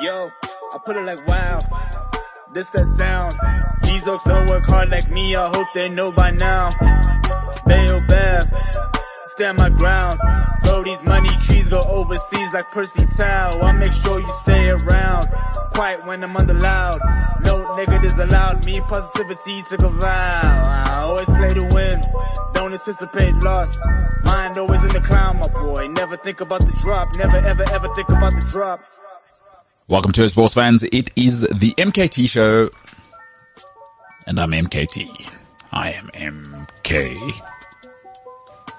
Yo, I put it like wow. This that sound. These oaks don't work hard like me. I hope they know by now. Bayo Bab, stand my ground. Throw these money trees, go overseas like Percy Tau. I make sure you stay around. Quiet when I'm under loud. No negatives allowed. Me positivity took a vow. I always play to win. Don't anticipate loss. Mind always in the clown, my boy. Never think about the drop. Never ever ever think about the drop. Welcome to it, sports fans. It is the MKT show, and I'm MKT. I am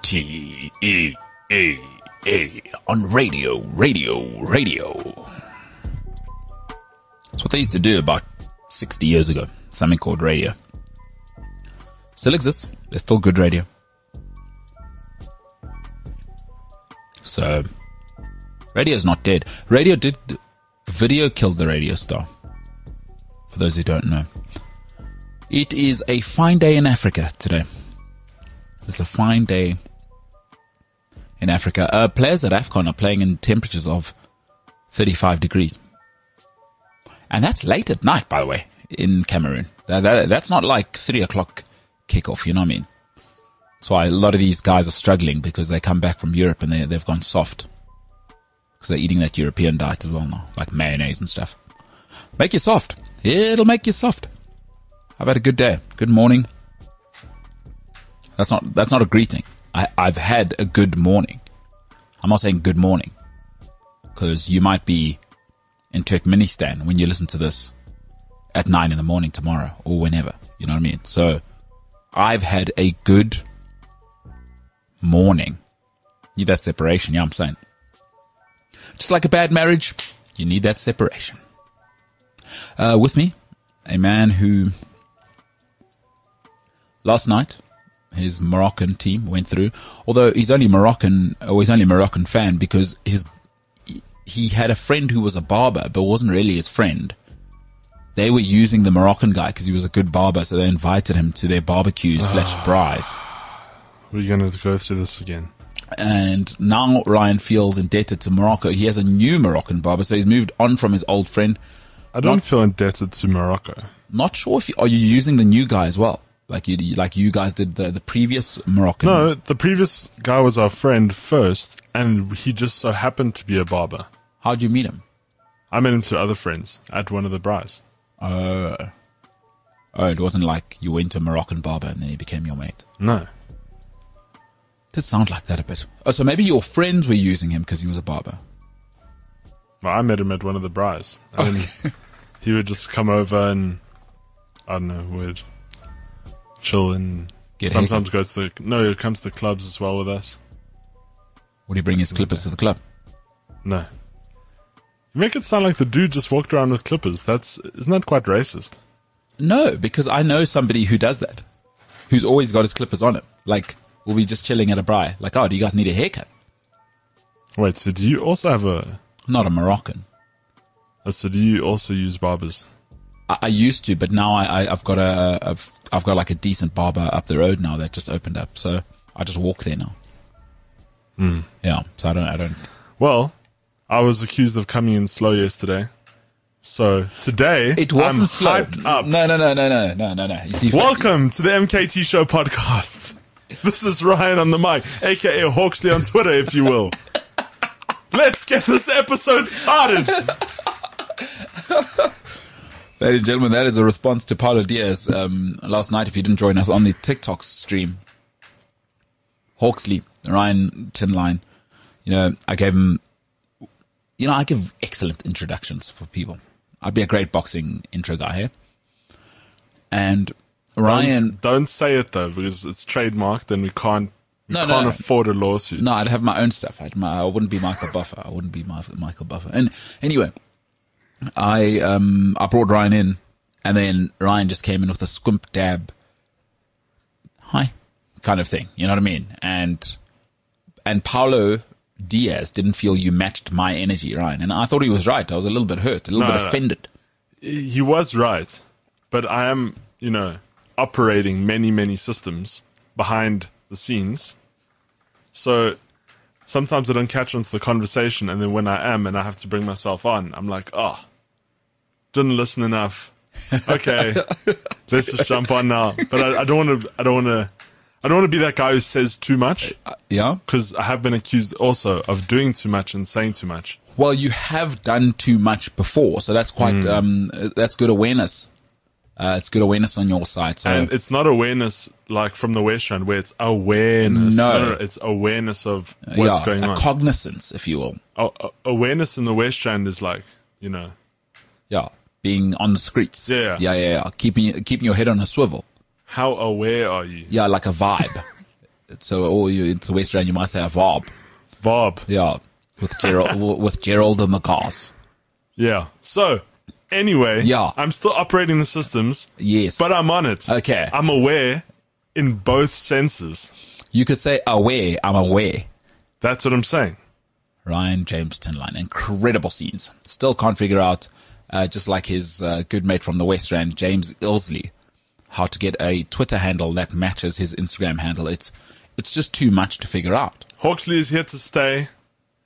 MKTEEE E on radio, radio, radio. That's what they used to do about 60 years ago. Something called radio. Still exists. There's still good radio. So, radio's not dead. Radio did, video killed the radio star. For those who don't know. It is a fine day in Africa today. It's a fine day in Africa. Uh, players at AFCON are playing in temperatures of 35 degrees. And that's late at night, by the way, in Cameroon. That, that, that's not like three o'clock kickoff, you know what I mean? That's why a lot of these guys are struggling because they come back from Europe and they, they've gone soft because they're eating that European diet as well now, like mayonnaise and stuff. Make you soft. It'll make you soft. I've had a good day. Good morning. That's not that's not a greeting. I, I've had a good morning. I'm not saying good morning because you might be in Turkmenistan when you listen to this at nine in the morning tomorrow or whenever. You know what I mean? So I've had a good morning. Need that separation. Yeah, I'm saying. Just like a bad marriage, you need that separation. Uh, with me, a man who last night his Moroccan team went through. Although he's only Moroccan, or he's only a Moroccan fan because his he had a friend who was a barber, but wasn't really his friend. They were using the Moroccan guy because he was a good barber, so they invited him to their barbecues slash fries. We're going to go through this again. And now Ryan feels indebted to Morocco. He has a new Moroccan barber, so he's moved on from his old friend. I don't Not- feel indebted to Morocco. Not sure if you, are you using the new guy as well, like you like you guys did the the previous Moroccan. No, the previous guy was our friend first, and he just so happened to be a barber. How'd you meet him? I met him through other friends at one of the bars. Oh. Oh, it wasn't like you went to a Moroccan barber and then he became your mate. No. Did sound like that a bit. Oh, so maybe your friends were using him because he was a barber. Well, I met him at one of the bars. And he would just come over and, I don't know, would chill and Get sometimes goes to the, no, he comes to the clubs as well with us. Would he bring his clippers to the club? No. You make it sound like the dude just walked around with clippers. That's, isn't that quite racist? No, because I know somebody who does that, who's always got his clippers on him. Like, we'll be just chilling at a bri. Like, oh, do you guys need a haircut? Wait, so do you also have a, Not a Moroccan. uh, so do you also use barbers? I, I used to, but now I, I, I've got a, I've, I've got like a decent barber up the road now that just opened up. So I just walk there now. Hmm. Yeah. So I don't, I don't, Well, I was accused of coming in slow yesterday. So today, It wasn't I'm slow. hyped up. No, no, no, no, no, no, no, no. You see, Welcome to the MKT Show podcast. This is Ryan on the mic, aka Hawksley on Twitter, if you will. Let's get this episode started. ladies and gentlemen, that is a response to Paulo Diaz um, last night. If you didn't join us on the TikTok stream, Hawksley Ryan Tinline, you know, I gave him, you know, I give excellent introductions for people. I'd be a great boxing intro guy here. And Ryan, Don't say it though, because it's trademarked and we can't we No, no, can't no. afford a lawsuit. No, I'd have my own stuff. I'd my, I wouldn't be Michael Buffer. I wouldn't be my, Michael Buffer. And anyway, I um I brought Ryan in, and then Ryan just came in with a squimp dab, hi, kind of thing. You know what I mean? And and Paulo Diaz didn't feel you matched my energy, Ryan. And I thought he was right. I was a little bit hurt, a little No, bit no. offended. He was right, but I am, you know, operating many, many systems behind the scenes. So sometimes I don't catch on to the conversation, and then when I am and I have to bring myself on, I'm like, oh, didn't listen enough. Okay, let's just jump on now. But I, I don't want to. I don't want to. I don't want to be that guy who says too much Yeah. because I have been accused also of doing too much and saying too much. Well, you have done too much before, so that's quite Hmm. um, uh, that's good awareness. Uh, it's good awareness on your side. So And it's not awareness like from the West End where it's awareness. No. it's awareness of what's yeah, going a on. cognizance, if you will. A- a- awareness in the West End is like, you know, Yeah, being on the streets. Yeah. yeah, yeah, yeah. Keeping keeping your head on a swivel. how aware are you? Yeah, like a vibe. so, or you, it's the West End, you might say a vibe. Bob. Yeah, with Gerald with Gerald and the cars. Yeah. So, anyway, Yeah. I'm still operating the systems, Yes, but uh, I'm on it. Okay. I'm aware in both senses. you could say aware. I'm aware. That's what I'm saying. Ryan James Tinline. Incredible scenes. Still can't figure out, uh, just like his uh, good mate from the West Rand, James Ilsley, how to get a Twitter handle that matches his Instagram handle. It's it's just too much to figure out. Hawksley is here to stay.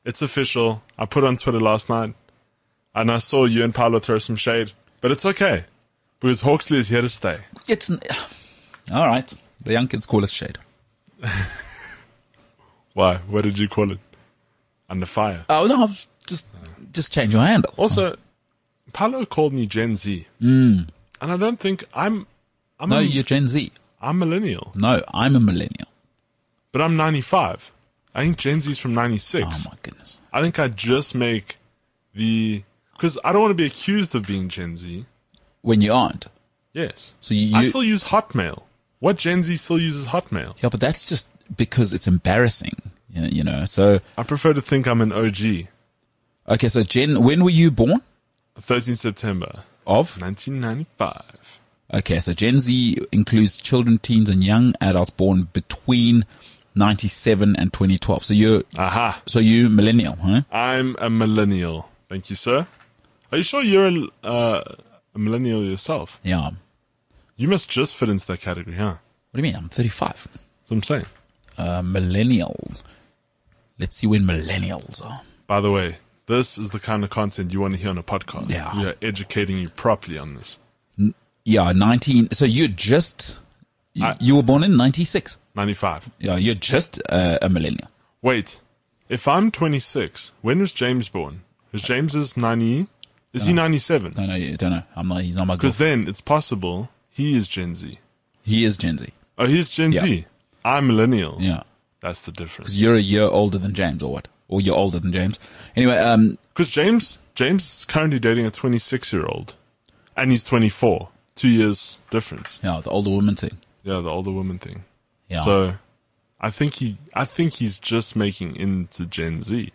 It's official. I put on Twitter last night and I saw you and Paolo throw some shade, but it's okay because Hawksley is here to stay. It's n- all right. The young kids call it shade. Why? What did you call it? Under fire. Oh no, just just change your handle. Also, Paolo called me Gen Z. And I don't think I'm, I'm, Hmm. No, a, you're Gen Z. I'm millennial, No, I'm a millennial. but I'm 95. I think Gen Z's from 96. Oh my goodness. I think I just make the, cause I don't want to be accused of being Gen Z. When you aren't, Yes. so you, I you still use Hotmail. What Gen Z still uses Hotmail? yeah, but that's just because it's embarrassing. You know, you know. So I prefer to think I'm an OG. okay, so Jen, when were you born? 13 September Of 1995. Okay, so Gen Z includes children, teens, and young adults born between 97 and 2012. So you're, Aha. so you millennial, huh? I'm a millennial. Thank you, sir. Are you sure you're a, uh, a millennial yourself? Yeah. What You must just fit into that category, huh? do you mean? I'm 35. That's what I'm saying. Uh, millennials. Let's see when millennials are. By the way, this is the kind of content you want to hear on a podcast. Yeah. We are educating you properly on this. Yeah, 19. So you're just, you, I- you were born in 96. 95. Yeah, you're just uh, a millennial. Wait, if I'm 26, when was James born? Is James is 90? Is he 97? No, no, you don't know. I'm not, he's not my Because good. then it's possible he is Gen Z. He is Gen Z. Oh, he's Gen Yeah. Z. I'm millennial. Yeah. That's the difference. You're a year older than James or what? Or you're older than James. Anyway, um, Because James James is currently dating a 26 year old, and he's 24. Two years difference. yeah, the older woman thing. Yeah, the older woman thing. Yeah. So, I think he I think he's just making into Gen Z.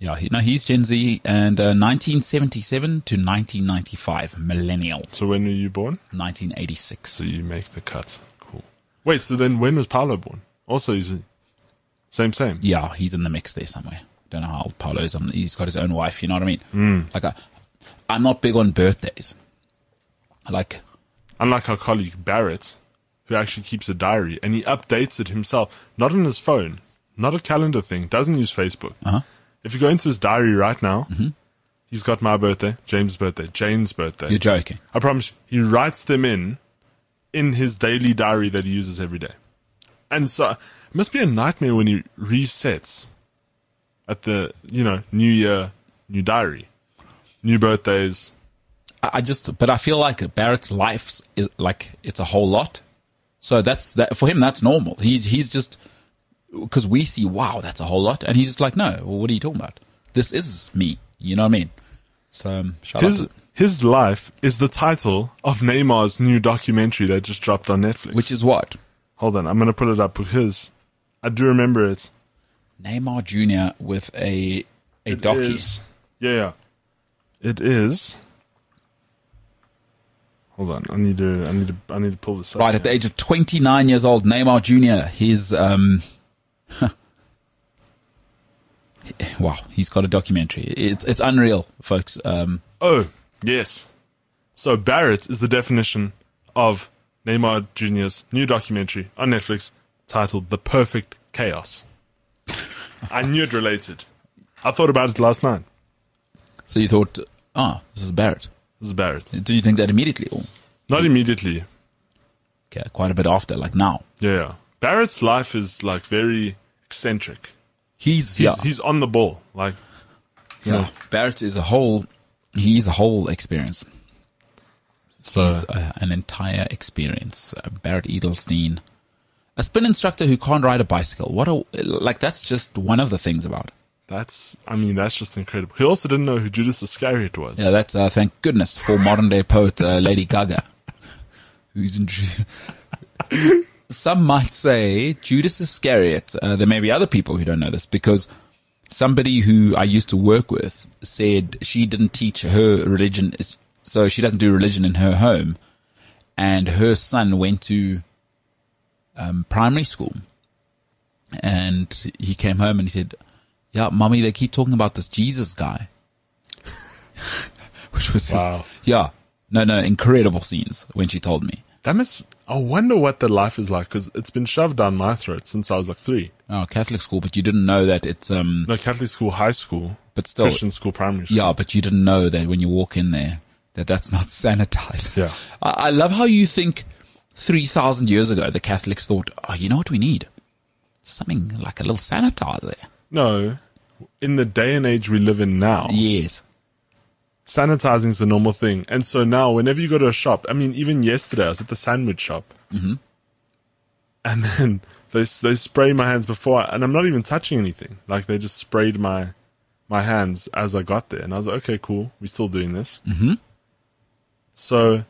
Yeah, he, no, he's Gen Z and uh, 1977 to 1995, millennial, So when were you born? 1986. So you make the cut. Cool. Wait. So then when was Paolo born? Also, he's a- same same. Yeah, he's in the mix there somewhere. Don't know how old Paolo is. Um, He's got his own wife, you know what I mean? Mm. Like, I, I'm not big on birthdays. Like, Unlike our colleague Barrett, who actually keeps a diary and he updates it himself, not on his phone, not a calendar thing, doesn't use Facebook. Uh-huh. If you go into his diary right now, he's got my birthday, James' birthday, Jane's birthday. you're joking. I promise you, he writes them in in his daily diary that he uses every day. And so it must be a nightmare when he resets at the, you know, new year, new diary, new birthdays. I, I just, but I feel like Barrett's life is like, it's a whole lot. So that's, that for him, that's normal. He's, he's just, because we see, wow, that's a whole lot. And he's just like, no, well, what are you talking about? This is me. You know what I mean? So, um, shout out His to his life is the title of Neymar's new documentary that just dropped on Netflix. Which is what? Hold on, I'm gonna put it up because I do remember it. Neymar Jr. with a a It docu. is- yeah, yeah. It is. Hold on, I need to, I need to, I need to pull this up. Right, at the age of 29 years old, Neymar Jr., his, um, wow, he's got a documentary. It's, it's unreal, folks. Um, Oh, yes. So Barrett is the definition of Neymar Jr.'s new documentary on Netflix titled "The Perfect Chaos." I knew it related. I thought about it last night. So you thought, ah, this is Barrett. This is Barrett. Do you think that immediately? Or Not immediately. okay, quite a bit after, like now. Yeah, yeah. Barrett's life is like very eccentric. He's, He's, yeah, he's on the ball. Like, yeah. Barrett is a whole. He's a whole experience. so. is uh, an entire experience. Uh, Barrett Edelstein, a spin instructor who can't ride a bicycle. What a like that's just one of the things about. It. That's, I mean, that's just incredible. He also didn't know who Judas Iscariot was. Yeah, that's uh, thank goodness for modern day poet uh, Lady Gaga, who's in. some might say Judas Iscariot. Uh, there may be other people who don't know this because somebody who I used to work with said she didn't teach her religion, is- so she doesn't do religion in her home, and her son went to um, primary school, and he came home and he said, "Yeah, mommy, they keep talking about this Jesus guy," which was his- Wow. yeah, no, no, incredible scenes when she told me. That must, I wonder what their life is like because it's been shoved down my throat since I was like three. Oh, Catholic school, but you didn't know that it's um. No, Catholic school, high school, But still, Christian school, primary school. yeah, but you didn't know that when you walk in there that that's not sanitized. Yeah. I, I love how you think three thousand years ago the Catholics thought, oh, you know what we need, something like a little sanitizer. No, in the day and age we live in now, Yes. sanitizing is a normal thing. And so now, whenever you go to a shop, I mean, even yesterday I was at the sandwich shop, Mm-hmm. and then they they spray my hands before, I, and I'm not even touching anything. Like they just sprayed my my hands as I got there, and I was like, okay, cool, we're still doing this. Mm-hmm. So.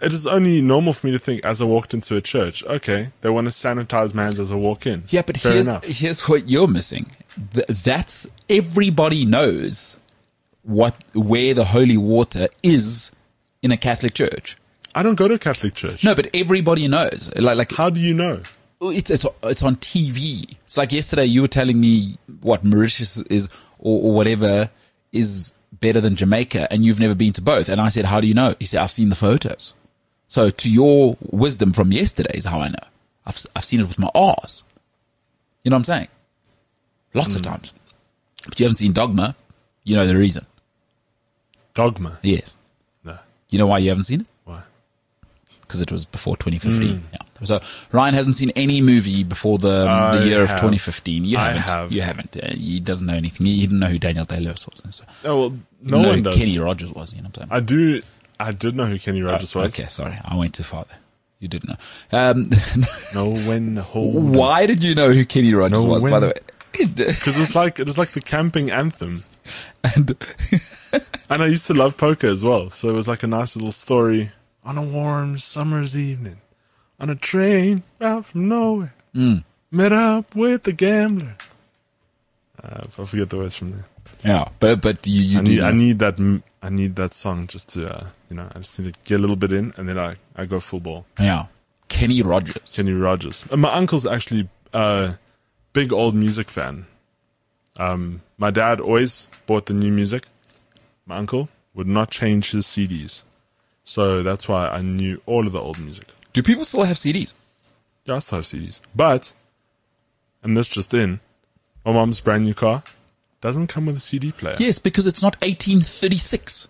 It is only normal for me to think as I walked into a church, okay, they want to sanitize my hands as I walk in. Yeah, but Fair here's enough. here's what you're missing. Th- that's everybody knows what where the holy water is in a Catholic church. I don't go to a Catholic church. No, but everybody knows. Like like How do you know? it's, it's it's on TV. It's like yesterday you were telling me what Mauritius is or, or whatever is better than Jamaica, and you've never been to both. And I said, "How do you know?" You said, "I've seen the photos." So, to your wisdom from yesterday is how I know. I've s- I've seen it with my eyes. You know what I'm saying? Lots of times, but you haven't seen Dogma. You know the reason. Dogma. Yes. No. You know why you haven't seen it? Why? because it was before Mm. 2015. Yeah. So Ryan hasn't seen any movie before the, I the year of have. 2015. You I haven't. have. You haven't. Uh, he doesn't know anything. He didn't know who Daniel Day Lewis was. and So, Oh well, no know one who does. Kenny Rogers was. You know what I'm saying? I do. I did know who Kenny Rogers was. Okay, sorry, I went too far there. You didn't know. Um, No when hold. why did you know who Kenny Rogers No was? By when- the way, Because it's like it was like the camping anthem, and and I used to love poker as well. So it was like a nice little story on a warm summer's evening, on a train out from nowhere. Mm. Met up with the gambler. Uh, I forget the words from there. yeah, but but you you I need, do I know. need that. m- I need that song just to, uh, you know, I just need to get a little bit in, and then I, I go full ball. yeah Kenny Rogers. Kenny Rogers. And my uncle's actually a big old music fan. Um, my dad always bought the new music. My uncle would not change his CDs. So that's why I knew all of the old music. Do people still have CDs? Yeah, I still have CDs. But, and this just in, my mom's brand new car doesn't come with a CD player. Yes, because it's not 1836.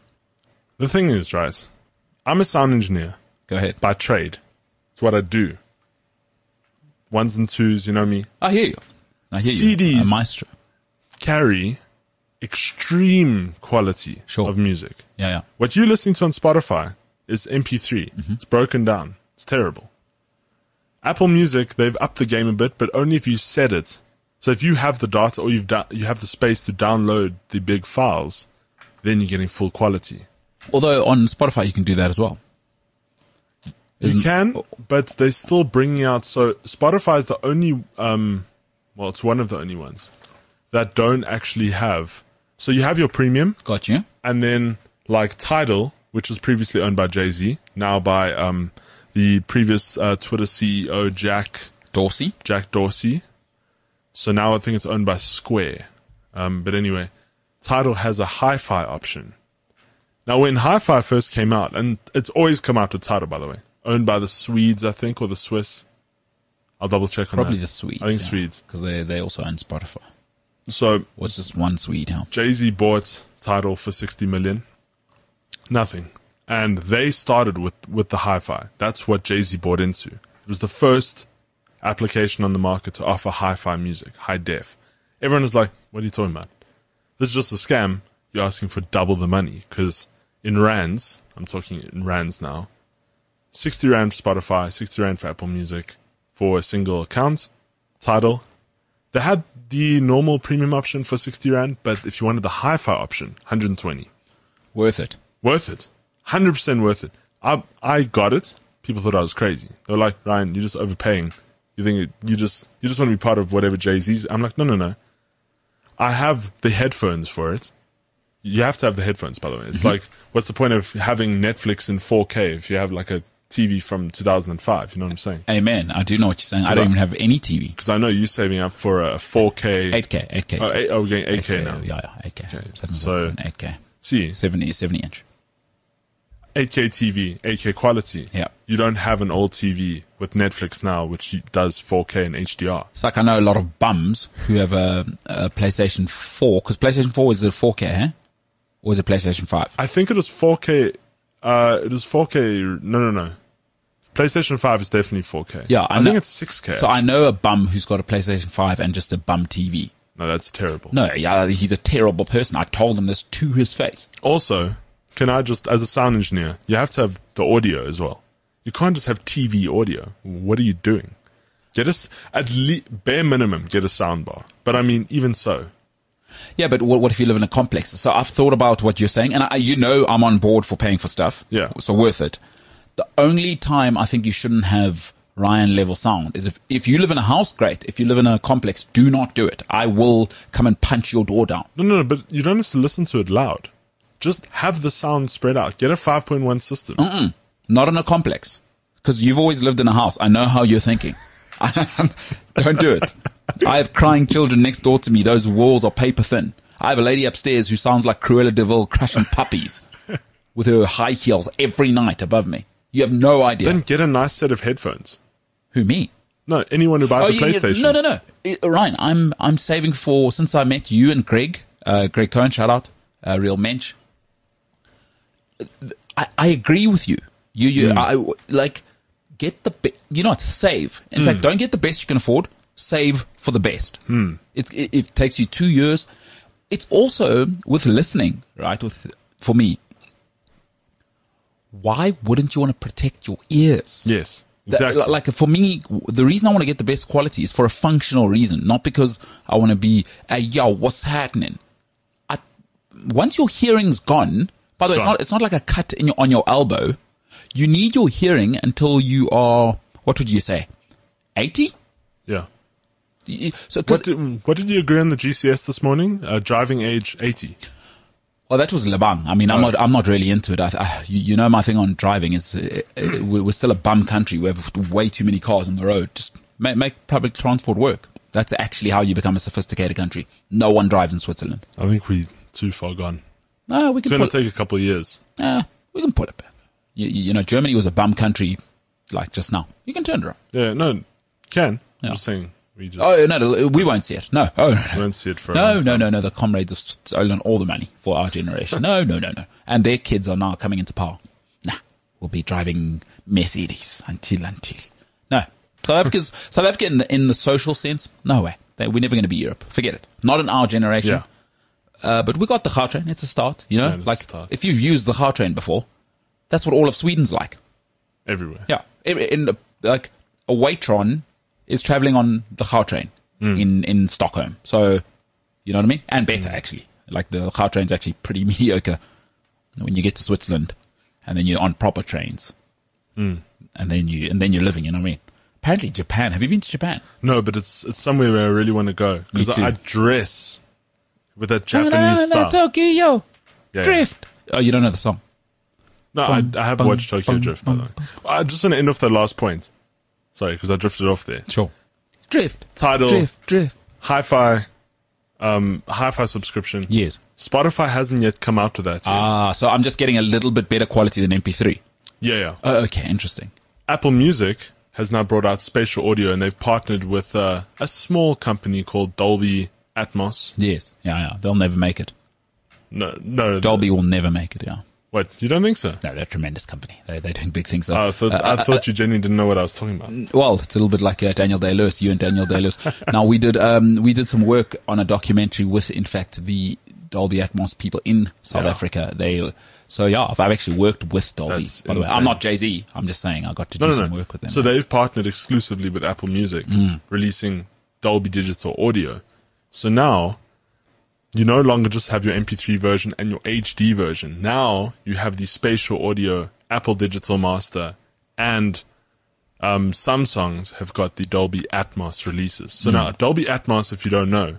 The thing is, right, I'm a sound engineer. Go ahead. by trade. It's what I do. Ones and twos, you know me, I hear you. I hear you. CDs. A maestro. carry extreme quality Sure. of music. Yeah, yeah. What you're listening to on Spotify is MP3. Mm-hmm. It's broken down. It's terrible. Apple Music, they've upped the game a bit, but only if you set it. So if you have the data or you've done, you have the space to download the big files, then you're getting full quality. Although on Spotify you can do that as well. You Isn't- Oh. can, but they're still bringing out. So Spotify is the only, um, well, it's one of the only ones that don't actually have. So you have your premium, Got you. and then like Tidal, which was previously owned by Jay Z, now by um, the previous uh, Twitter CEO Jack Dorsey. Jack Dorsey. So now I think it's owned by Square. Um, but anyway, Tidal has a hi-fi option. Now, when hi-fi first came out, and it's always come out to Tidal, by the way, owned by the Swedes, I think, or the Swiss. I'll double check on Probably that. the Swedes. I think Swedes. Because they, they also own Spotify. So was just one Swede. Huh? Jay Z bought title for sixty million. Nothing. And they started with, with the hi fi. That's what Jay Z bought into. It was the first application on the market to offer hi fi music, high def. Everyone was like, what are you talking about? This is just a scam. You're asking for double the money because in rands, I'm talking in rands now, 60 rand for Spotify, 60 rand for Apple Music for a single account, title. They had the normal premium option for 60 rand, but if you wanted the hi fi option, 120. Worth it. Worth it. 100% worth it. I, I got it. People thought I was crazy. They were like, Ryan, you're just overpaying. You think it, you just, you just want to be part of whatever Jay Z's. I'm like, no, no, no. I have the headphones for it. You have to have the headphones, by the way. It's like, what's the point of having Netflix in 4K if you have like a TV from 2005? You know what I'm saying? Amen. I do know what you're saying. I don't I- even have any TV. Because I know you're saving up for a 4K. 8K, 8K. Oh, eight, oh, we're getting 8K, now. Yeah, yeah, 8K. so- 7.1, 8K. See, 70, 70 inch. 8K TV, 8K quality. Yeah. You don't have an old TV with Netflix now, which does 4K and HDR. It's like I know a lot of bums who have a, a PlayStation 4, because PlayStation 4 was a 4K, eh? Or was it PlayStation 5? I think it was 4K. Uh, it was 4K. No, no, no. PlayStation 5 is definitely 4K. Yeah, I, I think know- it's 6K. So I know a bum who's got a PlayStation 5 and just a bum TV. no, that's terrible. No, yeah, he's a terrible person. I told him this to his face. Also, can I just, as a sound engineer, you have to have the audio as well. You can't just have TV audio. What are you doing? Get us at le bare minimum, get a sound bar. But I mean, even so, Yeah, but what, what if you live in a complex? So I've thought about what you're saying, and I, you know I'm on board for paying for stuff. Yeah. So worth it. The only time I think you shouldn't have Ryan level sound is if, if you live in a house, great. If you live in a complex, do not do it. I will come and punch your door down. No, no, no, but you don't have to listen to it loud. Just have the sound spread out. Get a 5.1 system. Not in a complex. Because you've always lived in a house. I know how you're thinking. Don't do it. I have crying children next door to me. Those walls are paper thin. I have a lady upstairs who sounds like Cruella DeVille crushing puppies with her high heels every night above me. You have no idea. Then get a nice set of headphones. Who me? No, anyone who buys a PlayStation. Oh, no, no, no. It- Ryan, I'm I'm saving for since I met you and Greg, uh, Greg Cohen, shout out, uh, real mensch. Uh, I, I agree with you. You, you, I like get the be- you know what save. In fact, don't get the best you can afford. Save for the best. It's, it, it takes you two years. It's also with listening, right? With for me, why wouldn't you want to protect your ears? Yes, Th- exactly. Like for me, the reason I want to get the best quality is for a functional reason, not because I want to be, hey, yo, what's happening? I, once your hearing's gone, by the way, it's gone. not, it's not like a cut in your, on your elbow. You need your hearing until you are, what would you say? 80? yeah. So, 'cause- What did, what did you agree on the GCS this morning? Uh, driving age 80. Well, Oh, that was Lebang. I mean, I'm not. I'm not really into it. I, I, you, you know, my thing on driving is uh, uh, we're we're still a bum country. We have way too many cars on the road. Just make, make public transport work. That's actually how you become a sophisticated country. No one drives in Switzerland. I think we too far gone. No, we It's can. going Pull, to take a couple of years. uh, we can pull it back. You, you you know, Germany was a bum country, like just now. You can turn it around. Yeah, no, can. I'm just saying, we just Oh no, we won't see it. No. Oh no. won't see it for a No, long no, time. no, no. The comrades have stolen all the money for our generation. No, no, no, no. And their kids are now coming into power. Nah, we'll be driving Mercedes until, until. No. South Africa's, South Africa in the, in the social sense, no way. They, we're never going to be Europe. Forget it. Not in our generation. Yeah. Uh, but we got the car train. It's a start, you know? Yeah, it's a like, start. if you've used the car train before, that's what all of Sweden's like. Everywhere. Yeah, in, in the, like a Waitron is traveling on the Gautrain in in Stockholm. So you know what I mean, and better actually. Like the Gautrain's actually pretty mediocre when you get to Switzerland, and then you're on proper trains, Hmm. and then you and then you're living. You know what I mean? Apparently, Japan. Have you been to Japan? No, but it's it's somewhere where I really want to go because too. I, I dress with that Japanese style. Tokyo Yeah, yeah. Drift. Oh, you don't know the song. No, I, I have watched Tokyo bum, Drift. By the way, I just want to end off that last point. Sorry, because I drifted off there. Sure. Drift. Title: Drift. Drift. Hi-Fi, um, Hi-Fi subscription. Yes. Spotify hasn't yet come out to that. Yet. Ah, so I'm just getting a little bit better quality than MP3. yeah, yeah. Oh, okay, interesting. Apple Music has now brought out spatial audio, and they've partnered with uh, a small company called Dolby Atmos. Yes. Yeah, yeah. They'll never make it. No, no. Dolby will never make it. Yeah. Wait, you don't think so? No, they're a tremendous company. They, they're doing big things. though. I thought, Uh, I thought you genuinely didn't know what I was talking about. well, it's a little bit like uh, Daniel Day Lewis, you and Daniel Day Lewis. now we did um, we did some work on a documentary with, in fact, the Dolby Atmos people in South Yeah. Africa. They so yeah, I've actually worked with Dolby. That's by the way, I'm insane. not Jay Z. I'm just saying I got to do No, no, some no. work with them. Hmm. So they've partnered exclusively with Apple Music, releasing Dolby Digital audio. So now you no longer just have your MP3 version and your HD version. Now you have the spatial audio, Apple Digital Master, and um, Samsung's have got the Dolby Atmos releases. Hmm. So now Dolby Atmos, if you don't know,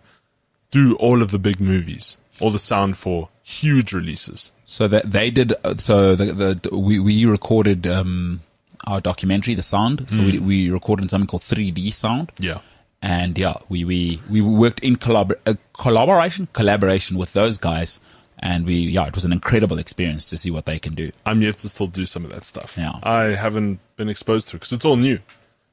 do all of the big movies, all the sound for huge releases. So that they did. uh, So the, the we we recorded um, our documentary, the sound. Hmm. So we we recorded something called 3D sound. Yeah. and yeah, we we we worked in collabor- uh, collaboration collaboration with those guys, and we yeah, it was an incredible experience to see what they can do. I'm yet to still do some of that stuff. Yeah. I haven't been exposed to it because it's all new.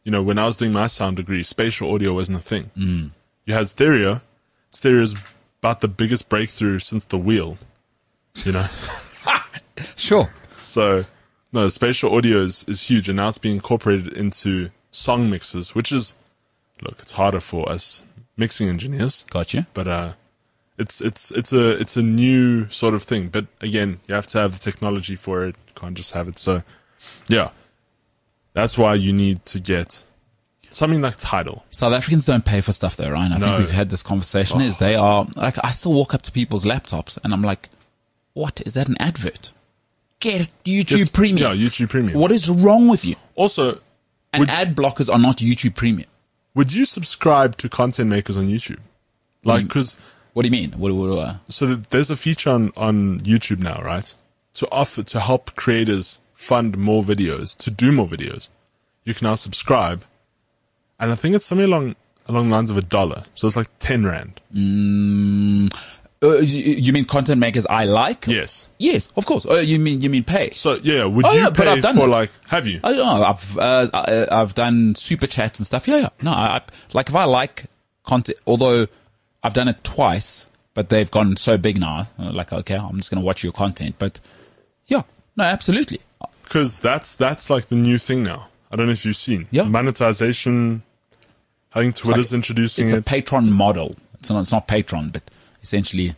You know, when I was doing my sound degree, spatial audio wasn't a thing. Mm. You had stereo. Stereo is about the biggest breakthrough since the wheel, you know? Sure. so, no, spatial audio is, is huge and now it's being incorporated into song mixes, which is, look, it's harder for us mixing engineers Gotcha. but uh it's it's it's a it's a new sort of thing but again you have to have the technology for it you can't just have it so yeah that's why you need to get something like tidal South Africans don't pay for stuff though, Ryan. I No. think we've had this conversation. Is they are like I still walk up to people's laptops and I'm like, what is that an advert? Get YouTube It's- Premium. yeah youtube premium What is wrong with you? also And Would- ad blockers are not YouTube Premium. would you subscribe to content makers on youtube like Mm. because What do you mean? What, what, uh, what- so th- there's a feature on on youtube now right to offer to help creators fund more videos to do more videos you can now subscribe and i think it's something along along the lines of a dollar so it's like 10 rand uh, you, you mean content makers I like? Yes. Yes, of course. Oh, you mean you mean pay? So yeah, would Oh, you yeah, but pay I've for done that. like? Have you? I don't know. Oh, I've uh, I, I've done super chats and stuff. Yeah, yeah. No, I, I like if I like content. Although I've done it twice, but they've gone so big now. uh, Like okay, I'm just gonna watch your content. But yeah, no, absolutely. Because that's that's like the new thing now. I don't know if you've seen. Yeah. Monetization. I think Twitter's introducing It's a it. patron model. It's not it's not patron, but essentially,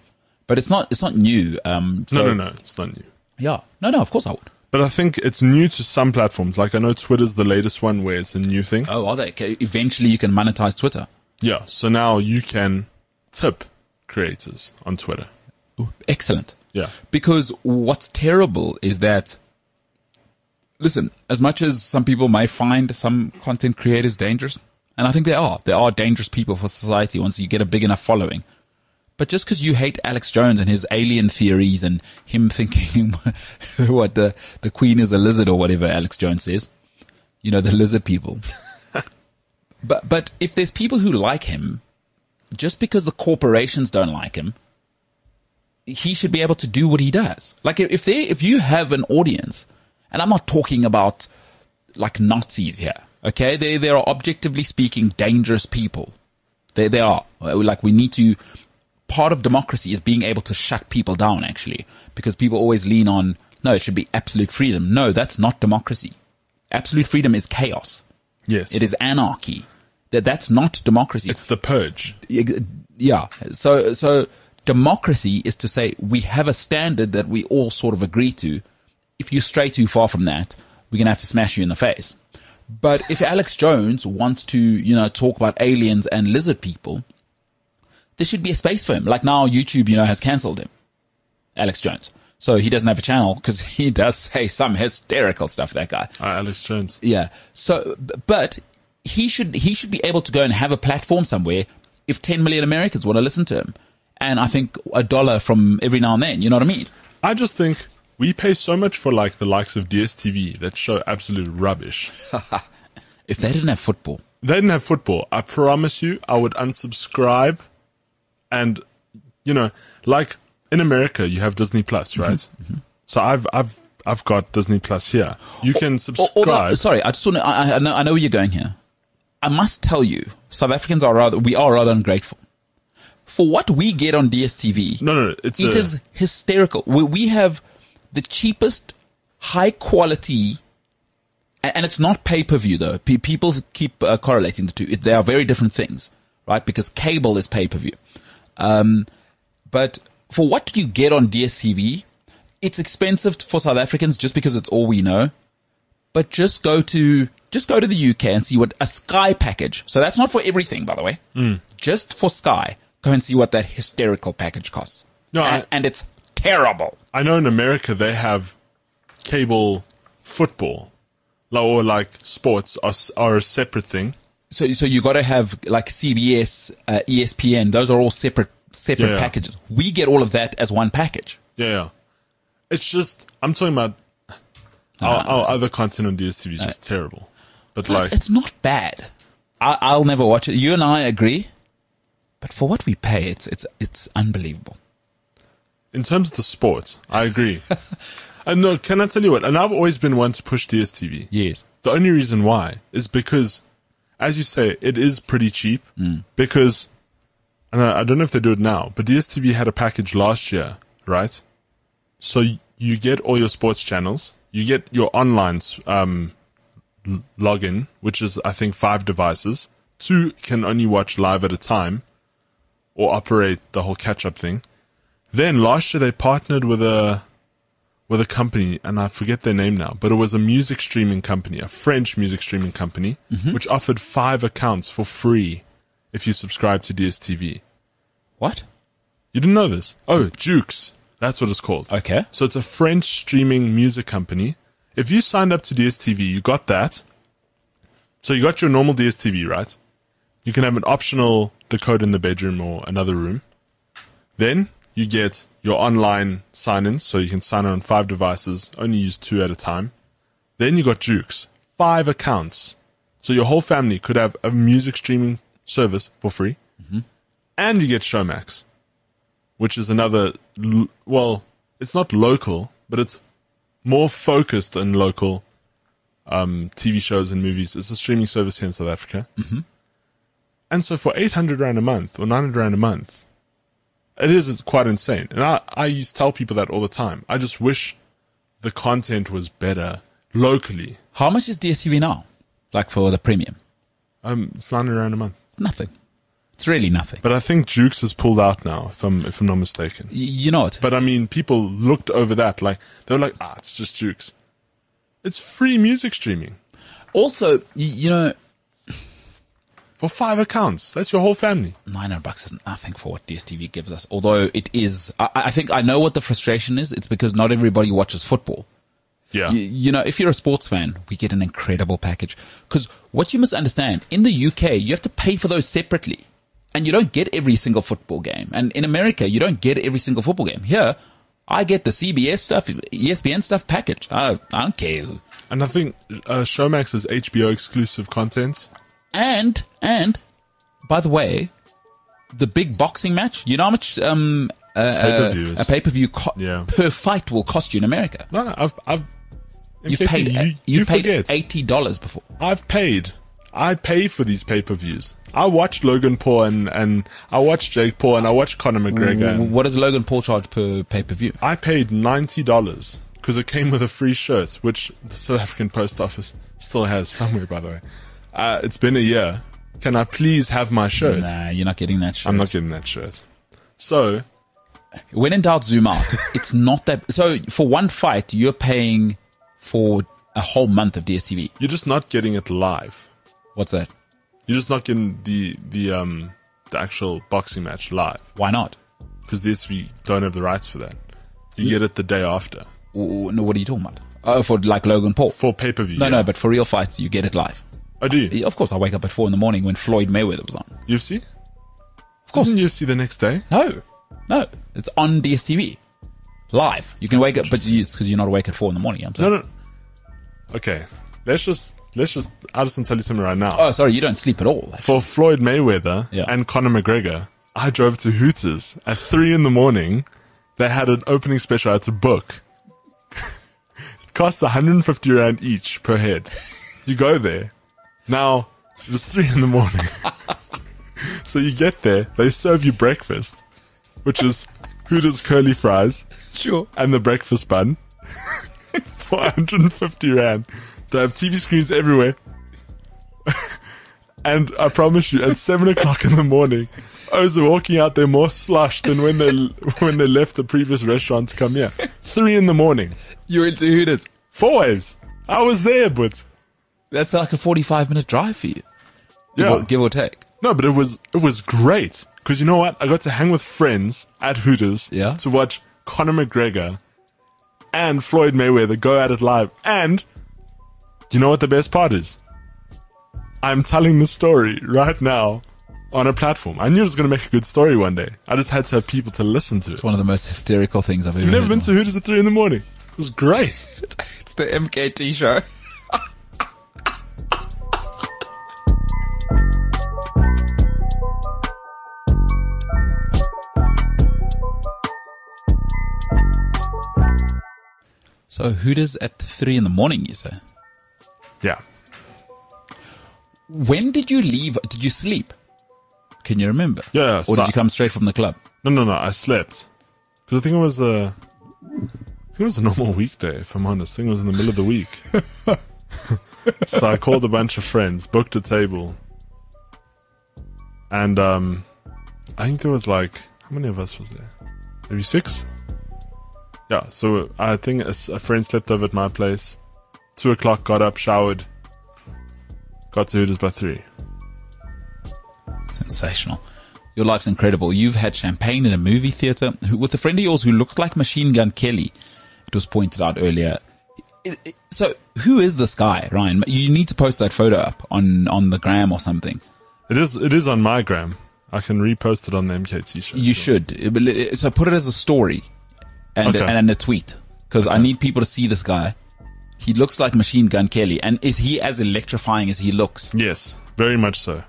but it's not it's not new. Um, so, no, no, no. It's not new. Yeah, no, no. Of course I would. But I think it's new to some platforms. Like I know Twitter's the latest one where it's a new thing. Oh, are they? Okay, Eventually, you can monetize Twitter. Yeah. So now you can tip creators on Twitter. Excellent. Yeah. Because what's terrible is that, listen, as much as some people may find some content creators dangerous, and I think they are, they are dangerous people for society once you get a big enough following. But just because you hate Alex Jones and his alien theories and him thinking what the, the queen is a lizard or whatever Alex Jones says, you know, the lizard people. but, but if there's people who like him, just because the corporations don't like him, he should be able to do what he does. Like if they, if you have an audience, and I'm not talking about like Nazis here, okay? They, they are objectively speaking dangerous people. They, they are. Like we need to, part of democracy is being able to shut people down actually, because people always lean on, no, it should be absolute freedom. No, that's not democracy. Absolute freedom is chaos. Yes. It is anarchy. That, that's not democracy It's the purge. yeah. So so democracy is to say we have a standard that we all sort of agree to. If you stray too far from that, we're gonna have to smash you in the face. But if Alex Jones wants to, you know, talk about aliens and lizard people, there should be a space for him. Like now, YouTube, you know, has cancelled him, Alex Jones. So he doesn't have a channel because he does say some hysterical stuff. That guy. Uh, Alex Jones. Yeah. So, b- but he should he should be able to go and have a platform somewhere if 10 million Americans want to listen to him, and I think a dollar from every now and then. You know what I mean? I just think we pay so much for like the likes of DSTV that show absolute rubbish. If they didn't have football, they didn't have football. I promise you, I would unsubscribe. And you know, like in America, you have Disney Plus, Mm-hmm. right? So I've I've I've got Disney Plus here. You can Al- subscribe. although- sorry, I just want to. I, I- I know I know where you're going here. I must tell you, South Africans are rather we are rather ungrateful. for what we get on DSTV, No, no, no, it's it a- is hysterical. We, we have the cheapest, high quality, and, and it's not pay per view though. Pe- people keep uh, correlating the two. It, they are very different things, right? Because cable is pay per view. Um, but for what you get on DSTV, it's expensive for South Africans just because it's all we know. But just go to just go to the UK and see what a Sky package. So that's not for everything, by the way. Hmm. Just for Sky, go and see what that hysterical package costs. No, and, I- and it's terrible. I know in America they have cable football, like, or like sports are, s- are a separate thing. So so you got to have like CBS, uh, ESPN. Those are all separate separate Yeah, yeah. packages. We get all of that as one package. Yeah, yeah. it's just I'm talking about our, our other content on DSTV is just terrible. But Plus, like, it's not bad. I, I'll never watch it. You and I agree. But for what we pay, it's it's it's unbelievable. in terms of the sport, I agree. and no, can I tell you what? And I've always been one to push DSTV. Yes. The only reason why is because, as you say, it is pretty cheap. Because, and I, I don't know if they do it now, but DSTV had a package last year, right? So y- you get all your sports channels, you get your online s- um, l- login, which is I think five devices. Two can only watch live at a time, or operate the whole catch-up thing. Then last year they partnered with a with a company, and I forget their name now, but it was a music streaming company, a French music streaming company, which offered five accounts for free if you subscribe to DSTV. What? You didn't know this? Oh, Jukes. That's what it's called. Okay. So it's a French streaming music company. If you signed up to DSTV, you got that. So you got your normal DSTV, right? You can have an optional decode in the bedroom or another room. Then you get your online sign ins, so you can sign on five devices, only use two at a time. Then you got Jukes, five accounts. So your whole family could have a music streaming service for free. And you get Showmax which is another l- well it's not local but it's more focused on local um, tv shows and movies it's a streaming service here in south africa mm-hmm. and so for 800 rand a month or 900 rand a month it is it's quite insane and I, I used to tell people that all the time i just wish the content was better locally How much is DSTV now? Like for the premium? um, it's 900 rand a month It's nothing. It's really nothing. but i think jukes has pulled out now if i'm if i'm not mistaken Y- you know it. But I mean, people looked over that like they were like, ah, it's just Jukes. It's free music streaming also, y- you know, for five accounts. That's your whole family. 900 bucks is nothing for what DSTV gives us. Although it is, I, I think I know what the frustration is. It's because not everybody watches football. Yeah, Y- you know, if you're a sports fan, we get an incredible package. Because what you must understand, in the UK, you have to pay for those separately. And you don't get every single football game. And in America, you don't get every single football game. Here, I get the CBS stuff, E ESPN stuff package. I, I don't care. who- and I think uh, Showmax is HBO exclusive content. And, and, by the way, the big boxing match, you know how much, um, uh, uh, Pay-per-view is- a pay-per-view co- Yeah. per fight will cost you in America. No, no, I've, I've. in You've case paid, you, uh, you, you paid forget. $80 before. I've paid. I pay for these pay per views. I watch Logan Paul and, and I watch Jake Paul and I watch Conor McGregor. and What does Logan Paul charge per pay-per-view? I paid ninety dollars because it came with a free shirt, which the South African Post Office still has somewhere, by the way. Uh, it's been a year. Can I please have my shirt? Nah, you're not getting that shirt. I'm not getting that shirt. So when in doubt, zoom out. it's not that. So for one fight, you're paying for a whole month of DSTV. you're just not getting it live. What's that? You're just not getting the the um the actual boxing match live Why not? because DSV don't have the rights for that. You get it the day after W- No, what are you talking about? Oh, for like Logan Paul. for pay per view. No, no, but for real fights, you get it live. I do. Yeah, Of course, I wake up at four in the morning when Floyd Mayweather was on. UFC. Of course, Isn't UFC the next day. No, no, it's on DSTV, live. You can wake up, but you, it's because you're not awake at four in the morning. I'm No, sorry. no. Okay, let's just let's just. I just want to tell you something right now. Oh, sorry, you don't sleep at all. For Floyd Mayweather Yeah. and Conor McGregor, I drove to Hooters at three in the morning. They had an opening special. I had to book. it cost 150 rand each per head. You go there. Now it was three in the morning. So you get there, they serve you breakfast, which is Hooters curly fries Sure. and the breakfast bun for 150 rand. They have TV screens everywhere. and I promise you, at 7 o'clock in the morning, O's are walking out there more slush than when they, when they left the previous restaurant to come here. 3 in the morning. You went to Hooters. Four O's. I was there, but That's like a 45 minute drive for you. Give, Yeah. or, give or take. No, but it was it was great because you know what? I got to hang with friends at Hooters Yeah. to watch Conor McGregor and Floyd Mayweather go at it live. And you know what the best part is? I'm telling the story right now on a platform. I knew it was going to make a good story one day. I just had to have people to listen to it. It's one of the most hysterical things I've ever I've never heard been of. to Hooters at three in the morning. It was great. It's the MKT show. so Hooters at three in the morning, you say? Yeah. When did you leave? Did you sleep? Can you remember? Yeah. Or so- did you come straight from the club? No, no, no. I slept because I think it was a, I think it was a normal weekday. If I'm honest, I think it was in the middle of the week. so I called a bunch of friends, booked a table, and um, I think there was like how many of us was there? Maybe six. Yeah. So I think a, s- a friend slept over at my place. Two o'clock, got up, showered, got to Hooters by three. Sensational. Your life's incredible. You've had champagne in a movie theater who, with a friend of yours who looks like Machine Gun Kelly. It was pointed out earlier. It- it- So who is this guy, Ryan? You need to post that photo up on, on the gram or something. It is. It is on my gram. I can repost it on the MKT show. You should. It- but it- So put it as a story and, Okay. and a tweet because I need people to see this guy. He looks like Machine Gun Kelly. And is he as electrifying as he looks? Yes, very much so.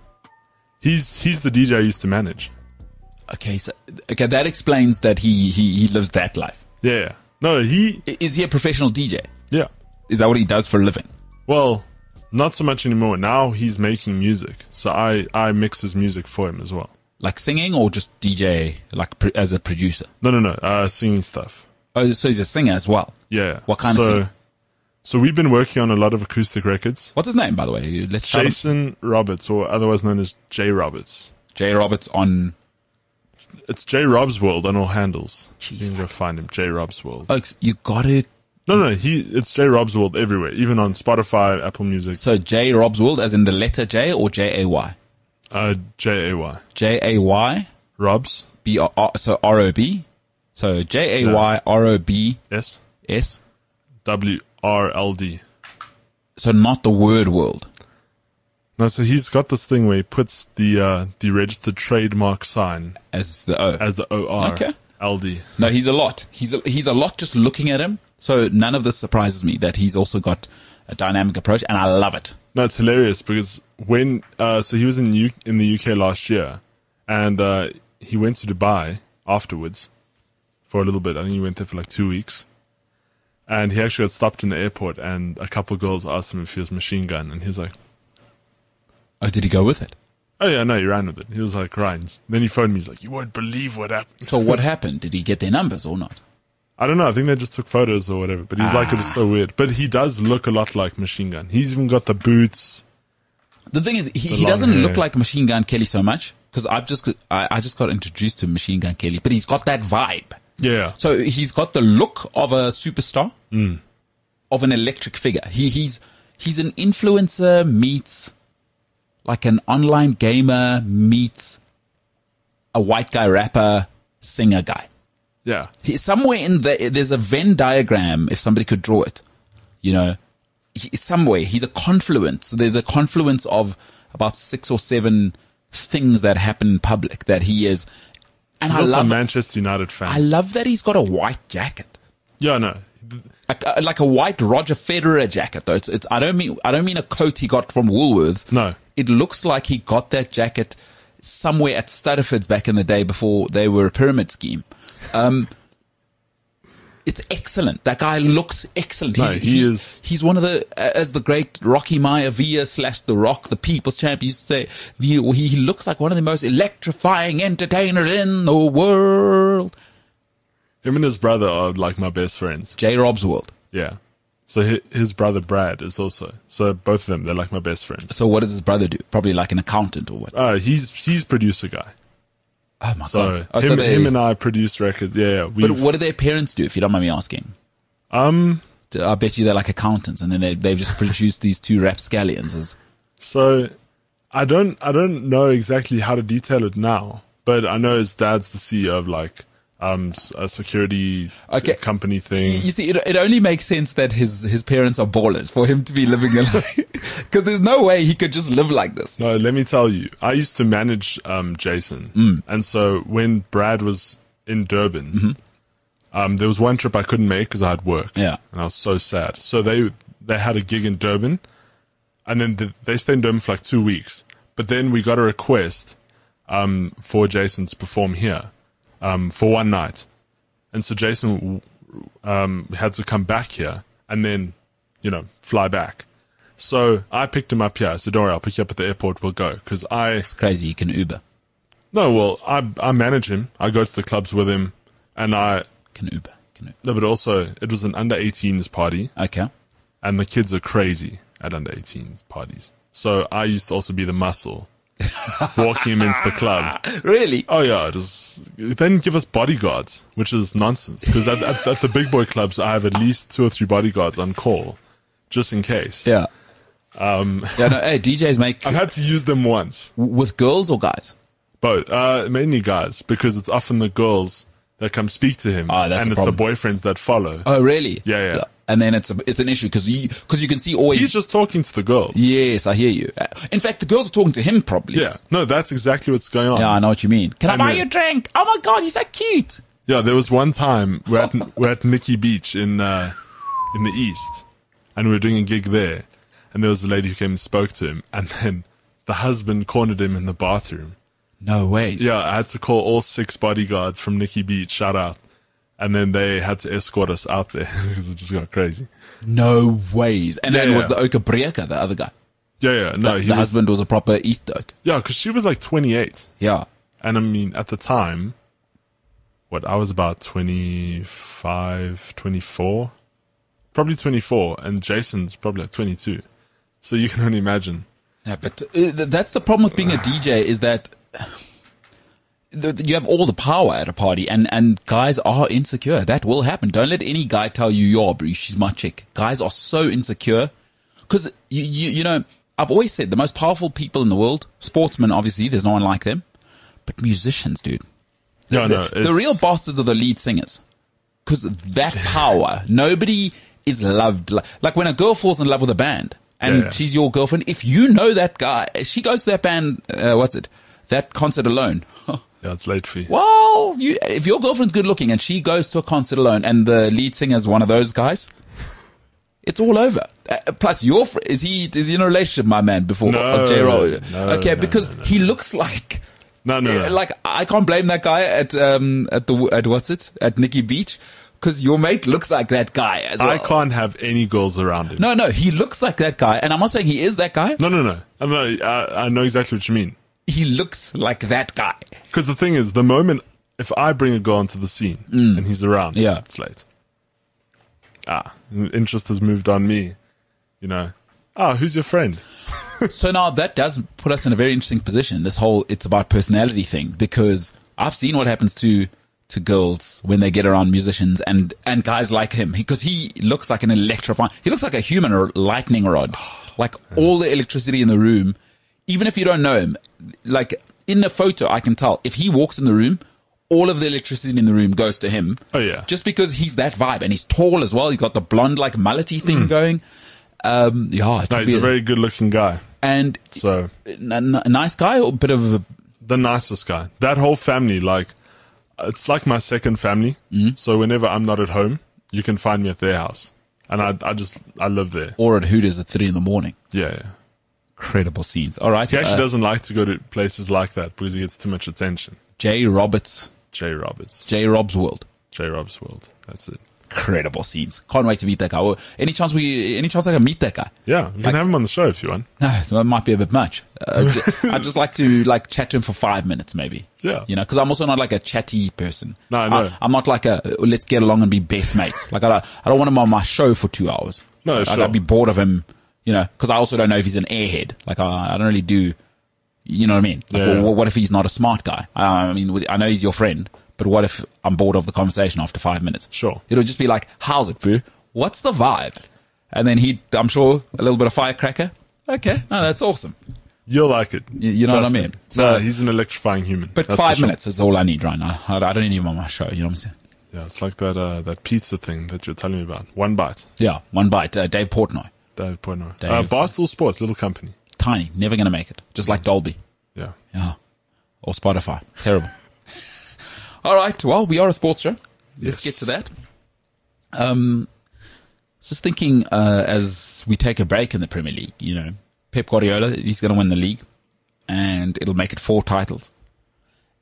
He's he's the DJ I used to manage. Okay. So, okay. That explains that he, he, he lives that life. Yeah. No, he I- Is he a professional DJ? yeah. Is that what he does for a living? Well, not so much anymore. Now he's making music. So I I mix his music for him as well. like singing or just DJ, like pr- as a producer? No, no, no. Uh singing stuff. Oh, so he's a singer as well. Yeah. What kind of so, singing? So we've been working on a lot of acoustic records. What's his name, by the way? Let's shout him. Jason Roberts or otherwise known as J Roberts. Jay Roberts on. It's J Rob's World on all handles. you can go find him, J Rob's World. Oh, ex- you gotta. no, no, he it's J Rob's World everywhere, even on Spotify, Apple Music, So J Rob's World, as in the letter J or J A Y? uh J A Y. J A Y Rob's? B R R- So R O B. So J A Y R O B Yes. S. W R L D. So not the word world. No, so he's got this thing where he puts the uh, the registered trademark sign As the O. as the O R Okay. L D. No, he's a lot. He's a, he's a lot just looking at him. So none of this surprises me that he's also got a dynamic approach, and I love it. No, it's hilarious because when uh, so he was in U- in the UK last year, and uh, he went to Dubai afterwards for a little bit. I think he went there for like two weeks, and he actually got stopped in the airport, and a couple of girls asked him if he was machine gun, and he was like, Oh, did he go with it? "Oh yeah, no, he ran with it." He was like, "Ryan." Then he phoned me. He's like, "You won't believe what happened." So what happened? Did he get their numbers or not? I don't know. I think they just took photos or whatever. But he's like, it was Ah. so weird. But he does look a lot like Machine Gun. He's even got the boots. The thing is, he, he long doesn't hair. look like Machine Gun Kelly so much because I've just I, I just got introduced to Machine Gun Kelly, but he's got that vibe. Yeah. So he's got the look of a superstar, Hmm. of an electric figure. He he's he's an influencer meets like an online gamer meets a white guy rapper singer guy. Yeah. He, somewhere in the there's a Venn diagram if somebody could draw it. You know, he, somewhere he's a confluence. So there's a confluence of about six or seven things that happen in public that he is, and He's I also love. a Manchester United fan. I love that he's got a white jacket. yeah, no. Like, uh, like a white Roger Federer jacket though. It's, it's, I don't mean, I don't mean a coat he got from Woolworths. No. It looks like he got that jacket somewhere at Stutterford's back in the day before they were a pyramid scheme. Um, it's excellent. That guy looks excellent. No, he is- He's one of the, as the great Rocky Maivia slash The Rock, the People's Champ used to say, the, he he looks like one of the most electrifying entertainers in the world. Him and his brother are like my best friends. J. Rob's world. Yeah. So hi- his brother Brad is also. So both of them, they're like my best friends. So what does his brother do? Probably like an accountant or what? Uh, he's he's producer guy. Oh my So god! Oh, him, so they- him and I produce records. Yeah, but we what do their parents do? If you don't mind me asking, um. Do- I bet you they're like accountants, and then they they've just produced these two rapscallions. As, So I don't I don't know exactly how to detail it now, but I know his dad's the CEO of like um s- a security Okay. company thing. you see, it, it only makes sense that his his parents are ballers for him to be living a life, because there's no way he could just live like this. No, let me tell you. I used to manage um, Jason, and so when Brad was in Durban, um, there was one trip I couldn't make because I had work. Yeah. and I was so sad. So they they had a gig in Durban, and then th they stayed in Durban for like two weeks. But then we got a request um, for Jason to perform here um, for one night, and so Jason um, had to come back here and then, you know, fly back. So I picked him up here. I said, "Don't worry, I'll pick you up at the airport. We'll go." Because I It's crazy. You can Uber, no, well, I I manage him. I go to the clubs with him, and I can Uber, can Uber. no, but also it was an under 18s party, Okay, and the kids are crazy at under 18s parties. So I used to also be the muscle, walking him into the club. really? Oh yeah, it is. They didn't give us bodyguards, which is nonsense. Because at, at, at the big boy clubs, I have at least two or three bodyguards on call, just in case. Yeah. Um. Yeah. No. Hey, DJs make I've had to use them once. with girls or guys. Both, uh, mainly guys, because it's often the girls that come speak to him, Ah, that's and a it's the boyfriends that follow. Oh, really? Yeah, yeah. And then it's a, it's an issue because you because you can see always He's just talking to the girls. Yeah. Yes, I hear you. Uh, In fact, the girls are talking to him probably. no, that's exactly what's going on. Yeah, Yeah, I know what you mean. Can I, And buy the- you a drink? Oh my god, you're so cute. there was one time we're at we're at Nikki Beach in uh, in the east, and we were doing a gig there, and there was a lady who came and spoke to him, and then the husband cornered him in the bathroom. No way. Yeah, I had to call all six bodyguards from Nikki Beach. Shout out. And then they had to escort us out there because it just got crazy. No ways. And then Yeah, was the yeah. Oka Brieka, the other guy. Yeah, yeah, no, the he was, husband was a proper East Oak. yeah, because she was like 28. Yeah. And I mean, at the time, what, I was about 25, 24? Probably 24. And Jason's probably like 22. So you can only imagine. Yeah, but uh, th- that's the problem with being a DJ is that th- th- you have all the power at a party and, and guys are insecure. That will happen. Don't let any guy tell you, yo, bro, she's my chick. Guys are so insecure because you, you, you know, I've always said the most powerful people in the world, sportsmen, obviously, there's no one like them, but musicians, dude. No, Oh, no. The, the real bosses are the lead singers. Because that power, nobody is loved. Like, like when a girl falls in love with a band and Yeah, yeah. she's your girlfriend, if you know that guy, she goes to that band, uh, what's it? That concert alone. Yeah, it's late for you. well, you, if your girlfriend's good looking and she goes to a concert alone and the lead singer's one of those guys, it's all over. Uh, plus, your fr- is he is he in a relationship, my man? Before No, of J. Roll? no, okay, no, because no, no. he looks like No, no, yeah, no. Like I can't blame that guy at um at the at what's it at Nikki Beach because your mate looks like that guy as well. I can't have any girls around him. No, no, he looks like that guy, and I'm not saying he is that guy. No, no, no. I know, I, I know exactly what you mean. He looks like that guy. Because the thing is, the moment if I bring a girl onto the scene and he's around, Mm. Yeah. it's late. Ah, interest has moved on me. You know, ah, who's your friend? So now that does put us in a very interesting position. This whole it's about personality thing because I've seen what happens to to girls when they get around musicians and and guys like him because he looks like an electrifying. He looks like a human or lightning rod, like Hmm. all the electricity in the room. Even if you don't know him, like in the photo, I can tell if he walks in the room. All of the electricity in the room goes to him. Oh, yeah. Just because he's that vibe and he's tall as well. He's got the blonde like mullety thing going. Um, yeah. it Hmm. No, would he's be a very good-looking guy. and So n- n- nice guy or a bit of a the nicest guy. That whole family, like, it's like my second family. Mm. So whenever I'm not at home, you can find me at their house, and I, I just, I live there. or at Hooters at three in the morning. Yeah, yeah. Incredible scenes. All right, He actually uh, doesn't like to go to places like that because he gets too much attention. Jay Roberts, Jay Roberts, Jay Rob's world. Jay Rob's world. That's it. incredible scenes. Can't wait to meet that guy. Or any chance we, any chance I can meet that guy? Yeah, we can have him on the show if you want. No, that might be a bit much. Uh, ju- I'd just like to like chat to him for five minutes, maybe. Yeah. You know, because I'm also not like a chatty person. No, no. I, am not like a uh, let's get along and be best mates. like I don't, I don't want him on my show for two hours. No, I'd, sure. I'd be bored of him. You know, because I also don't know if he's an airhead. Like I, I don't really do. You know what I mean? Like, Yeah. wh- what if he's not a smart guy? I I mean, with- I know he's your friend, but what if I'm bored of the conversation after five minutes? Sure. It'll just be like, how's it, boo? What's the vibe? And then he, I'm sure, a little bit of firecracker. Okay, no, that's awesome. You'll like it. You, you know what I Trust mean? me. no, So- he's an electrifying human. but That's for five sure. minutes is all I need right now. I, I don't need him on my show. You know what I'm saying? Yeah, it's like that uh, that pizza thing that you're telling me about. One bite. Yeah, one bite. Uh, Dave Portnoy, David Portnoy. Uh, Dave. Barstool Sports, little company. tiny, never gonna make it. Just like Dolby, Yeah. yeah, or Spotify. Terrible. all right. Well, we are a sports show. Let's get Yes. to that. Um, I was just thinking uh, as we take a break in the Premier League. You know, Pep Guardiola, he's going to win the league, and it'll make it four titles.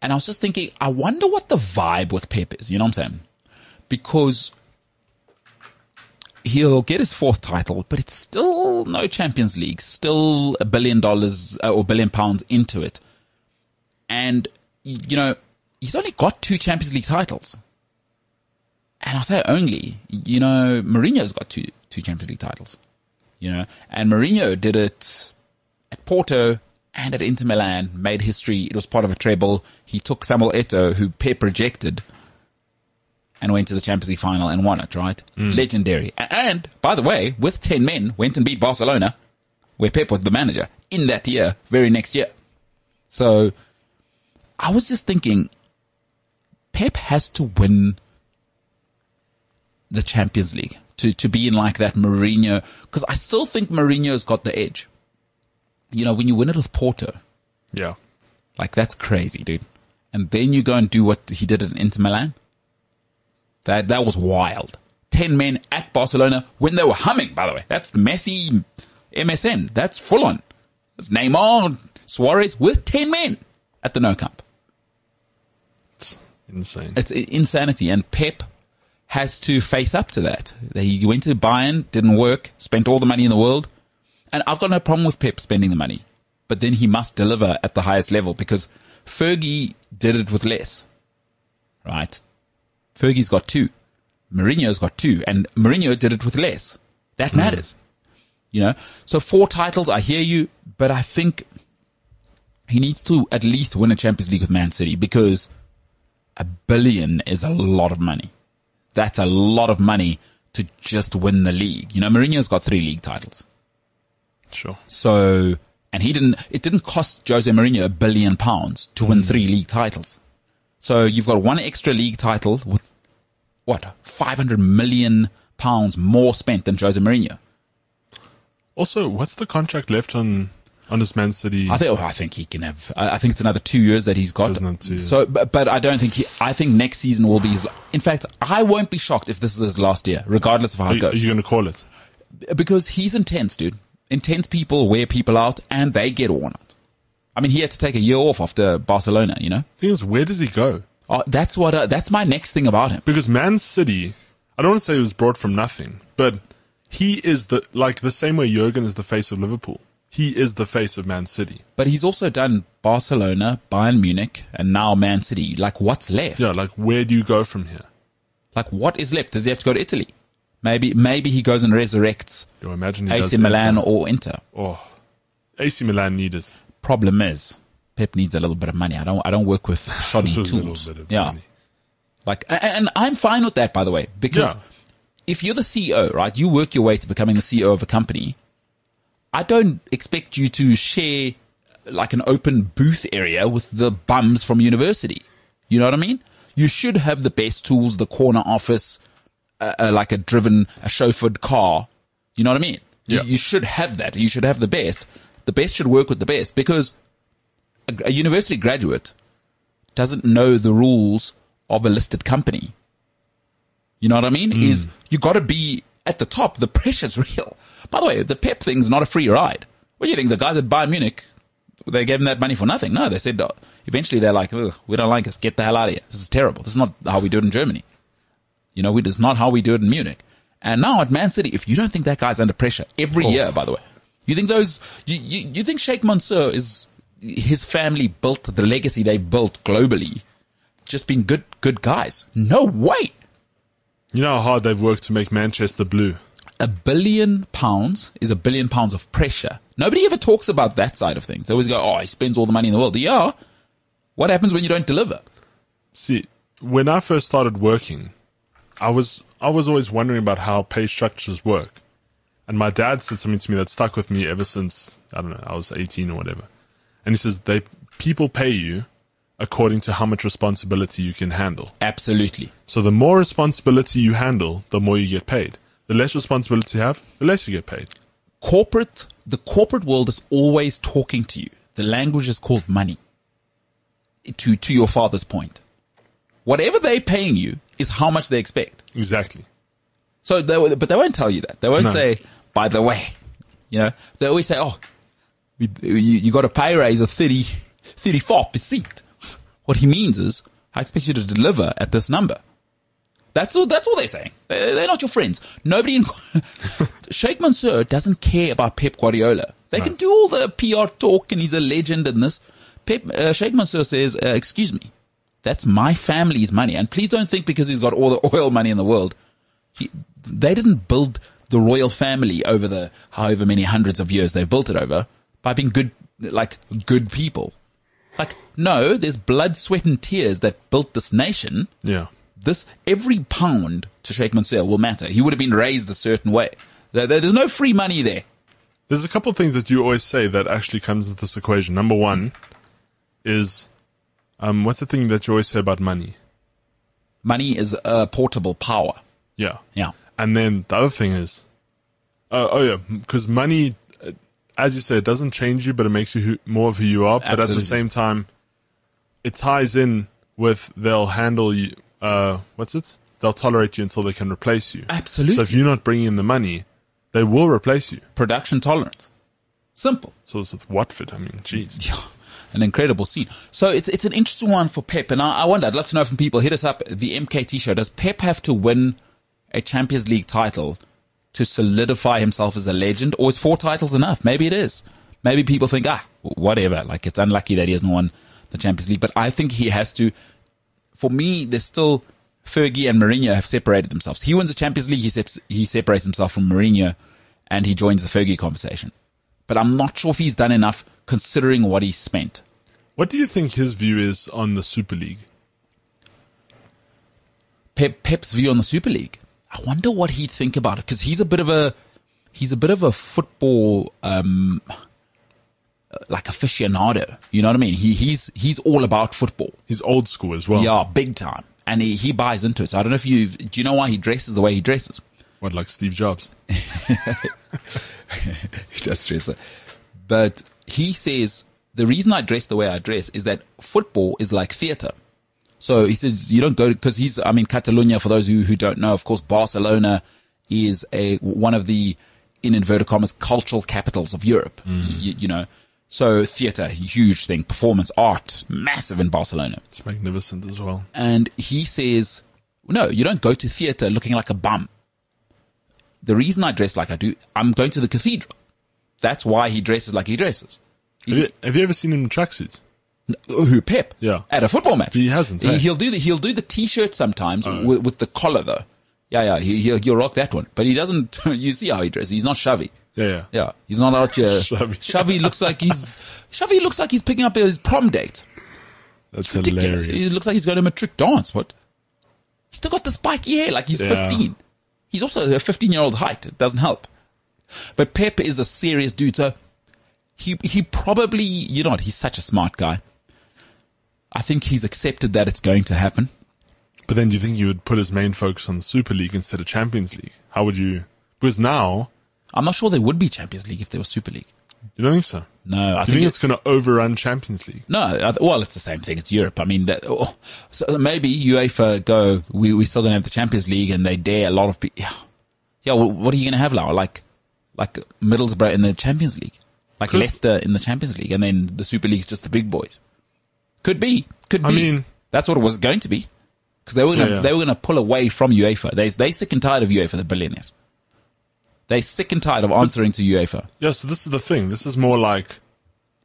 And I was just thinking, I wonder what the vibe with Pep is. You know what I'm saying? Because he'll get his fourth title, but it's still no Champions League, still a billion dollars uh, or billion pounds into it. And, y- you know, he's only got two Champions League titles. And I say only, you know, Mourinho's got two, two Champions League titles, you know, and Mourinho did it at Porto and at Inter Milan, made history. It was part of a treble. He took Samuel Eto, who Pep rejected, and went to the Champions League final and won it, right? Legendary. A- And by the way, with 10 men, went and beat Barcelona, where Pep was the manager in that year, very next year. So I was just thinking, Pep has to win the Champions League to, to be in like that Mourinho, because I still think Mourinho's got the edge. You know, when you win it with Porto, Yeah. like that's crazy, dude. And then you go and do what he did at Inter Milan. That that was wild. Ten men at Barcelona when they were humming. By the way, that's Messi, MSN. That's full on. That's Neymar, Suarez with ten men at the No Camp. It's insane. It's i- insanity, and Pep has to face up to that. He went to Bayern, didn't work, spent all the money in the world, and I've got no problem with Pep spending the money, but then he must deliver at the highest level because Fergie did it with less, right? Fergie's got two, Mourinho's got two, and Mourinho did it with less. That matters, you know. So four titles, I hear you, but I think he needs to at least win a Champions League with Man City because a billion is a lot of money. That's a lot of money to just win the league. You know, Mourinho's got three league titles. Sure. So, and he didn't, it didn't cost Jose Mourinho a billion pounds to Mm. win three league titles. So you've got one extra league title with what, 500 million pounds more spent than Jose Mourinho. Also, what's the contract left on on this Man City? I think, oh, I think he can have, I I think it's another two years that he's got. Isn't it two years? So, but, but I don't think he, I think next season will be his, in fact, I won't be shocked if this is his last year, regardless of how are, it you- are goes. you going to call it? because he's intense, dude. Intense people wear people out and they get worn out. I mean, he had to take a year off after Barcelona, you know? thing is, where does he go? Oh, that's what, uh, that's my next thing about him. Because Man City, I don't want to say he was brought from nothing, but he is the like the same way Jurgen is the face of Liverpool. He is the face of Man City. But he's also done Barcelona, Bayern Munich, and now Man City. Like, what's left? Yeah, like where do you go from here? Like, what is left? Does he have to go to Italy? Maybe, maybe he goes and resurrects You imagine he does AC Inter. Milan or Inter. Oh, AC Milan needed. Problem is, Pep needs a little bit of money. I don't, I don't work with shoddy A little tools. bit of Yeah. money. Like, a- and I'm fine with that, by the way, because Yeah. if you're the CEO, right, you work your way to becoming the CEO of a company. I don't expect you to share like an open booth area with the bums from university. You know what I mean? You should have the best tools, the corner office, uh, uh, like a driven, a chauffeured car. You know what I mean? You- Yeah. you should have that. You should have the best. The best should work with the best because a, a university graduate doesn't know the rules of a listed company. You know what I mean? Is you got to be at the top. The pressure's real. By the way, the Pep thing's not a free ride. What do you think? The guys at Bayern Munich, they gave them that money for nothing. No, they said uh, eventually they're like, Ugh, we don't like this. Get the hell out of here. This is terrible. This is not how we do it in Germany. You know, we, it's not how we do it in Munich. And now at Man City, if you don't think that guy's under pressure every year, by the way, you think those, you, you, you think Sheikh Mansour is, his family built the legacy they've built globally, just being good, good guys. No way. You know how hard they've worked to make Manchester blue. a billion pounds is a billion pounds of pressure. Nobody ever talks about that side of things. They always go, oh, he spends all the money in the world. Yeah. What happens when you don't deliver? See, when I first started working, I was I was always wondering about how pay structures work. And my dad said something to me that stuck with me ever since I don't know, I was 18 or whatever. And he says they people pay you according to how much responsibility you can handle. Absolutely. So the more responsibility you handle, the more you get paid. The less responsibility you have, the less you get paid. Corporate, the corporate world is always talking to you. The language is called money. To, to your father's point. Whatever they're paying you is how much they expect. Exactly. So they, but they won't tell you that. They won't No. say, by the way, you know, they always say, oh, we, you, you got a pay raise of 30, 34%. What he means is, I expect you to deliver at this number. That's all, that's all they're saying. They- They're not your friends. Nobody in, Sheikh Mansour doesn't care about Pep Guardiola. They can do all the PR talk and he's a legend in this. Pep, uh, Sheikh Mansour says, uh, excuse me, that's my family's money. And please don't think because he's got all the oil money in the world, he, they didn't build the royal family over the however many hundreds of years they've built it over by being good, like good people. Like, no, there's blood, sweat and tears that built this nation Yeah. this every pound to Sheikh Mansour will matter. He would have been raised a certain way. There, there- there's no free money there. There's a couple of things that you always say that actually comes with this equation. Number one is, um, what's the thing that you always say about money? Money is uh, portable power. Yeah. Yeah, And then the other thing is, uh, oh yeah, because money, uh, as you say, it doesn't change you, but it makes you who, more of who you are. But at the Absolutely. same time, it ties in with they'll handle you. Uh, what's it? They'll tolerate you until they can replace you. Absolutely. So if you're not bringing in the money, they will replace you. production tolerance. Simple. So it's with Watford. I mean, geez. Yeah, an incredible scene. So it's it's an interesting one for Pep, and I, I wonder. I'd love to know from people. Hit us up the MKT show. Does Pep have to win a Champions League title to solidify himself as a legend, or is four titles enough? Maybe it is. Maybe people think ah, whatever. Like it's unlucky that he hasn't won the Champions League, but I think he has to. For me, there's still Fergie and Mourinho have separated themselves. He wins the Champions League. He seps he separates himself from Mourinho, and he joins the Fergie conversation but I'm not sure if he's done enough considering what he spent. What do you think his view is on the Super League? Pep, Pep's view on the Super League. I wonder what he'd think about it because he's a bit of a he's a bit of a football um uh, like aficionado. You know what I mean? He he's he's all about football. He's old school as well. Yeah, big time. And he, he buys into it. So I don't know if you do you know why he dresses the way he dresses? What, like Steve Jobs? He does stress it. But he says the reason I dress the way I dress is that football is like theater. So he says you don't go because he's I mean Catalonia for those who who don't know of course Barcelona is a one of the in inverted commas cultural capitals of Europe you, you know so theater huge thing performance art massive in Barcelona It's magnificent as well. and he says, "No, you don't go to theater looking like a bum. The reason I dress like I do, I'm going to the cathedral. That's why he dresses like he dresses." Have you, have you ever seen him in tracksuits? Who Pep? Yeah. At a football match, He hasn't, Oh. He, eh? will do the he'll do the t-shirt sometimes with, with the collar though. Yeah, yeah, he, he'll, he'll rock that one. But he doesn't. You see how he dresses. He's not shabby. Yeah, yeah. Yeah, he's not out here. Shabby. Shabby looks like he's Shabby looks like he's picking up his prom date. That's ridiculous. He hilarious. looks like he's going to matric dance. What? He's still got the spiky hair like he's Yeah. 15. He's also a 15 year old height. It doesn't help. But Pep is a serious dude. So he, he probably, you know what? He's such a smart guy. I think he's accepted that it's going to happen. But then do you think you would put his main focus on the Super League instead of Champions League? How would you? Because now, I'm not sure there would be Champions League if there was Super League. you don't think so. No, I You think think it- it's going to overrun Champions League? No, I th- well, it's the same thing. It's Europe. I mean, that, oh, so maybe UEFA go, we, we're still going to have the Champions League and they dare a lot of people. Yeah. yeah well, what are you going to have now? Like, like Middlesbrough in the Champions League, like 'Cause- Leicester in the Champions League, and then the Super League's just the big boys. Could be. Could be. I mean- that's what it was going to be. because they were gonna Yeah, yeah. they were gonna pull away from UEFA. They they sick and tired of UEFA. The billionaires. They sick and tired of answering to UEFA. Yeah, so this is the thing. This is more like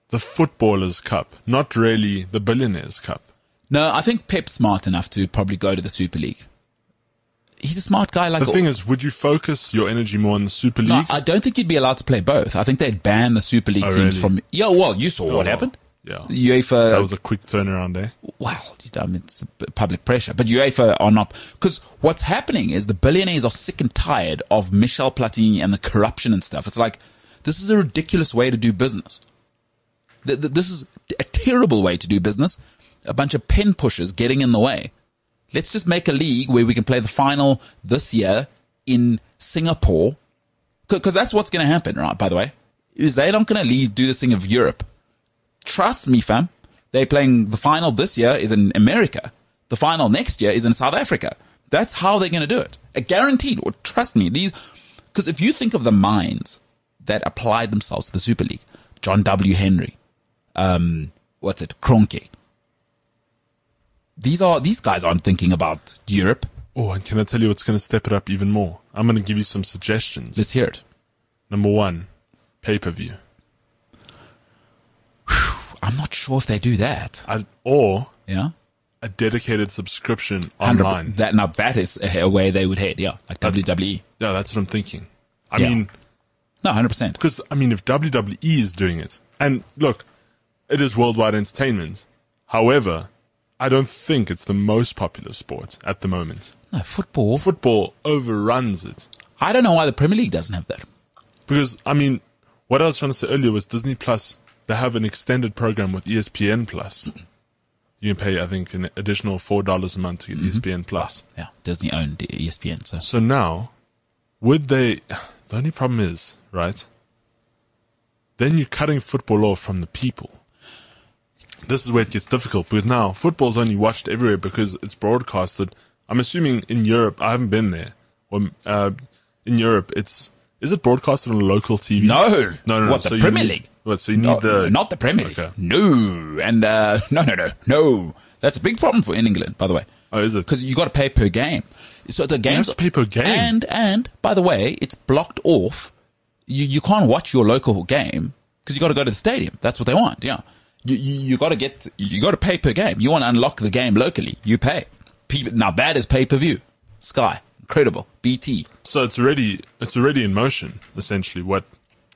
the footballers' cup, not really the billionaires' cup. No, I think Pep's smart enough to probably go to the Super League. He's a smart guy. Like The thing is, would you focus your energy more on the Super League? No, I don't think you'd be allowed to play both. I think they'd ban the Super League Oh, teams really? from. Yeah, well, you saw Oh, what happened. Yeah. UEFA. that was a quick turnaround eh? day. well, I mean, it's public pressure, but UEFA are not. Because what's happening is the billionaires are sick and tired of Michel Platini and the corruption and stuff. It's like this is a ridiculous way to do business. Th- th- This is a terrible way to do business. A bunch of pin pushers getting in the way. Let's just make a league where we can play the final this year in Singapore because that's what's going to happen, right? By the way, is they're not going to leave do this thing of Europe. Trust me, fam. They're playing the final this year is in America. The final next year is in South Africa. That's how they're going to do it. A guaranteed. Or trust me, these because if you think of the minds that applied themselves to the Super League, John W. Henry, um, what's it, Kroenke. These are these guys aren't thinking about Europe. Oh, and can I tell you what's going to step it up even more? I'm going to give you some suggestions. Let's hear it. Number one, pay per view. I'm not sure if they do that. Or Yeah. a dedicated subscription 100 online. That now that is a, a way they would head. Yeah, like WWE. yeah, that's what I'm thinking. I Yeah. mean, No, hundred percent. because, I mean, if WWE is doing it, and look, it is worldwide entertainment. However, I don't think it's the most popular sport at the moment. No football. Football overruns it. I don't know why the Premier League doesn't have that. Because I mean, what I was trying to say earlier was Disney Plus. They have an extended program with E ESPN Plus. You can pay, I think, an additional four dollars a month to get E ESPN Plus. Yeah, Disney owned E ESPN. So So now, would they? The only problem is, right? Then you're cutting football off from the people. This is where it gets difficult because now football's only watched everywhere because it's broadcasted. I'm assuming in Europe, I haven't been there. Or, uh, in Europe, it's is it broadcasted on local TV? No. no, no. no. What, the you Premier need- League? What? So you need No, the not the Premier League. Okay. No, and uh, no, no, no, no. That's a big problem for in England, by the way, Oh, is it? because you got to pay per game. So the games to pay per game. and and by the way, it's blocked off. You you can't watch your local game because you got to go to the stadium. That's what they want. Yeah, you you, you got to get you got to pay per game. You want to unlock the game locally, you pay. People, now that is pay per view. Sky, incredible. BT, So it's already it's already in motion. Essentially, what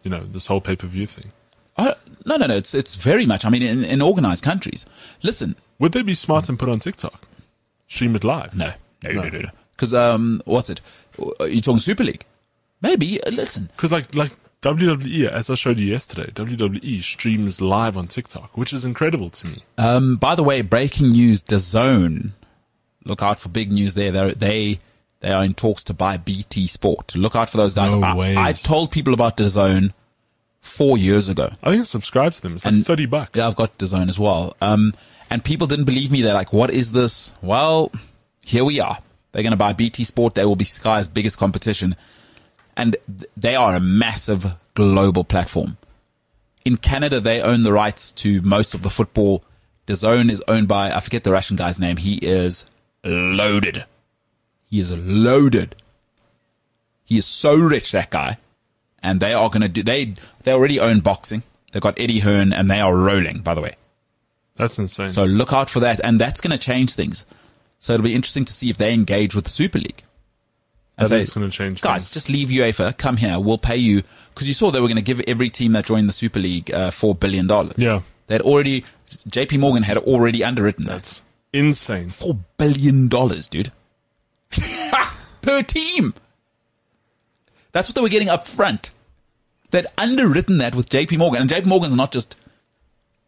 you know, this whole pay per view thing. Oh, no, no, no. It's it's very much. I mean, in, in organized countries. Listen, Would they be smart and put on TikTok? Stream it live? no, no, no, no, no. Because um, what's it? Are you talking Super League? Maybe. uh, Listen, Because like like WWE, as I showed you yesterday, WWE streams live on TikTok, which is incredible to me. Um, by the way, breaking news: DAZN. Look out for big news there. They're, they they are in talks to buy BT Sport. Look out for those guys. No I, ways. I told people about DAZN four years ago. I think I subscribe to them. It's like And- thirty bucks. Yeah, I've got DAZN as well. Um, and people didn't believe me. They're like, "What is this?" Well, here we are. They're going to buy BT Sport. They will be Sky's biggest competition, and th- they are a massive global platform. In Canada, they own the rights to most of the football. DAZN is owned by I forget the Russian guy's name. He is loaded. He is loaded. He is so rich, that guy. And they are going to do, they, they already own boxing. They've got Eddie Hearn and they are rolling, by the way. That's insane. So look out for that. And that's going to change things. So it'll be interesting to see if they engage with the Super League. that I is say- going to change Guys, things. just leave UEFA. Come here. We'll pay you. Cause you saw they were going to give every team that joined the Super League, uh, $4 billion. yeah, They'd already, JP Morgan had already underwritten that. that's insane. $4 billion, dude. per team. That's what they were getting up front. They'd underwritten that with JP Morgan. And JP Morgan's not just,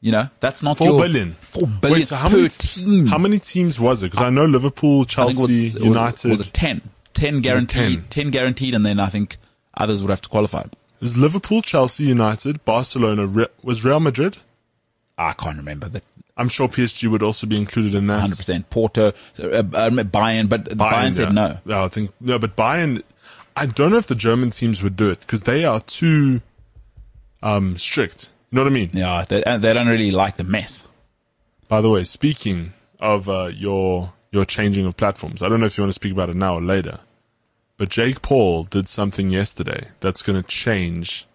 you know, that's not Four your- billion. Four billion Wait, so how per many team. How many teams was it? Because I know Liverpool, I think Chelsea, it was, it was- United. was it 10? 10 guaranteed. 10? 10? guaranteed. And then I think others would have to qualify. It was Liverpool, Chelsea, United, Barcelona. Re- was Real Madrid? I can't remember that I'm sure PSG would also be included in that. 100%. Porto, uh, um, Bayern, but Bayern, said yeah. no. Yeah, I think no, but Bayern. I don't know if the German teams would do it because they are too um, strict. You know what I mean? Yeah, they, uh, they don't really like the mess. By the way, speaking of uh, your your changing of platforms. I don't know if you want to speak about it now or later, but Jake Paul did something yesterday that's going to change.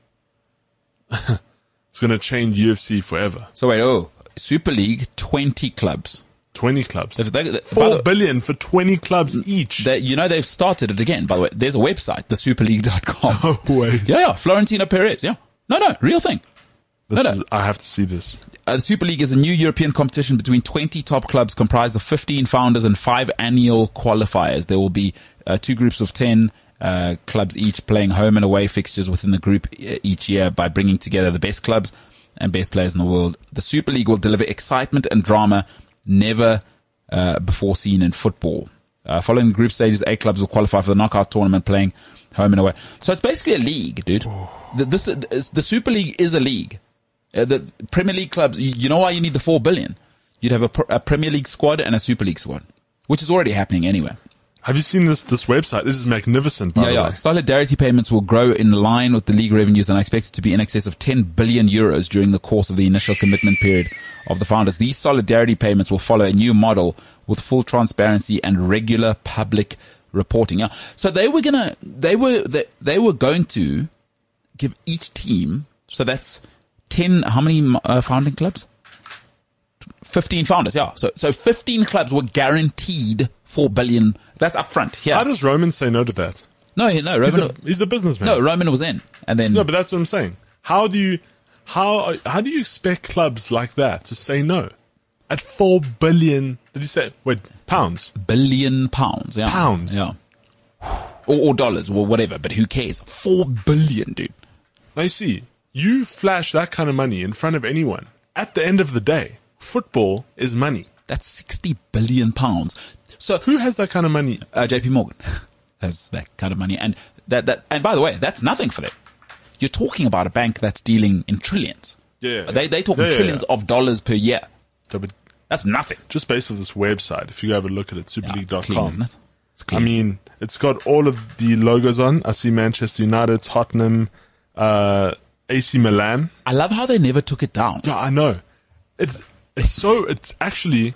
it's going to change UFC forever. So wait, oh, Super League, 20 clubs. 20 clubs. If they, that, by Four the, billion for 20 clubs each. they, you know, they've started it again, by the way. There's a website, thesuperleague.com. No way. Yeah, yeah, Florentino Perez. Yeah. No, no, real thing. This no. is, I have to see this. Uh, the Super League is a new European competition between 20 top clubs comprised of 15 founders and five annual qualifiers. There will be uh, two groups of 10 uh, clubs each playing home and away fixtures within the group uh, each year by bringing together the best clubs and best players in the world. The Super League will deliver excitement and drama never uh, before seen in football. Uh, following the group stages, eight clubs will qualify for the knockout tournament playing home and away. So it's basically a league, dude. The, this, the Super League is a league. Uh, the Premier League clubs, you, you know why you need the four billion? You'd have a, pr- a Premier League squad and a Super League squad, which is already happening anyway. Have you seen this, this website? This is magnificent, by Yeah, the yeah. way. Solidarity payments will grow in line with the league revenues and are expected to be in excess of 10 billion euros during the course of the initial commitment period of the founders. These solidarity payments will follow a new model with full transparency and regular public reporting. Yeah. So they were gonna, they were, they, they were going to give each team, so that's 10, how many uh, founding clubs? 15 founders, yeah. So, so 15 clubs were guaranteed 4 billion. That's up front. How Yeah. does Roman say no to that? No, no, He's Roman, a, he's a businessman. no, Roman was in, and then No, but that's what I'm saying. How do you how how do you expect clubs like that to say no? At four billion, did you say? Wait, pounds. billion pounds. Yeah, Pounds. Yeah, or, or dollars, or whatever. But who cares? Four billion, dude. Now you see, you flash that kind of money in front of anyone. At the end of the day, football is money. That's sixty billion pounds. So Who has that kind of money? uh, J.P. Morgan has that kind of money, and that that and by the way, that's nothing for them. You're talking about a bank that's dealing in trillions. Yeah, yeah, they yeah. they talk Yeah, yeah, trillions of dollars per year. No, but That's nothing. just based on this website, if you go have a look at it, Yeah, it's clean, isn't superleague.com. it? It's I clean. mean, it's got all of the logos on. I see Manchester United, Tottenham, uh, AC Milan. I love how they never took it down. Yeah, I know. It's it's so it's actually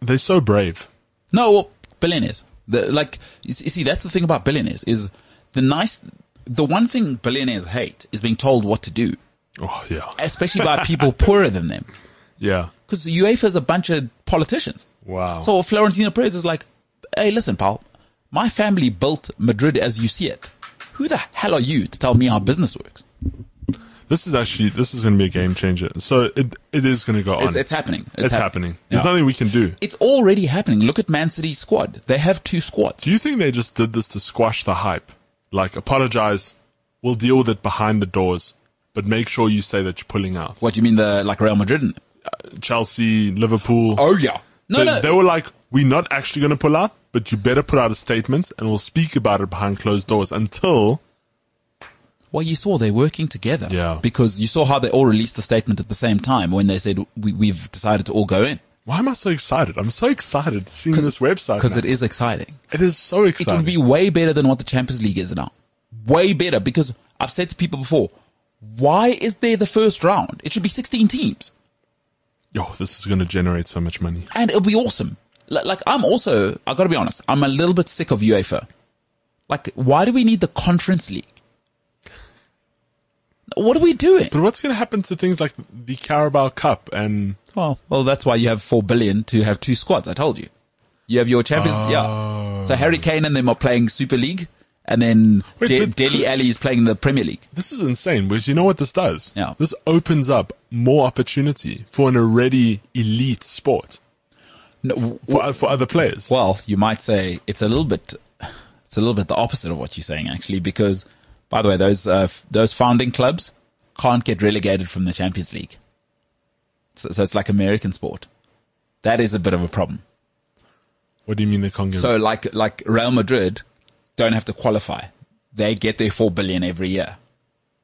they're so brave. No, well, billionaires. The, like, you see, you see, that's the thing about billionaires is the nice, the one thing billionaires hate is being told what to do, Oh yeah, especially by people poorer than them. E yeah. Because UEFA is a bunch of politicians. Wow. So Florentino Perez is like, hey, listen, pal, my family built Madrid as you see it. Who the hell are you to tell me how business works? this is actually this is going to be a game changer. So it it is going to go on. It's, it's happening. It's, It's hap- happening. Yeah. There's nothing we can do. It's already happening. Look at Man City's squad. They have two squads. Do you think they just did this to squash the hype? Like apologize, we'll deal with it behind the doors, but make sure you say that you're pulling out. What do you mean the, like Real Madrid? and them? Chelsea, Liverpool. Oh, yeah. No, they, no. they were like, we're not actually going to pull out, but you better put out a statement and we'll speak about it behind closed doors until Well, you saw they're working together. Yeah. Because you saw how they all released the statement at the same time when they said, we, we've decided to all go in. Why am I so excited? I'm so excited seeing this website. Because Because it is exciting. it is so It will exciting. be way better than what the Champions League is now. Way better because I've said to people before, why is there the first round? It should be 16 teams Yo, this is going to generate so much money. and it'll be awesome. Like, like I'm also, I gotta be honest, I'm a little bit sick of UEFA. Like, why do we need the conference league? What are we doing? But what's going to happen to things like the Carabao Cup and Well, well, that's why you have four billion to have two squads. I told you. You have your champions. Oh. Yeah. So Harry Kane and them are playing Super League, and then Wait, De- but- Delhi Alley is playing the Premier League. this is insane because you know what this does? Yeah. This opens up more opportunity for an already elite sport No, w- for, for other players. well, you might say it's a little bit, it's a little bit the opposite of what you're saying actually, because by the way, those uh, f- those founding clubs can't get relegated from the Champions League. So, so it's like American sport. That is a bit of a problem. What do you mean they can't get So like like Real Madrid don't have to qualify. They get their four billion every year.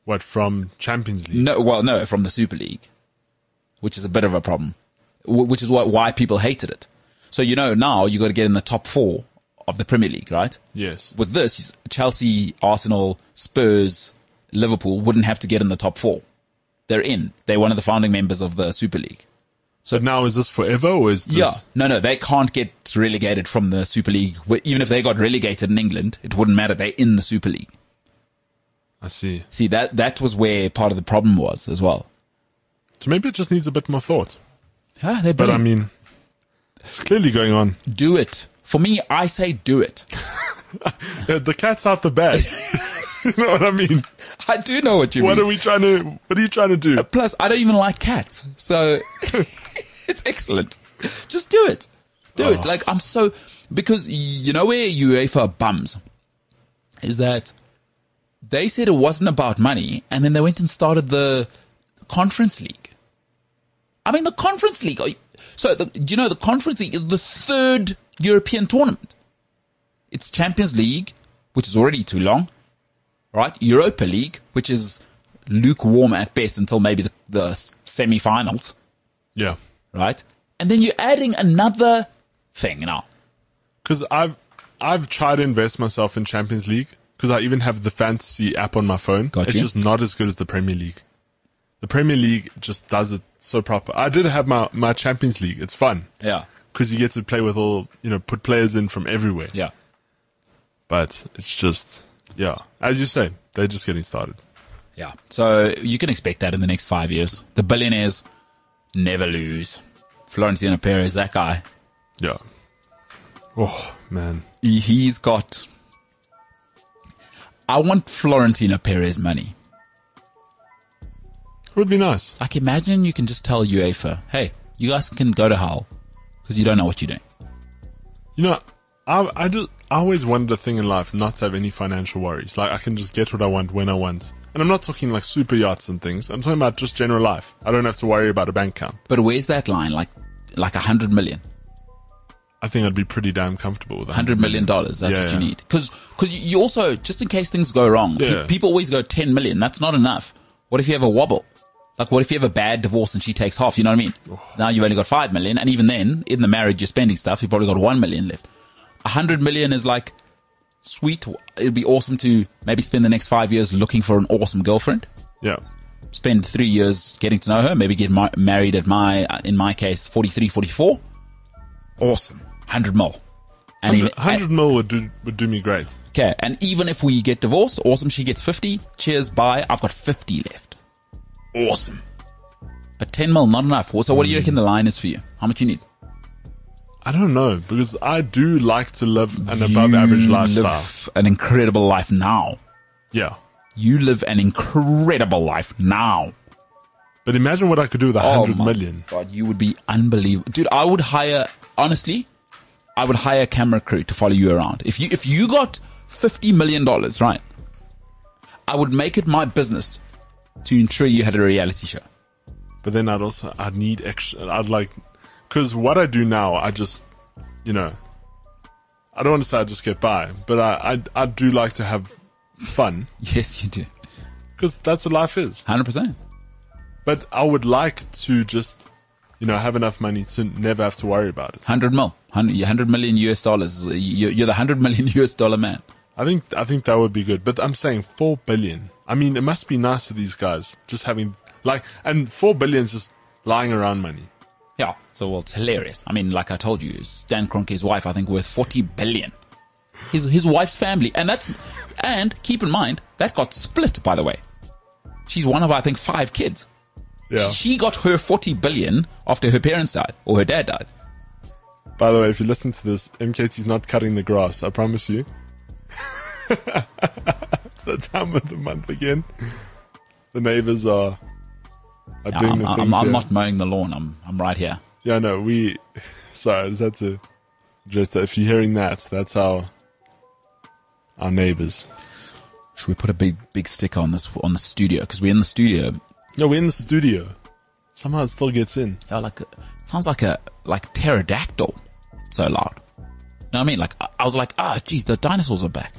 what from Champions League? No, well, no, from the Super League, which is a bit of a problem, wh- which is why, why people hated it. So you know now you got to get in the top four of the Premier League, right? Yes. With this, it's Chelsea, Arsenal, Spurs, Liverpool wouldn't have to get in the top four. They're in. They're one of the founding members of the Super League. So now is this forever or is this? Yeah, no, no, they can't get relegated from the Super League. Wh- Even if they got relegated in England, it wouldn't matter. They're in the Super League. I see. See that that was where part of the problem was as well. So maybe it just needs a bit more thought. Ah, they're But I brilliant. mean, it's clearly going on. do it. For me, I say do it. The, the cat's out the bag. you know what I mean? I do know what you What mean. are we trying to? What are you trying to do? Plus, I don't even like cats, so it's excellent. Just do it. Do it. Like I'm so because you know where UEFA are bums is that they said it wasn't about money, and then they went and started the Conference League. I mean, the Conference League. are- So the, do you know the Conference League is the third European tournament. It's Champions League, which is already too long right? Europa League, which is lukewarm at best until maybe the, the semi finals, Yeah, right? And then you're adding another thing now. because I've I've tried to invest myself in Champions League because I even have the fantasy app on my phone. Got it's you. just not as good as the Premier League. The Premier League just does it so proper. I did have my my Champions League. It's fun Yeah. because you get to play with all you know, put players in from everywhere. Yeah. But it's just yeah, as you say, they're just getting started. Yeah. So you can expect that in the next five years. The billionaires never lose. Florentino Perez, that guy, Yeah. Oh man. he- he's got. I want Florentino Perez money. It would be nice. Like, imagine you can just tell UEFA, hey, you guys can go to hell because you don't know what you're doing. You know, I I just I always wanted a thing in life not to have any financial worries. Like I can just get what I want when I want. And I'm not talking like super yachts and things. I'm talking about just general life. I don't have to worry about a bank account. But where's that line? Like, like a hundred million. I think I'd be pretty damn comfortable with that. hundred million dollars. That's Yeah, what you yeah. need. Because you you also just in case things go wrong, pe- Yeah. people always go ten million. That's not enough. What if you have a wobble? Like what if you have a bad divorce and she takes half? You know what I mean? Oh. Now you've only got five million, and even then, in the marriage you're spending stuff, you've probably got one million left. A hundred million is like sweet. It'd be awesome to maybe spend the next five years looking for an awesome girlfriend. Yeah. Spend three years getting to know her, maybe get mar- married at my, uh, in my case, 43, 44. Awesome. 100 mil. And even- 100, 100 mil would do would do me great. Okay, and even if we get divorced, awesome, she gets 50. Cheers, bye. I've got 50 left. Awesome. But 10 mil, not enough. So what do you reckon the line is for you? How much you need? I don't know because I do like to live an above average You lifestyle. live an incredible life now. Yeah. You live an incredible life now. But imagine what I could do with a Oh hundred my million. God, you would be unbelievable. Dude, I would hire, honestly, I would hire a camera crew to follow you around. If you, if you got $50 million, right? I would make it my business to ensure you had a reality show. But then I'd also I'd need extra. I'd like because what I do now, I just you know, I don't want to say I just get by, but I I, I do like to have fun Yes, you do. because that's what life is. 100%. But I would like to just you know have enough money to never have to worry about it. 100 mil. 100, 100 million US dollars. You- You're the 100 million US dollar man. I think I think that would be good. But I'm saying four billion. I mean, it must be nice to these guys just having like and four billion is just lying around money. Yeah. So, well, it's hilarious. I mean, like I told you, Stan Kroenke's wife, I think, worth 40 billion. His, his wife's family. And that's, and keep in mind, that got split, by the way. She's one of, I think, five kids. Yeah. She got her 40 billion after her parents died or her dad died. By the way, if you listen to this, MKT's not cutting the grass, I promise you. it's the time of the month again. The neighbors are are Yeah, doing I'm, the I'm, things. I'm here. not mowing the lawn. I'm, I'm right here. Yeah, no, we sorry, I just had to address that. If you're hearing that, that's our our neighbors. Should we put a big, big sticker on this, on the studio? Cause we're in the studio No, we're in the studio. Somehow it still gets in. Yeah, like it sounds like a like pterodactyl. So loud. You know what I mean? Like I, I was like, ah, geez, the dinosaurs are back.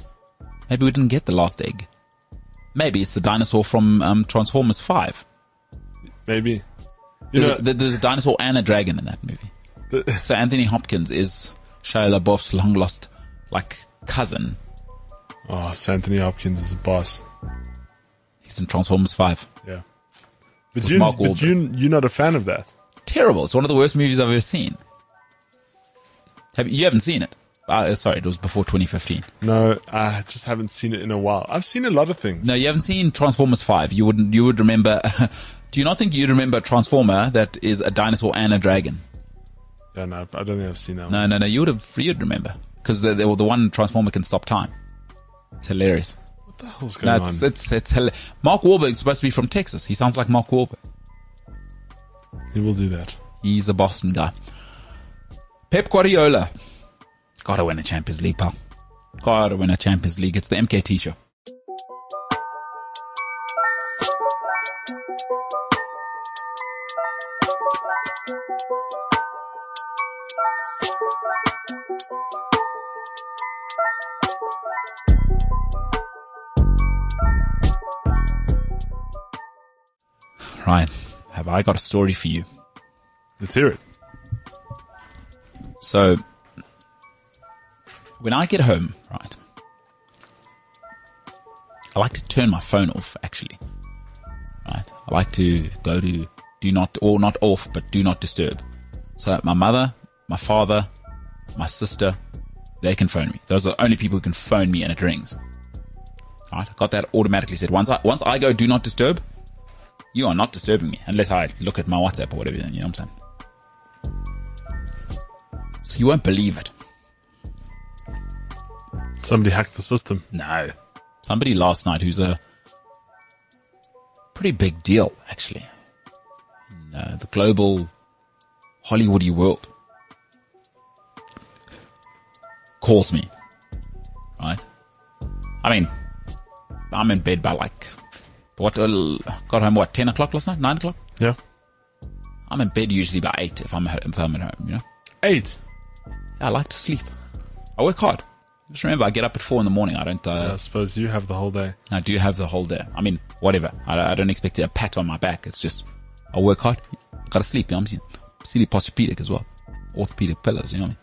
Maybe we didn't get the last egg. Maybe it's the dinosaur from um, Transformers Five. Maybe. You There's, know, a, there- there's a dinosaur and a dragon in that movie. the- So Anthony Hopkins is Shia LaBeouf's long lost like cousin. oh, Anthony Hopkins is a boss. He's in Transformers Five. Yeah. But you, Mark but you, you're not a fan of that. terrible. It's one of the worst movies I've ever seen. Have, you haven't seen it? Uh, sorry, it was before 2015. No, I just haven't seen it in a while. I've seen a lot of things. No, you haven't seen Transformers Five. You wouldn't. You would remember. do you not think you'd remember a Transformer that is a dinosaur and a dragon? Yeah, no, I don't think I've seen that. one. No, no, no. You would have. You'd remember because the, the the one Transformer can stop time. It's hilarious. What the hell's No, going it's on? it's it's hila- Mark Wahlberg's supposed to be from Texas. He sounds like Mark Wahlberg. He will do that. He's a Boston guy. Pep Guardiola. Gotta win a Champions League, pal. Gotta win a Champions League. It's the MKT show. Ryan, have I got a story for you? Let's hear it. So when I get home, right, I like to turn my phone off actually. Right. I like to go to do not or not off, but do not disturb. So that my mother, my father, my sister, they can phone me. Those are the only people who can phone me and it rings. Right? I got that automatically said. Once I once I go do not disturb, you are not disturbing me unless I look at my WhatsApp or whatever, you know what I'm saying? So you won't believe it. Somebody hacked the system. No. Somebody last night who's a pretty big deal, actually, in uh, the global Hollywoody world, calls me. Right? I mean, I'm in bed by like, what, uh, got home, what, 10 o'clock last night? 9 o'clock? Yeah. I'm in bed usually by 8 if I'm, at- if I'm at home, you know? Eight. I like to sleep. I work hard. Just remember, I get up at 4 in the morning. I don't, uh, I suppose you have the whole day. I do have the whole day. I mean, whatever. I, I don't expect a pat on my back. It's just, I work hard. I gotta sleep. You know what I'm saying? Silly posturpedic as well. Orthopedic pillows, you know what I mean?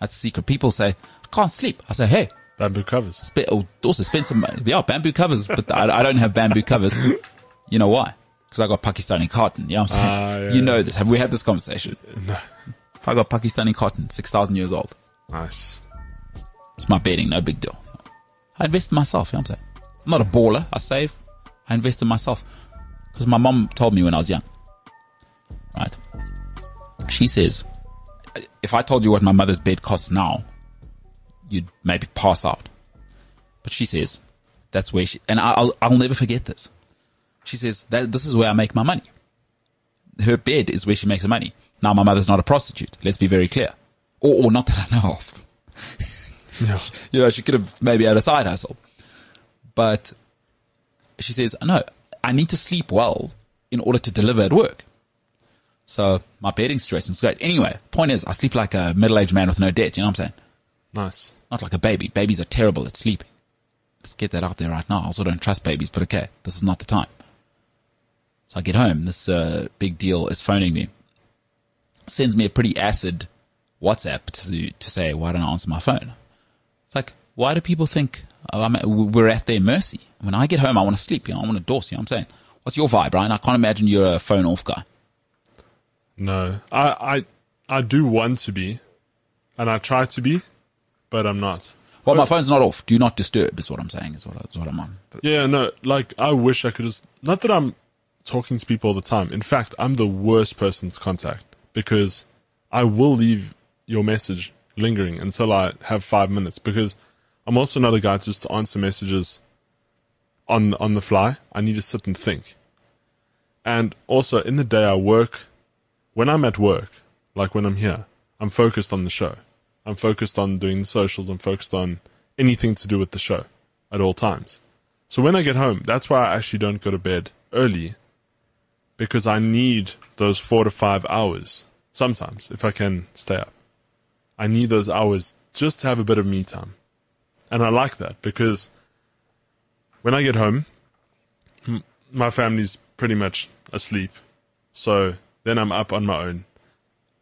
That's the secret. People say, I can't sleep. I say, hey, Bamboo covers. spe- oh, also spend some money. Yeah, bamboo covers, but I, I don't have bamboo covers. You know why? Because I got Pakistani cotton. You know what I'm saying? Ah, yeah. You know this. Have we had this conversation? I got Pakistani cotton, 6,000 years old. Nice. It's my bedding, no big deal. I invest in myself, you know what I'm saying? I'm not a baller, I save. I invest in myself. Because my mom told me when I was young. Right? She says, if I told you what my mother's bed costs now, you'd maybe pass out. But she says, that's where she, and I- I'll, I'll never forget this. She says, that, this is where I make my money. Her bed is where she makes her money. Now, my mother's not a prostitute. Let's be very clear. Or, or not that I know of Yeah. you know, she could have maybe had a side hustle. But she says, no, I need to sleep well in order to deliver at work. So my bedding stress is great. Anyway, point is, I sleep like a middle-aged man with no debt. You know what I'm saying? Nice. Not like a baby. Babies are terrible at sleeping. Let's get that out there right now. I also don't trust babies, but okay, this is not the time. So I get home. This uh, big deal is phoning me. Sends me a pretty acid WhatsApp to to say, why don't I answer my phone? It's like, why do people think oh, I'm at, we're at their mercy? When I get home, I want to sleep. You know, I want to dorse. You know what I'm saying? What's your vibe, Brian? I can't imagine you're a phone off guy. No. I, I, I do want to be, and I try to be, but I'm not. Well, my phone's not off. Do not disturb is what I'm saying. Is what, is what I'm on. Yeah, no, like I wish I could just not that I'm talking to people all the time. In fact, I'm the worst person to contact because I will leave your message lingering until I have five minutes because I'm also not a guy to just to answer messages on on the fly. I need to sit and think. And also in the day I work when I'm at work, like when I'm here, I'm focused on the show. I'm focused on doing the socials, I'm focused on anything to do with the show at all times. So when I get home, that's why I actually don't go to bed early because I need those four to five hours sometimes if I can stay up. I need those hours just to have a bit of me time. And I like that because when I get home, m- my family's pretty much asleep. So then I'm up on my own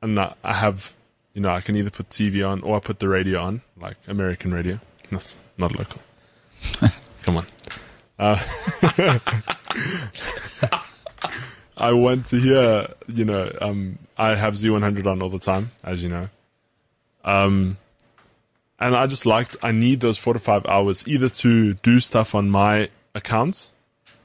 and I I have, you know, I can either put TV on or I put the radio on, like American radio, not, not local. Come on. I want to hear, you know, um, I have Z100 on all the time, as you know. Um, and I just liked, I need those four to five hours either to do stuff on my accounts,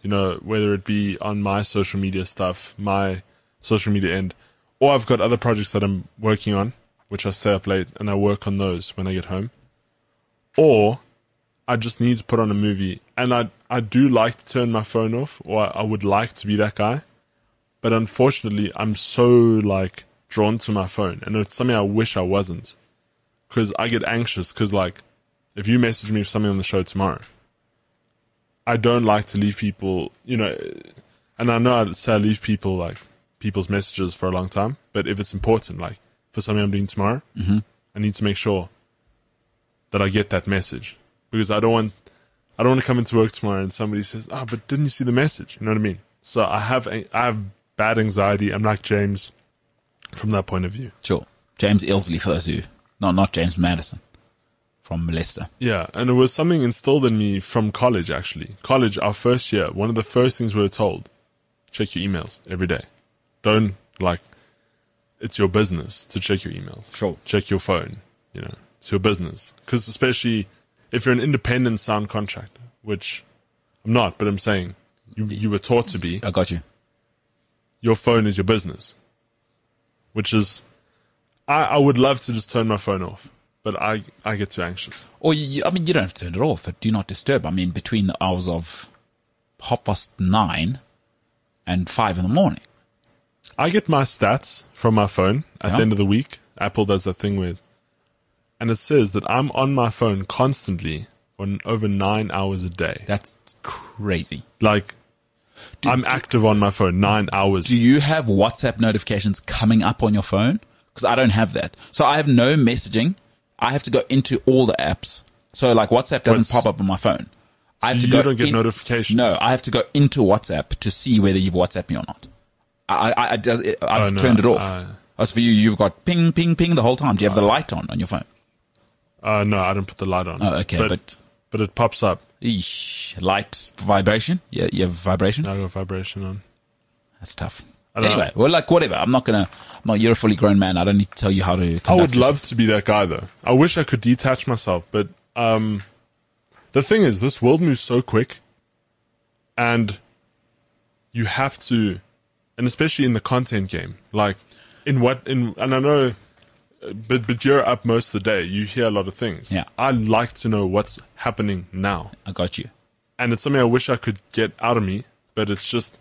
you know, whether it be on my social media stuff, my social media end, or I've got other projects that I'm working on, which I stay up late and I work on those when I get home. Or I just need to put on a movie. And I I do like to turn my phone off, or I, I would like to be that guy. But unfortunately, I'm so like drawn to my phone, and it's something I wish I wasn't, because I get anxious. Because like, if you message me with something on the show tomorrow, I don't like to leave people, you know. And I know I say I leave people like people's messages for a long time, but if it's important, like for something I'm doing tomorrow, I need to make sure that I get that message because I don't want I don't want to come into work tomorrow and somebody says, "Ah, but didn't you see the message?" You know what I mean? So I have a- I have bad anxiety. I'm like James from that point of view. Sure. James Ilsley, for those who, no, not James Madison from Leicester. Yeah, and it was something instilled in me from college actually. College, our first year, one of the first things we were told, check your emails every day. Don't like it's your business to check your emails. Sure. Check your phone, you know. It's your business. Cuz especially if you're an independent sound contractor, which I'm not, but I'm saying you you were taught to be. I got you. your phone is your business. Which is, I, I would love to just turn my phone off, but I, I get too anxious. Or you, you- I mean, you don't have to turn it off, but do not disturb. I mean, between the hours of half past nine and five in the morning. I get my stats from my phone at Yeah. the end of the week. Apple does that thing with, and it says that I'm on my phone constantly on over nine hours a day. That's crazy. Like, I'm active on my phone nine hours. Do you have WhatsApp notifications coming up on your phone? Because I don't have that. So I have no messaging. I have to go into all the apps. So like WhatsApp doesn't What's- pop up on my phone. I have you to go don't get in- notifications. No, I have to go into WhatsApp to see whether you've WhatsApp me or not. I, I, I does, I've Oh, no, turned it off. I- As for you, you've got ping, ping, ping the whole time. Do you have the light on on your phone? Uh, no, I don't put the light on. Oh, okay, but- but it pops up. Eesh, light vibration. Yeah, you have vibration. Now I got vibration on. That's tough. I don't anyway, know. well, like whatever. I'm not gonna. I'm not. You're a fully grown man. I don't need to tell you how to. Conduct I would yourself. love to be that guy though. I wish I could detach myself, but um, the thing is, this world moves so quick, and you have to, and especially in the content game, like in what in, and I know, uh, but but you're up most of the day. You hear a lot of things. Yeah. I like to know what's happening now, I got you. and it's something I wish I could get out of me, but it's just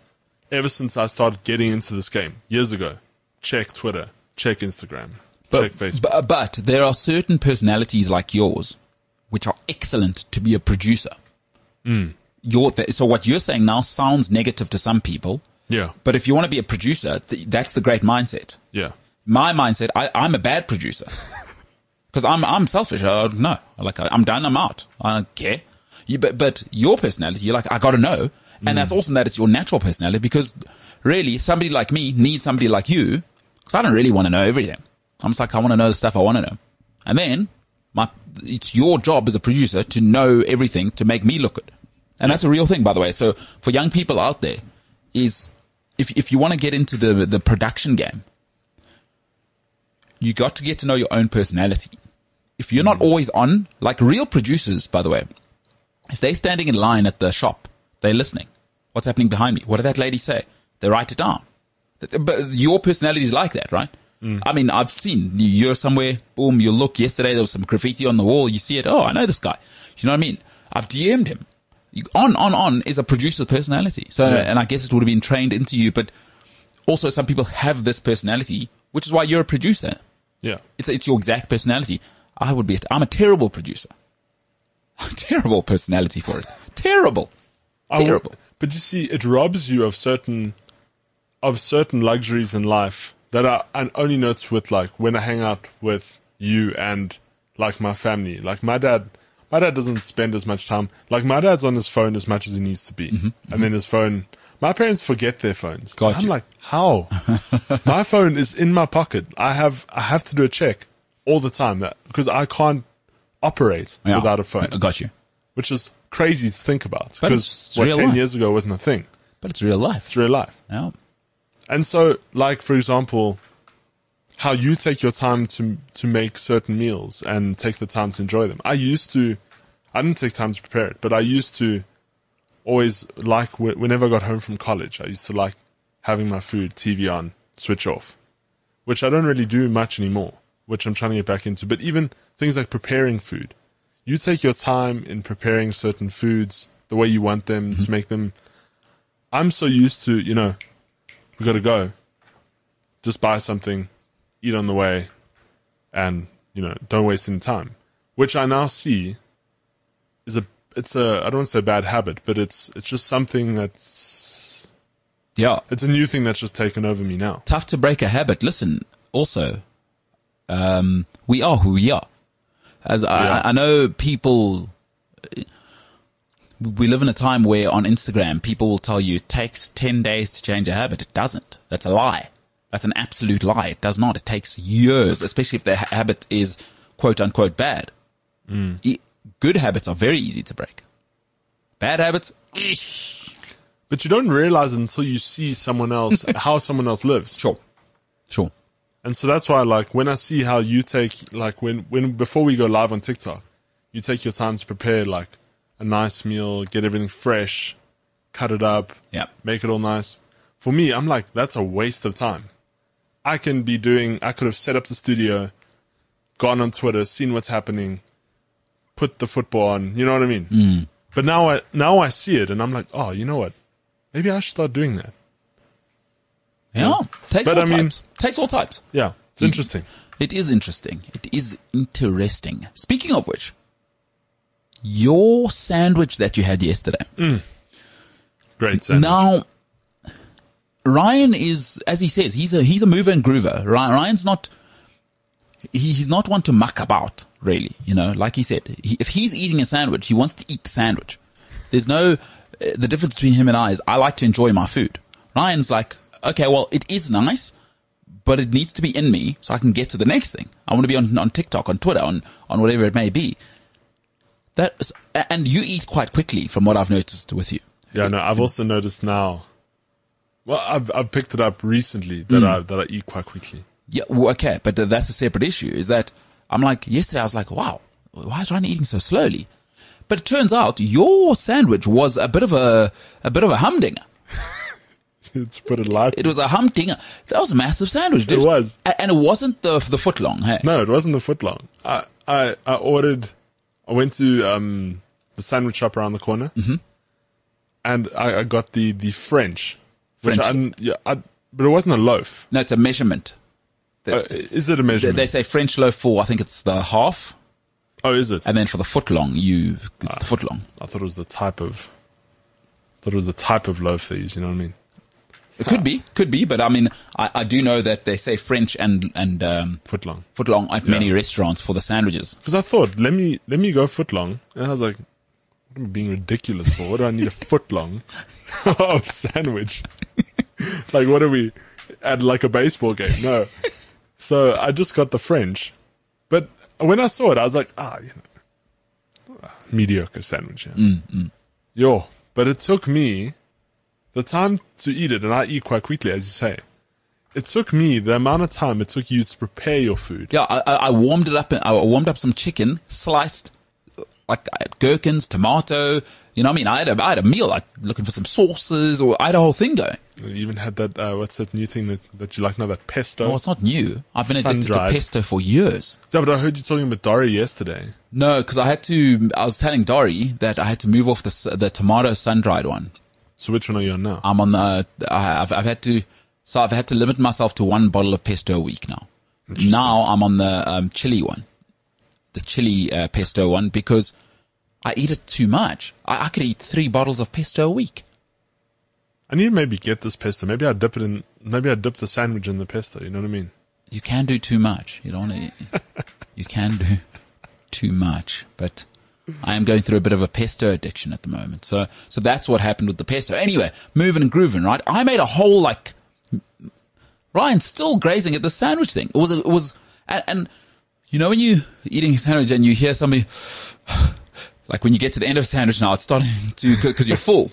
ever since I started getting into this game years ago. Check Twitter, check Instagram, check But, Facebook. but but there are certain personalities like yours, which are excellent to be a producer. Hmm. Your th- so what you're saying now sounds negative to some people, yeah, but if you want to be a producer, th- that's the great mindset. yeah. my mindset, I, I'm a bad producer because I'm I'm selfish. I don't know. Like I, I'm done. I'm out. I don't care. You, but but your personality, you're like I gotta know, and that's awesome that it's your natural personality because really somebody like me needs somebody like you because I don't really want to know everything. I'm just like I want to know the stuff I want to know, and then my it's your job as a producer to know everything to make me look good, and that's a real thing by the way. So for young people out there, is if if you want to get into the the production game, you got to get to know your own personality. If you're not always on, like real producers, by the way, if they're standing in line at the shop, they're listening. What's happening behind me? What did that lady say? They write it down. Th- But your personality is like that, right? I mean, I've seen you're somewhere, boom, you look yesterday, there was some graffiti on the wall. You see it. Oh, I know this guy. You know what I mean? I've DM'd him. You, on, on, on is a producer's personality. So, and I guess it would have been trained into you, but also some people have this personality, which is why you're a producer. Yeah. It's it's your exact personality. I would be. I'm a terrible producer. terrible personality for it. terrible. I w- Terrible. but you see, it robs you of certain of certain luxuries in life that I, I only notice with like when I hang out with you and like my family. Like my dad my dad doesn't spend as much time like my dad's on his phone as much as he needs to be. And then his phone my parents forget their phones. Mm-hmm. Got I'm you. like, how? my phone is in my pocket. I have I have to do a check all the time that because I can't operate Yeah. without a phone I got you. which is crazy to think about But because it's what real ten life. years ago wasn't a thing. But it's real life. It's real life, Yeah. And so, like for example, how you take your time to to make certain meals and take the time to enjoy them. I used to, I didn't take time to prepare it, but I used to always like wh- whenever I got home from college, I used to like having my food, TV on, switch off, which I don't really do much anymore. Which I'm trying to get back into. But even things like preparing food, you take your time in preparing certain foods the way you want them to make them. I'm so used to, you know, we gotta go. Just buy something, eat on the way, and you know, don't waste any time. Which I now see is a it's a I don't want to say a bad habit, but it's it's just something that's Yeah. it's a new thing that's just taken over me now. tough to break a habit. Listen, also, um, we are who we are. As Yeah. I, I know people, we live in a time where on Instagram, people will tell you it takes 10 days to change a habit. It doesn't. That's a lie. That's an absolute lie. It does not. It takes years, especially if the ha- habit is quote unquote bad. Mm. E- Good habits are very easy to break. Bad habits, eesh. But you don't realize until you see someone else how someone else lives. sure, sure. And so that's why, like, when I see how you take, like, when, when, before we go live on TikTok, you take your time to prepare, like, a nice meal, get everything fresh, cut it up, Yeah. make it all nice. For me, I'm like, that's a waste of time. I can be doing, I could have set up the studio, gone on Twitter, seen what's happening, put the football on, you know what I mean? But now I, now I see it and I'm like, oh, you know what? Maybe I should start doing that. Yeah. Takes But all I mean- types. Takes all types. Yeah. It's interesting. It is interesting. It is interesting. Speaking of which, your sandwich that you had yesterday. Great sandwich. Now, Ryan is, as he says, he's a he's a mover and groover. Ry- Ryan's not. He, he's not one to muck about, really. You know, like he said, he, if he's eating a sandwich, he wants to eat the sandwich. There's no uh, the difference between him and I is I like to enjoy my food. Ryan's like, okay, well, it is nice, but it needs to be in me so I can get to the next thing. I want to be on, on TikTok, on Twitter, on, on whatever it may be. That is, a- and you eat quite quickly from what I've noticed with you. Yeah, no, I've also noticed now. Well, I've I've picked it up recently that I that I eat quite quickly. Yeah, well, okay, but th- that's a separate issue. Is that I'm like yesterday I was like, wow, why is Ryan eating so slowly? But it turns out your sandwich was a bit of a a bit of a humdinger. to put it lightly. It was a humdinger. That was a massive sandwich. Dude. It was. A- and it wasn't the the foot long. Hey, no, it wasn't the foot long. I, I I ordered. I went to um the sandwich shop around the corner, and I, I got the the French, which French. I didn't- yeah, I, but it wasn't a loaf. no, it's a measurement. Uh, is it a They, measurement? they say French loaf for I think it's the half, oh, is it? and then for the foot long, you it's the foot long. I thought it was the type of. Thought it was the type of loaf they use. You know what I mean? It could be, could be, but I mean, I, I do know that they say French and and um, Foot long. foot long at many restaurants for the sandwiches. Because I thought, let me let me go foot long, and I was like, what am I being ridiculous for? What do I need a foot long of sandwich? like, what are we at like a baseball game? No. So I just got the French, but when I saw it, I was like, ah, you know, ah, mediocre sandwich. Yeah. Yo, but it took me the time to eat it, and I eat quite quickly, as you say. It took me the amount of time it took you to prepare your food. Yeah, I, I I warmed it up. I warmed up some chicken, sliced like I had gherkins, tomato. You know what I mean? I had a, I had a meal. I looking for some sauces, or I had a whole thing going. You even had that, uh, what's that new thing that, that you like now, that pesto? Well, it's not new. I've been addicted Sun-dried. to pesto for years. yeah, but I heard you talking about Dari yesterday. No, because I had to. I was telling Dory that I had to move off the s- the tomato sun dried one. So which one are you on now? I'm on the. uh, I- I've, I've had to. So I've had to limit myself to one bottle of pesto a week now. Now I'm on the um, chili one, the chili uh, pesto one because I eat it too much. I, I could eat three bottles of pesto a week. I need to maybe get this pesto. Maybe I dip it in, maybe I dip the sandwich in the pesto, you know what I mean? You can do too much. You don't want to. you can do too much, but I am going through a bit of a pesto addiction at the moment. So, so that's what happened with the pesto. Anyway, moving and grooving, right? I made a whole like Ryan still grazing at the sandwich thing. It was it was and, and you know when you eating a sandwich and you hear somebody like when you get to the end of a sandwich now, it's starting to because you're full.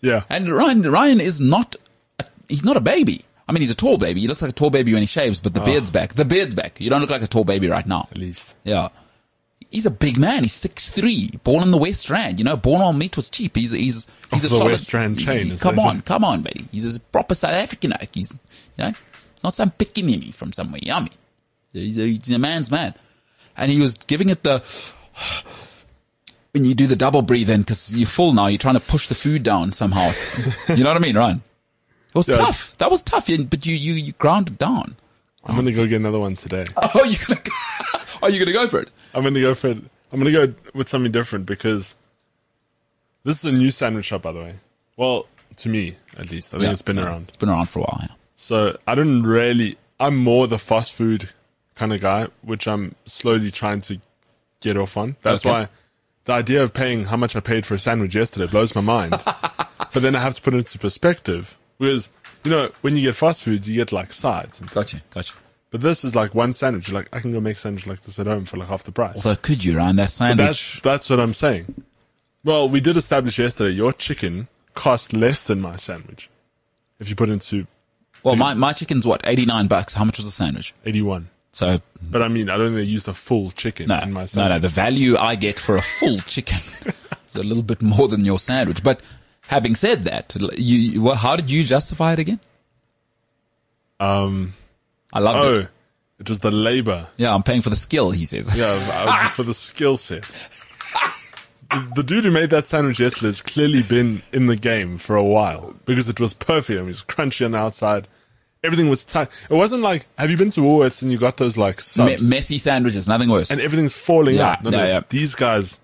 Yeah. And Ryan Ryan is not a, he's not a baby. I mean, he's a tall baby. He looks like a tall baby when he shaves, but the beard's back. The beard's back. You don't look like a tall baby right now. Ah. At least. Yeah. He's a big man. He's six three. Born in the West Rand. You know, born on meat was cheap. He's he's he's Off a the solid, West Rand chain, he- as Come they on, say. come on, buddy. He's a proper South African. oak. He's you know, it's not some pickaninny from somewhere. Yummy. He's a, he's a man's man, and he was giving it the. When you do the double breathe in, because you're full now, you're trying to push the food down somehow. you know what I mean, Ryan? It was Yeah. tough. That was tough. you- But you you you ground it down. I'm gonna go get another one today. Oh, you gonna go- are you gonna go for it? I'm gonna go for. I'm gonna go with something different because this is a new sandwich shop, by the way. Well, to me at least, I think Yeah. it's been around. It's been around for a while. Yeah. So I don't really. I'm more the fast food kind of guy, which I'm slowly trying to get off on. That's Okay. why the idea of paying how much I paid for a sandwich yesterday blows my mind. but then I have to put it into perspective because you know when you get fast food, you get like sides. Gotcha, gotcha. But this is like one sandwich. You're like I can go make a sandwich like this at home for like half the price. Although, could you, Ryan? That That's sandwich. that's what I'm saying. Well, we did establish yesterday your chicken cost less than my sandwich. If you put into Well, my, my chicken's what? 89 bucks. How much was the sandwich? eighty one. So, But I mean I don't think they used a full chicken no, in my no, sandwich. no. The value I get for a full chicken is a little bit more than your sandwich. But having said that, you, you- well, how did you justify it again? Um I loved oh it. it was the labor. Yeah, I'm paying for the skill, he says. Yeah, I- I- for the skill set. The- The dude who made that sandwich yesterday has clearly been in the game for a while because it was perfect. I mean, it was crunchy on the outside. Everything was tight. It wasn't like, have you been to Woolworths and you got those like Me- subs? messy sandwiches, nothing worse. and everything's falling Yeah, out. No, yeah, no, yeah. These guys,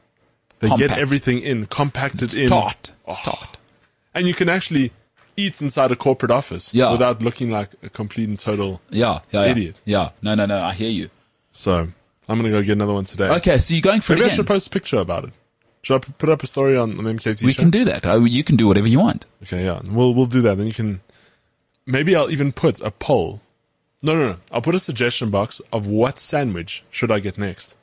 they get Compact. everything in, compacted in, Oh. it's taut. It's taut. and you can actually eat inside a corporate office Yeah. without looking like a complete and total. Yeah, yeah, yeah. Idiot. Yeah, no, no, no. I hear you. So I'm gonna go get another one today. Okay, so you're going for maybe it I again. should post a picture about it. Should I p- put up a story on, on MKT? we can do that. Oh, you can do whatever you want. Okay, yeah, we'll we'll do that. Then you can. Maybe I'll even put a poll. No, no, no. I'll put a suggestion box of what sandwich should I get next.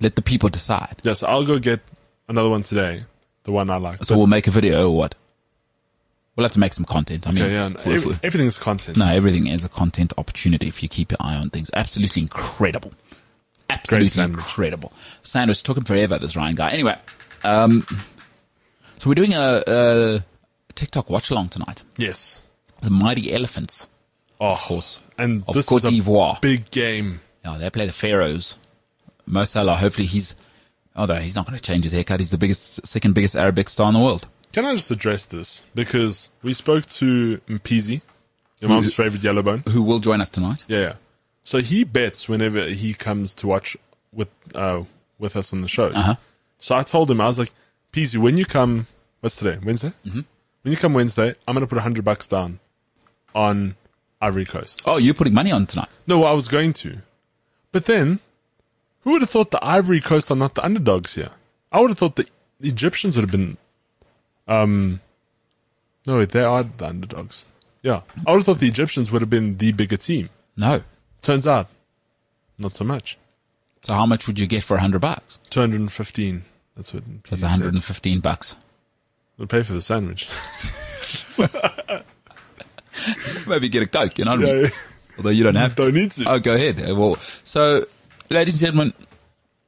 Let the people decide. Yes, I'll go get another one today. The one I like. So we'll make a video or what? We'll have to make some content. I mean, Okay, yeah. and if we- if we- ev- everything's content. no, everything is a content opportunity if you keep your eye on things. Absolutely incredible. Absolutely sandwich. incredible. Sandwich took him forever, this Ryan guy. Anyway, um, so we're doing a, a TikTok watch along tonight. Yes. The Mighty Elephants. Oh, horse. And Of this Cote is a d'Ivoire. big game. Yeah, they play the Pharaohs. Mo Salah, hopefully he's, although he's not going to change his haircut. He's the biggest, second biggest Arabic star in the world. Can I just address this? Because we spoke to Mpeezy, your mom's favorite Yellowbone. Who will join us tonight? Yeah, yeah. So he bets whenever he comes to watch with uh, with us on the show. Uh-huh. So I told him, I was like, Peasy, when you come, what's today? Wednesday? Mm-hmm. When you come Wednesday, I'm going to put 100 bucks down on Ivory Coast. Oh, you're putting money on tonight. No, I was going to. But then, who would have thought the Ivory Coast are not the underdogs here? I would have thought the Egyptians would have been. Um, no, wait, they are the underdogs. Yeah. I would have thought the Egyptians would have been the bigger team. No. Turns out, not so much. So how much would you get for a hundred bucks? 215. That's what. That's 115 bucks. We'll pay for the sandwich. Maybe get a Coke, you know what I mean? Yeah. Although you don't have Don't need to. Oh, go ahead. Uh, Well, so, ladies and gentlemen,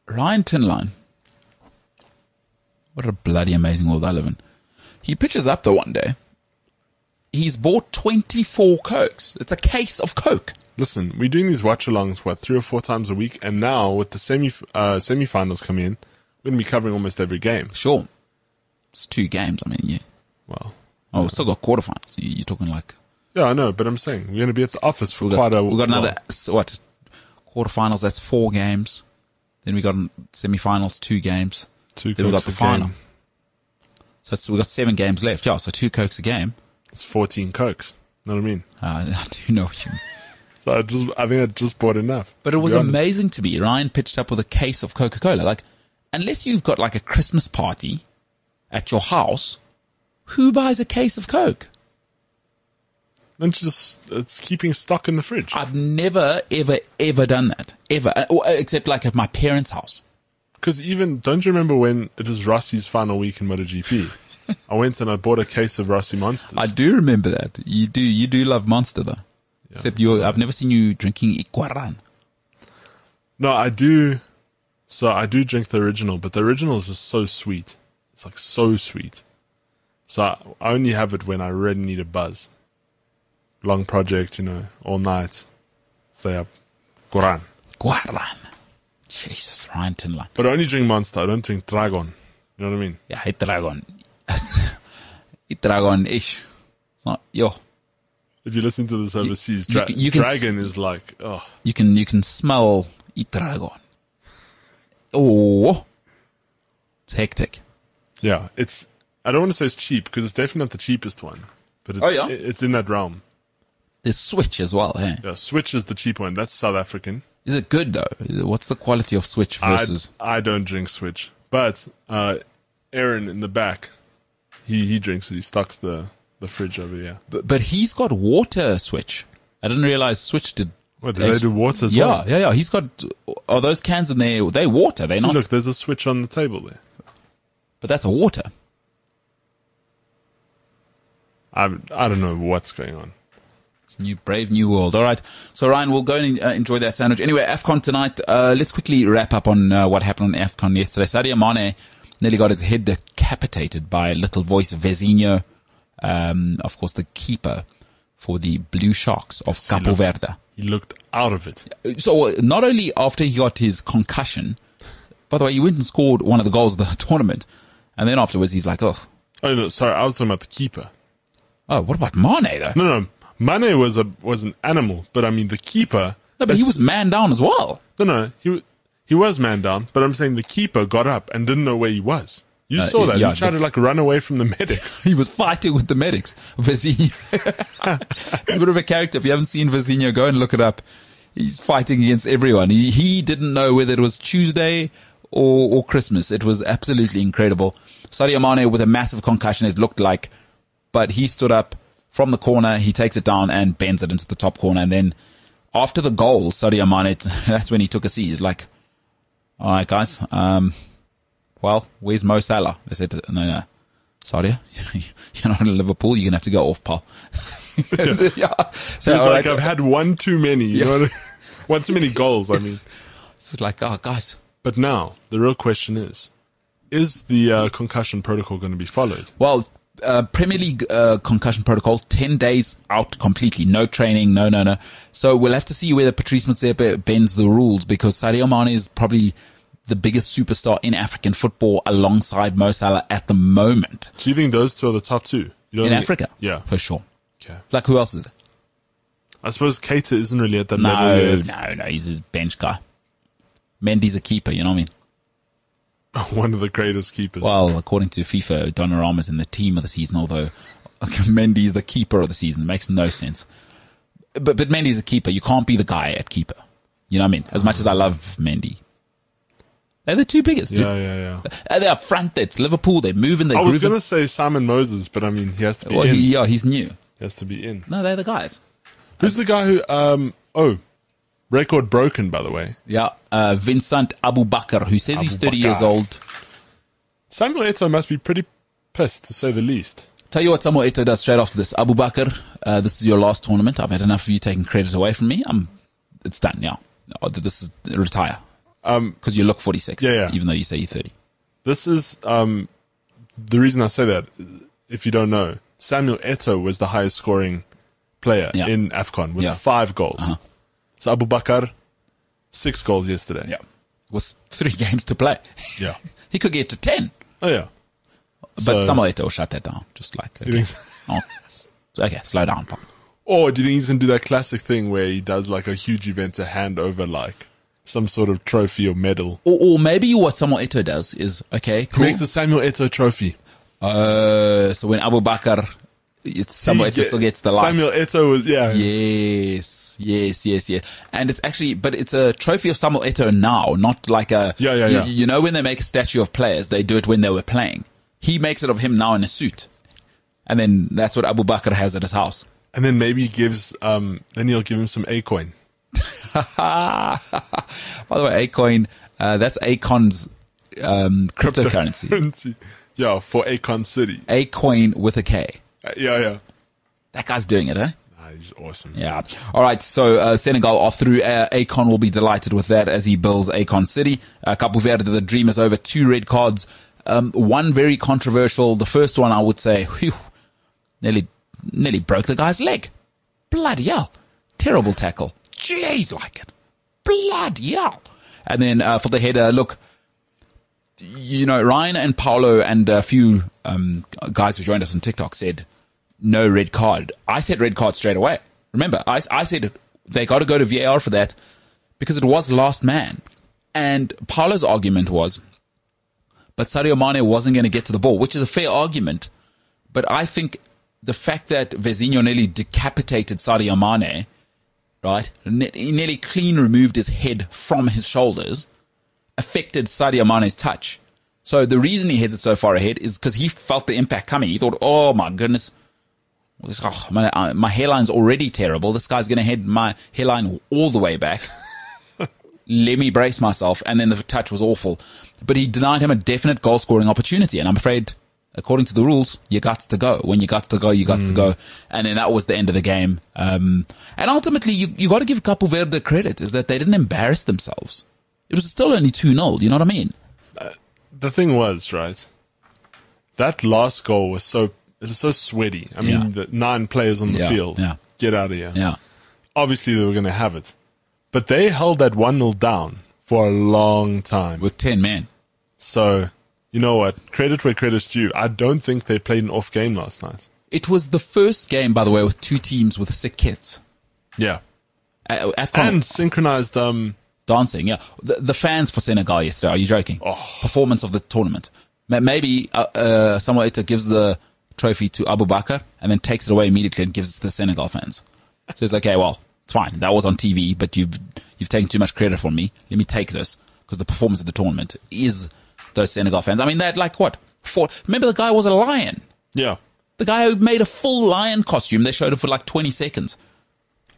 Ryan Tinline. What a bloody amazing world I live in. He pitches up the one day. He's bought 24 Cokes. It's a case of Coke. Listen, we're doing these watch alongs, what, three or four times a week? And now, with the semi uh, semifinals coming in, we're going to be covering almost every game. Sure. It's two games. I mean, yeah. Well, Oh, we've still got quarterfinals. You- You're talking like Yeah, I know, but I'm saying we're going to be at the office for We've quite got, a. we got another while. s what quarterfinals. That's four games. Then we got an- semifinals, two games. Two then we got cokes the a game. final. So it's, we got seven games left. Yeah, so two cokes a game. It's 14 cokes. You know what I mean? Uh, I do know what you mean. So I just, I think I just bought enough. But it to be was honest. amazing to me. Ryan pitched up with a case of Coca Cola. Like, unless you've got like a Christmas party at your house, who buys a case of Coke? Don't you just, it's keeping stock in the fridge. I've never, ever, ever done that. Ever. Uh, or, uh, Except like at my parents' house. Because even, don't you remember when it was Rossi's final week in MotoGP? I went and I bought a case of Rossi Monsters. I do remember that. You do, you do love Monster though. Except you, I've never seen you drinking Iguaran. No, I do. So I do drink the original, but the original is just so sweet. It's like so sweet. So I, I only have it when I really need a buzz. Long project, you know, all night. Stay up. Quran. Guaran. Jesus, Ryan Tinler. But I only drink Monster. I don't drink Dragon. You know what I mean? Yeah, hit Dragon. hit Dragon ish. It's not, yo. If you listen to this overseas, you dra- can- you can Dragon is like, oh, You can, you can smell Eat Dragon. Oh. It's hectic. yeah. It's. I don't want to say it's cheap because it's definitely not the cheapest one, but it's, Oh, yeah? it- it's in that realm. There's Switch as well, eh? Yeah, Switch is the cheap one. That's South African. Is it good though? Is it- What's the quality of Switch I, versus? I don't drink Switch, but uh, Aaron in the back, he he drinks it. He stocks the the fridge over here. but, but he's got water Switch. I didn't realize Switch did. What do they do water as yeah, well? yeah, yeah. He's got. Are those cans in there? They water. They're See, not. look, there's a Switch on the table there. But that's a water. I I don't know what's going on. New brave new world. All right. So Ryan, we'll go and uh, enjoy that sandwich. Anyway, Afcon tonight. Uh, let's quickly wrap up on uh, what happened on Afcon yesterday. Sadio Mane nearly got his head decapitated by little voice Vezinho, um, of course, the keeper for the Blue Sharks of Capo Verde. He looked out of it. So uh, not only after he got his concussion, by the way, he went and scored one of the goals of the tournament, and then afterwards he's like, oh, Oh no, sorry, I was talking about the keeper. oh, what about Mane though? No, no, Mane was a was an animal, but I mean the keeper. No, but he was man down as well. no, no, he wa- he was man down. But I'm saying the keeper got up and didn't know where he was. You Uh, saw that. yeah, he tried to but- like run away from the medics. He was fighting with the medics. Vizinho. it's a bit of a character. If you haven't seen Vizinho, go and look it up. He's fighting against everyone. He, he didn't know whether it was Tuesday or, or Christmas. It was absolutely incredible. Sadio Mane with a massive concussion, it looked like, but he stood up from the corner. He takes it down and bends it into the top corner. And then after the goal, Sadio Mane, that's when he took a seat. He's like, all right, guys, um, well, where's Mo Salah? They said, no, no. Sadio, you're not in Liverpool. You're gonna have to go off, pal. yeah. So, It's all like right. I've had one too many. You know, what I- one too many goals. I mean, It's just like, oh, guys, but now the real question is: Is the uh, concussion protocol going to be followed? Well, uh, Premier League uh, concussion protocol, 10 days out completely. No training, no, no, no. So we'll have to see whether Patrice Motsepe bends the rules because Sadio Mane is probably the biggest superstar in African football alongside Mo Salah at the moment Do you think those two are the top two you don't in think- Africa. Yeah. For sure. Okay. Like, who else is it? I suppose Cater isn't really at that level No, yet. no, no. He's a bench guy. Mendy's a keeper, you know what I mean? One of the greatest keepers. Well, according to FIFA, Donnarumma's in the team of the season, although Mendy's the keeper of the season. Makes no sense. But but Mendy's a keeper. You can't be the guy at keeper. You know what I mean? As much as I love Mendy. They're the two biggest. Yeah, yeah, yeah. Uh, They're up front. It's Liverpool. They're moving. They're I was grooving. going to say Simon Moses, but I mean, he has to be well, in. he, yeah, he's new. He has to be in. No, they're the guys. Who's the guy who? Um. Oh, record broken. By the way, Yeah. Uh, Vincent Abu Bakr, who says he's 30 Bakar. years old. Samuel Eto'o must be pretty pissed, to say the least. Tell you what Samuel Eto'o does straight after this. Abu Bakr, uh, this is your last tournament. I've had enough of you taking credit away from me. I'm, it's done now. Oh, This is retire. Um, cause you look 46. Yeah, yeah. Even though you say you're 30. This is um, the reason I say that. If you don't know, Samuel Eto'o was the highest scoring player Yeah. in Afcon with Yeah. Uh-huh. five goals. So Abu Bakr, six goals yesterday. With three games to play. yeah. He could get to 10, Oh yeah. but So- Samuel Eto'o shut that down. Just like, okay, think- oh, s- okay slow down. pal. Or do you think he's gonna do that classic thing where he does like a huge event to hand over like some sort of trophy or medal? Or, or maybe what Samuel Eto'o does is, okay, cool. Makes the Samuel Eto'o trophy. Uh, so when Abu Bakr, it's Samuel He Eto'o get- still gets the light. Samuel Eto'o was yeah. Yes, yes, yes, yes. And it's actually, but it's a trophy of Samuel Eto'o now, not like a. Yeah, yeah, you, yeah. You know, when they make a statue of players, they do it when they were playing. He makes it of him now in a suit, and then that's what Abu Bakr has at his house. And then maybe he gives um then he'll give him some A coin. By the way, Acoin, uh, that's Acon's um, cryptocurrency. yeah, for Acon City. Acoin with a K. Uh, Yeah, yeah. That guy's doing it, eh? Ah, he's awesome. Yeah. All right. So uh, Senegal are through. Uh, Akon will be delighted with that as he builds Akon City. Uh, Capo Verde, the dream is over. Two red cards. Um, one very controversial. The first one, I would say, whew, nearly, nearly broke the guy's leg. Bloody hell! Terrible tackle. Jeez, like it. Bloody hell! And then uh, for the header, look, you know, Ryan and Paolo and a few um, guys who joined us on TikTok said no red card. I said red card straight away. Remember, I, I said they got to go to VAR for that because it was last man. And Paolo's argument was, but Sadio Mane wasn't going to get to the ball, which is a fair argument. But I think the fact that Vezino nearly decapitated Sadio Mane, right? ne- He nearly clean removed his head from his shoulders affected Sadio Mane's touch. So the reason he heads it so far ahead is because he felt the impact coming. He thought, oh my goodness, This- oh, my, uh, my hairline's already terrible. This guy's going to head my hairline all the way back. Let me brace myself. And then the touch was awful. But he denied him a definite goal scoring opportunity. And I'm afraid, according to the rules, you got to go. When you got to go, you got to go. And then that was the end of the game. Um, and ultimately, you, you got to give Capo Verde credit is that they didn't embarrass themselves. It was still only 2 0, you know what I mean? The thing was right. That last goal was so it was so sweaty. I mean, the nine players on the Yeah, field. yeah. Get out of here. Yeah. Obviously, they were going to have it, but they held that one 0 down for a long time. With 10 men. So, you know what? Credit where credit's due. I don't think they played an off game last night. It was the first game, by the way, with two teams with sick kids. Yeah. Uh, AFCON And synchronized, um, dancing, yeah. The, the fans for Senegal yesterday, are you joking? Performance of the tournament. Ma- Maybe uh, uh, someone later gives the trophy to Abu Bakr and then takes it away immediately and gives it to the Senegal fans. So it's like, okay, well, it's fine. That was on TV, but you've, you've taken too much credit from me. Let me take this because the performance of the tournament is those Senegal fans. I mean, they had like what? Four, remember the guy was a lion. yeah. The guy who made a full lion costume, they showed it for like 20 seconds.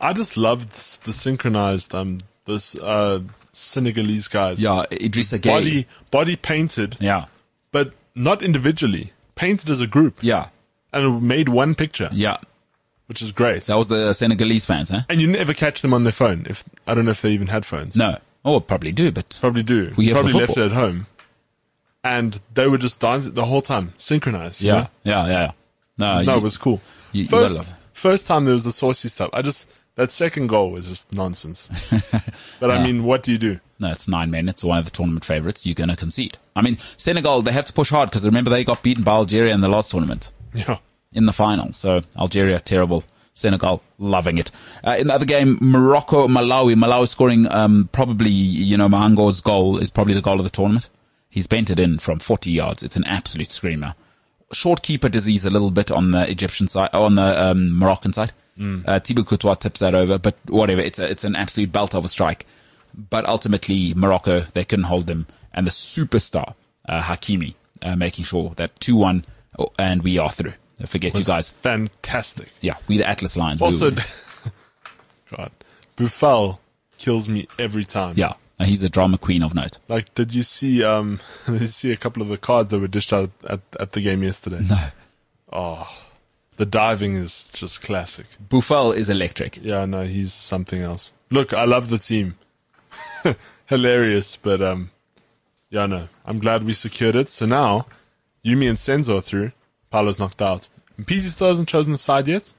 I just loved this, the synchronized, um, this, uh, Senegalese guys. Yeah, Idrissa Gay. Body, body painted, Yeah, but not individually. Painted as a group. yeah, And it made one picture, yeah. which is great. That was the Senegalese fans, huh? And you never catch them on their phone. If I don't know if they even had phones. No. Oh, probably do, but Probably do. We have Probably the left it football. at home. And they were just dancing the whole time, synchronized. you know? yeah, yeah, yeah. No, No, you- it was cool. you- you gotta love first, it. first time there was the saucy stuff. I just that second goal was just nonsense. but I mean, what do you do? no, it's nine men. It's one of the tournament favorites. You're going to concede. I mean, Senegal, they have to push hard because remember they got beaten by Algeria in the last tournament Yeah, in the final. So Algeria, terrible. Senegal, loving it. Uh, in the other game, Morocco, Malawi. Malawi scoring um, probably, you know, Mahango's goal is probably the goal of the tournament. He's bent it in from 40 yards. It's an absolute screamer. Short keeper disease a little bit on the Egyptian side, on the um, Moroccan side. Uh, Thibaut Courtois tips that over, but whatever. It's a, it's an absolute belt of a strike. But ultimately, Morocco, they couldn't hold them. And the superstar, uh, Hakimi, uh, making sure that 2-1 oh, and we are through. Don't forget you guys. fantastic. Yeah, we the Atlas Lions. We Also, were- God, Buffal kills me every time. yeah, uh, he's a drama queen of note. Like, did you see? Um, did you see a couple of the cards that were dished out at, at the game yesterday? No. Oh, the diving is just classic. Buffal is electric. Yeah, no, he's something else. Look, I love the team. Hilarious, but um, yeah, no, I'm glad we secured it. So now, Yumi and Senzo are through. Paolo's knocked out. And PZ still hasn't chosen the side yet.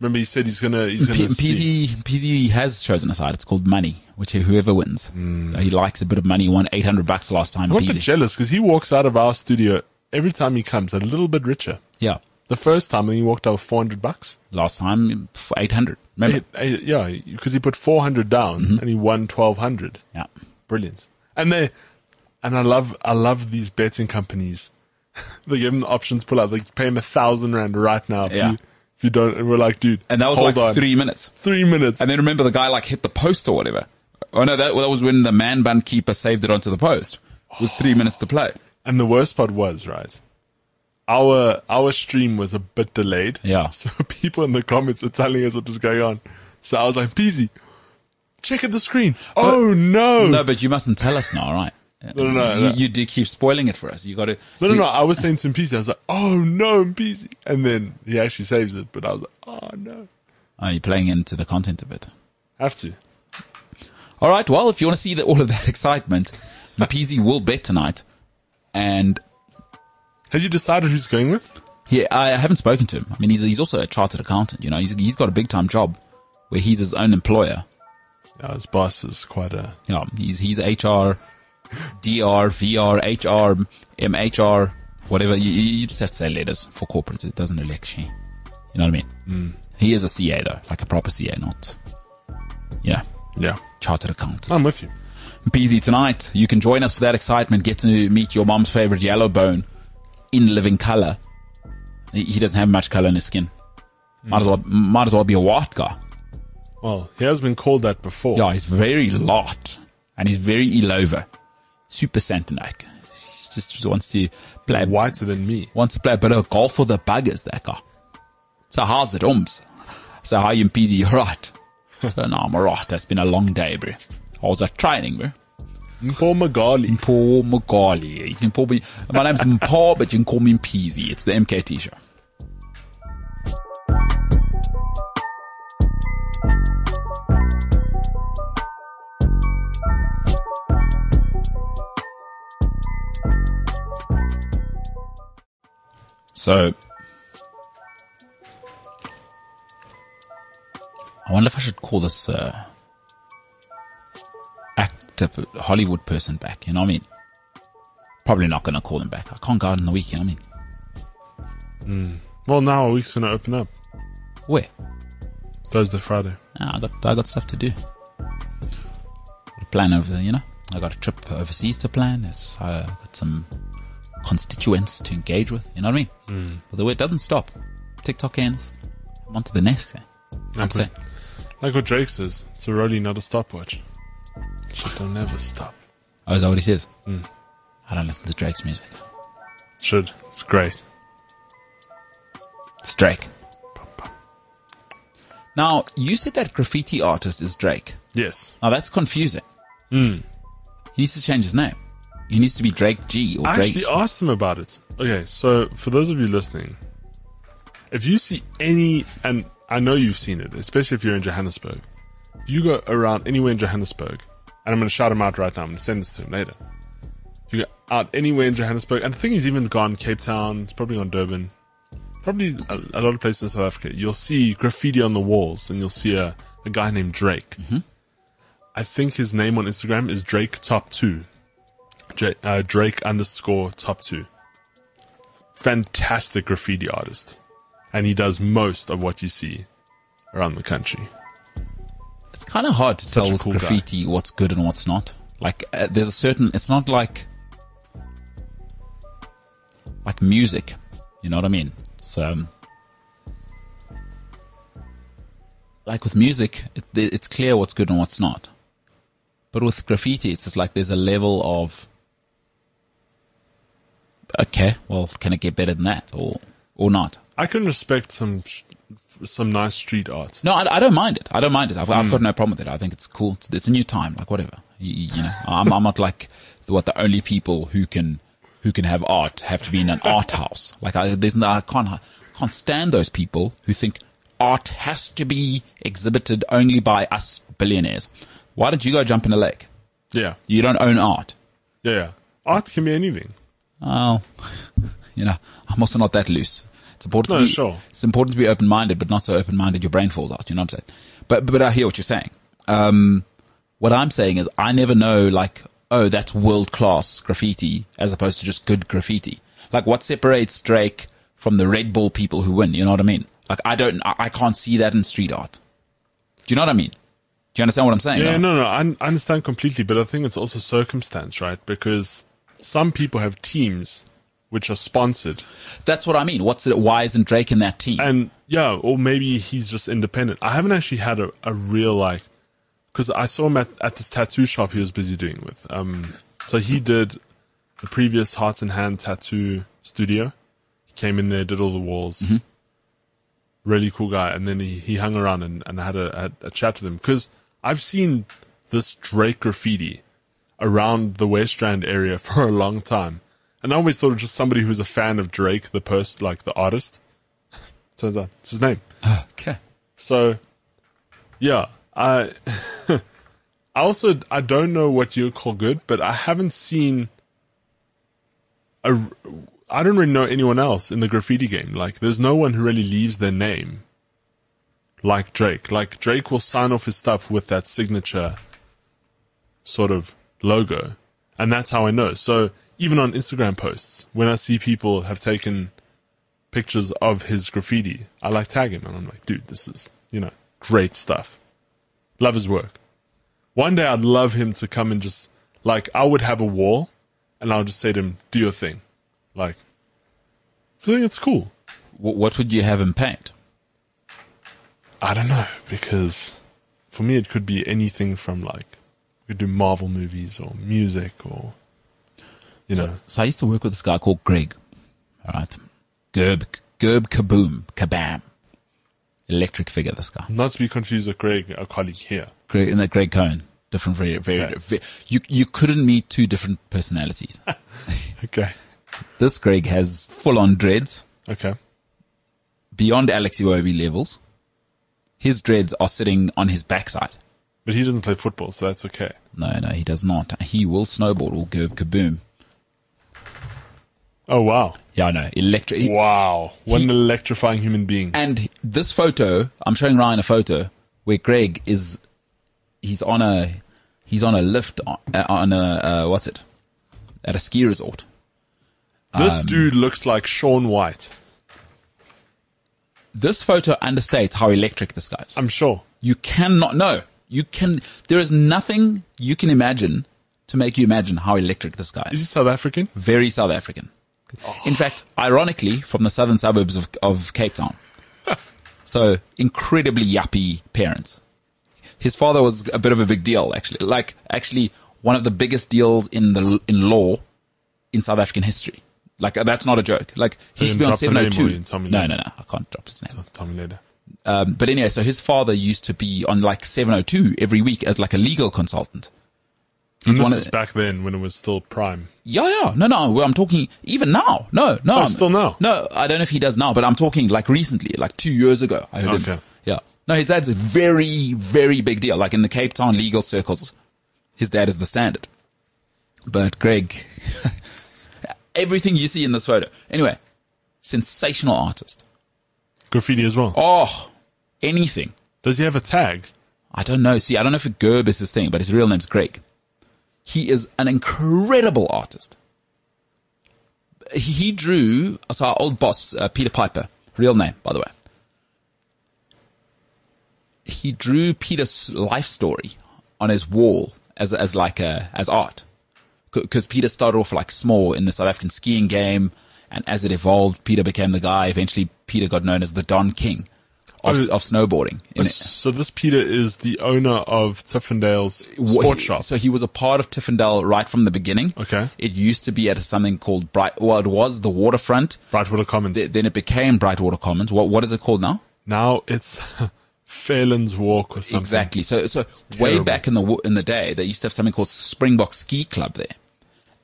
Remember, he said he's gonna, he's gonna. P- see. PZ, PZ has chosen a side. It's called money, which whoever wins. Hmm. Uh, He likes a bit of money. He won 800 bucks last time. I'm a bit PZ. jealous because he walks out of our studio every time he comes a little bit richer. Yeah. The first time, I think he walked out with 400 bucks. Last time, f- 800. Remember? It- it- yeah, because he put 400 down and he won 1200. yeah. Brilliant. And they, and I love, I love these betting companies. they give them the options, pull out, they pay him a thousand rand right now. If Yeah. You, if you don't, and we're like, dude, And that was hold like on. three minutes. three minutes. And then remember the guy like hit the post or whatever. Oh no, that, that was when the man bun keeper saved it onto the post with three minutes to play. And the worst part was, right? Our, our stream was a bit delayed. Yeah. So people in the comments are telling us what was going on. So I was like, Peasy, check at the screen. oh no. No, but you mustn't tell us now, right? no, no, you, no. you do keep spoiling it for us. You got to. No, no, no. I was saying to Mpezi, I was like, oh no, Mpezi. And then he actually saves it, but I was like, oh no. Are you playing into the content of it? Have to. All right. Well, if you want to see the, all of that excitement, Mpeezy will bet tonight. And Have you decided who's going with? he, I haven't spoken to him. I mean, he's, he's also a chartered accountant. You know, he's, he's got a big time job where he's his own employer. Yeah, his boss is quite a. You know, he's, he's HR, DR, VR, HR, MHR, whatever. You, you you just have to say letters for corporate. It doesn't elect she. You know what I mean? He is a CA though, like a proper CA, not, you know, Yeah, chartered accountant. I'm with you. Peasy tonight. You can join us for that excitement. Get to meet your mom's favorite yellow bone in living color. He he doesn't have much color in his skin. Might as well, might as well be a white guy. Well, he has been called that before. Yeah, he's very light and he's very elova. Super Santanac. He just wants to play, Whiter than me. wants to play a bit of golf for the buggers, that guy. So how's it, Ums? So how you in Peasy? You right? so no, I'm alright. That's been a long day, bro. I was at training, bro. Paul Magali. Paul Magali. You can call me, my name's Paul, but you can call me Peasy. It's the MKT show. So, I wonder if I should call this uh, actor, Hollywood person back. You know what I mean? Probably not going to call him back. I can't go out on the weekend. I mean, Well, now our week's going to open up. where? Thursday, Friday. Ah, I got I got stuff to do. Got a plan over there, you know. I got a trip overseas to plan. There's, I got some constituents to engage with. You know what I mean? Mm. Although it doesn't stop. TikTok ends. I'm on to the next thing. I'm saying. Like what Drake says, it's a rollie, not a stopwatch. Shit don't ever stop. Oh, is that what he says? I don't listen to Drake's music. Should. It's great. It's Drake. Now, you said that graffiti artist is Drake. Yes. Now Oh, that's confusing. He needs to change his name. He needs to be Drake G or I Drake. actually asked him about it. Okay, so for those of you listening, if you see any, and I know you've seen it, especially if you're in Johannesburg, if you go around anywhere in Johannesburg, and I'm going to shout him out right now, I'm going to send this to him later. If you go out anywhere in Johannesburg, and I think he's even gone Cape Town, it's probably gone Durban, probably a, a lot of places in South Africa, you'll see graffiti on the walls, and you'll see a, a guy named Drake. I think his name on Instagram is Drake Top Two. J- uh, Drake underscore top two. Fantastic graffiti artist. And he does most of what you see around the country. It's kind of hard to tell a with cool guy. graffiti what's good and what's not. Like, uh, there's a certain. It's not like like music. You know what I mean? It's um, like with music, it, it's clear what's good and what's not. But with graffiti, it's just like there's a level of okay, well, can it get better than that, or or not? I can respect some sh- some nice street art. No, I, I don't mind it. I don't mind it. I've, I've got no problem with it. I think it's cool. It's, it's a new time. Like whatever. You, you know, I'm, I'm not like the, what the only people who can who can have art have to be in an art house. Like I, there's no, I can't I can't stand those people who think art has to be exhibited only by us billionaires. Why don't you go jump in a lake? Yeah, You don't own art. yeah, yeah. Art can be anything. Oh, you know, I'm also not that loose. It's important No, to be, sure. it's important to be open minded, but not so open minded your brain falls out. You know what I'm saying? But, but I hear what you're saying. Um, what I'm saying is I never know like, oh, that's world class graffiti as opposed to just good graffiti. Like what separates Drake from the Red Bull people who win? You know what I mean? Like I don't, I, I can't see that in street art. Do you know what I mean? Do you understand what I'm saying? Yeah, though? no, no, I un- I understand completely, but I think it's also circumstance, right? Because some people have teams which are sponsored That's what I mean. What's it? Why isn't Drake in that team? and yeah, or maybe he's just independent. I haven't actually had a, a real like because I saw him at, at this tattoo shop he was busy doing with. Um, so he did the previous Hearts and Hand tattoo studio. He came in there, did all the walls. Really cool guy, and then he, he hung around and, and had a, had a chat with him because I've seen this Drake graffiti around the West Strand area for a long time, and I always thought of just somebody who's a fan of Drake, the person, like the artist. Turns out it's his name. okay. So Yeah. I I also I don't know what you call good, but I haven't seen a I don't really know anyone else in the graffiti game. Like there's no one who really leaves their name. Like Drake. Like Drake will sign off his stuff with that signature sort of logo. And that's how I know. So even on Instagram posts, when I see people have taken pictures of his graffiti, I like tag him and I'm like, dude, this is, you know, great stuff. Love his work. One day I'd love him to come and just, like, I would have a wall and I'll just say to him, do your thing. Like, I think it's cool. What, what would you have him paint? I don't know, because for me it could be anything from like, we could do Marvel movies or music or, you know. So I used to work with this guy called Greg. All right. Gerb, Gerb Kaboom, Kabam. Electric figure, this guy. Not to be confused with Greg, our colleague here. Greg, and that Greg Cohen. Different, very, very, Okay. ve- you, you couldn't meet two different personalities. Okay. this Greg has full on dreads Okay. beyond Alex Iwobi levels. His dreads are sitting on his backside. But he doesn't play football, so that's okay. No, no, he does not. He will snowboard, will Gerb Kaboom. Oh, wow. Yeah, I know. Electric. Wow. What an electrifying human being. And this photo, I'm showing Ryan a photo where Greg is, he's on a, he's on a lift on, uh, on a, uh, what's it? At a ski resort. Um, This dude looks like Sean White. This photo understates how electric this guy is. I'm sure. You cannot know. You can, there is nothing you can imagine to make you imagine how electric this guy Is is. he South African? Very South African. Oh. In fact, ironically, from the southern suburbs of, of Cape Town. So incredibly yuppie parents. His father was a bit of a big deal, actually. Like, actually, one of the biggest deals in the in law in South African history. Like, uh, that's not a joke. Like, he used to be on Drop the name or 702. you tell me No, later? no, no. I can't drop his name. Tommy later. Um, but anyway, so his father used to be on like 702 every week as like a legal consultant. And one this of is the- back then when it was still prime. Yeah, yeah. No, no. well, I'm talking even now. No, no. I'm- Oh, still now? No, I don't know if he does now, but I'm talking like recently, like two years ago. I heard him. Okay. Yeah. No, his dad's a very, very big deal. Like in the Cape Town legal circles, his dad is the standard. But Greg, everything you see in this photo. Anyway, sensational artist. Graffiti as well. Oh, anything. Does he have a tag? I don't know. See, I don't know if Gerb is his thing, but his real name's Greg. He is an incredible artist. He drew, so our old boss, uh, Peter Piper, real name, by the way. He drew Peter's life story on his wall as, as like a, as art. Because Peter started off like small in the South African skiing game. And as it evolved, Peter became the guy. Eventually, Peter got known as the Don King of, Oh, of snowboarding. in it. So this Peter is the owner of Tiffendale's sports he- shop. So he was a part of Tiffendale right from the beginning. Okay. It used to be at something called Bright. Well, it was the Waterfront. Brightwater Commons. Th- Then it became Brightwater Commons. What what is it called now? now it's Phelan's Walk or something. Exactly. So so way terrible. back in the wo- in the day, they used to have something called Springbok Ski Club there,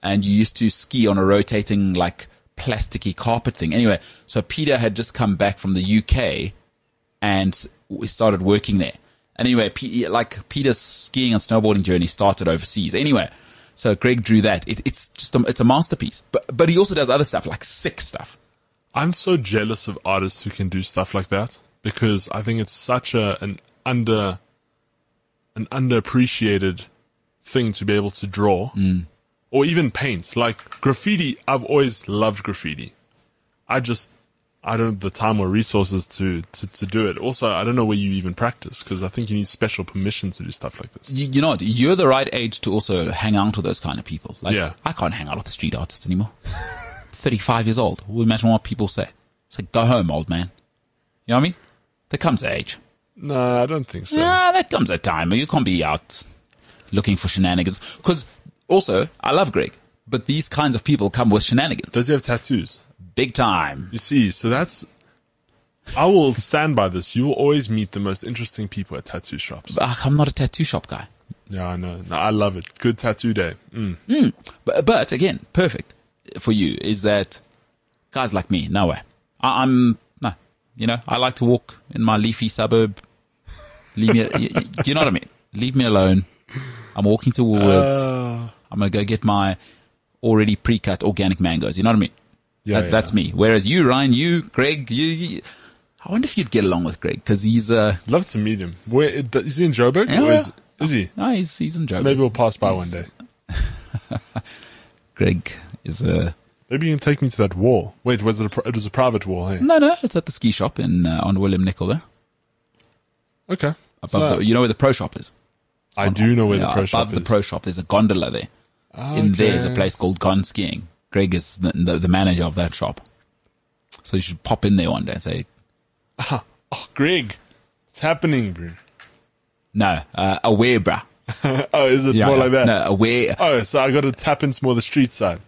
and you used to ski on a rotating like plasticky carpet thing. Anyway, so Peter had just come back from the UK, and we started working there. Anyway, P- like Peter's skiing and snowboarding journey started overseas. Anyway, so Greg drew that. It, it's just a, it's a masterpiece. But but he also does other stuff like sick stuff. I'm so jealous of artists who can do stuff like that because I think it's such a an under an underappreciated thing to be able to draw or even paint. Like graffiti, I've always loved graffiti. I just I don't have the time or resources to to, to do it. Also, I don't know where you even practice because I think you need special permission to do stuff like this. you, you know, what? you're the right age to also hang out with those kind of people. Like, Yeah. I can't hang out with street artists anymore. 35 years old. Well, imagine what people say. It's like, go home, old man. You know what I mean? There comes an age. No, I don't think so. Yeah, there comes a time where you can't be out looking for shenanigans. Cause also, I love Greg, but these kinds of people come with shenanigans. Does he have tattoos? Big time. You see, so that's. I will stand by this. You will always meet the most interesting people at tattoo shops. Ugh, I'm not a tattoo shop guy. Yeah, I know. No, I love it. Good tattoo day. Uh, Mm. But, but again, perfect for you is that guys like me, no way. I, I'm, no, you know, I like to walk in my leafy suburb Leave me. y- y- do you know what I mean? Leave me alone. I'm walking to Woolworths. Uh, I'm gonna go get my already pre-cut organic mangoes. You know what I mean? yeah, that, That's yeah. me. Whereas you, Ryan, you, Greg, you, you I wonder if you'd get along with Greg because he's uh, Love to meet him. Where is he in Joburg? Yeah. Or is, is he? no, he's he's in So Joburg. maybe we'll pass by one day. Greg is uh, Maybe you can take me to that wall. Wait, was it? A, pri- it was a private wall. Hey. no, no, it's at the ski shop in uh, on William Nicola Okay. above. So- the, you know where the pro shop is. I do know where the Yeah, pro above shop the is. pro shop, there's a gondola there. In there is a Okay. place called Gone Skiing. Greg is the, the, the manager of that shop, so you should pop in there one day and say, Oh, Greg, it's happening, Greg. "No, uh, aware, bruh." Oh, is it Yeah, more yeah. like that? No, aware, Oh, so I got to tap into more the street side.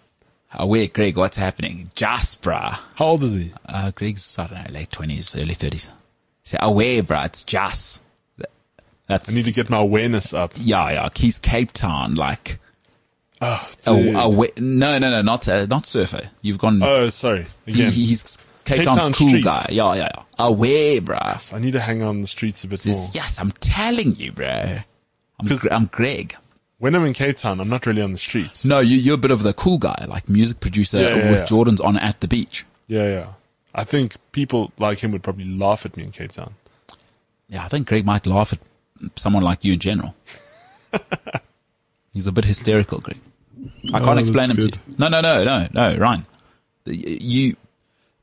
aware, Greg. What's happening? Just, bruh. How old is he? Uh, Greg's I don't know, late twenties, early thirties. Say aware, bruh. It's just. That- That's I need to get my awareness up. yeah, yeah. He's Cape Town, like. Oh, Oh, dude. aware, no, no, no, not uh, not surfer. You've gone. oh, sorry. he- Again, he's Cape, Cape Town, Town cool streets. guy. Yeah, yeah, yeah. Aware, bruh. I need to hang on the streets a bit more. It's- yes, I'm telling you, bro. I'm, 'Cause- Gre- I'm Greg. When I'm in Cape Town, I'm not really on the streets. No, you, you're a bit of the cool guy, like music producer Yeah, yeah, with yeah. Jordans on at the beach. Yeah, yeah. I think people like him would probably laugh at me in Cape Town. Yeah, I think Greg might laugh at someone like you in general. He's a bit hysterical, Greg. I can't explain him Oh, that's to you. No, no, no, no, no, Ryan. Y- You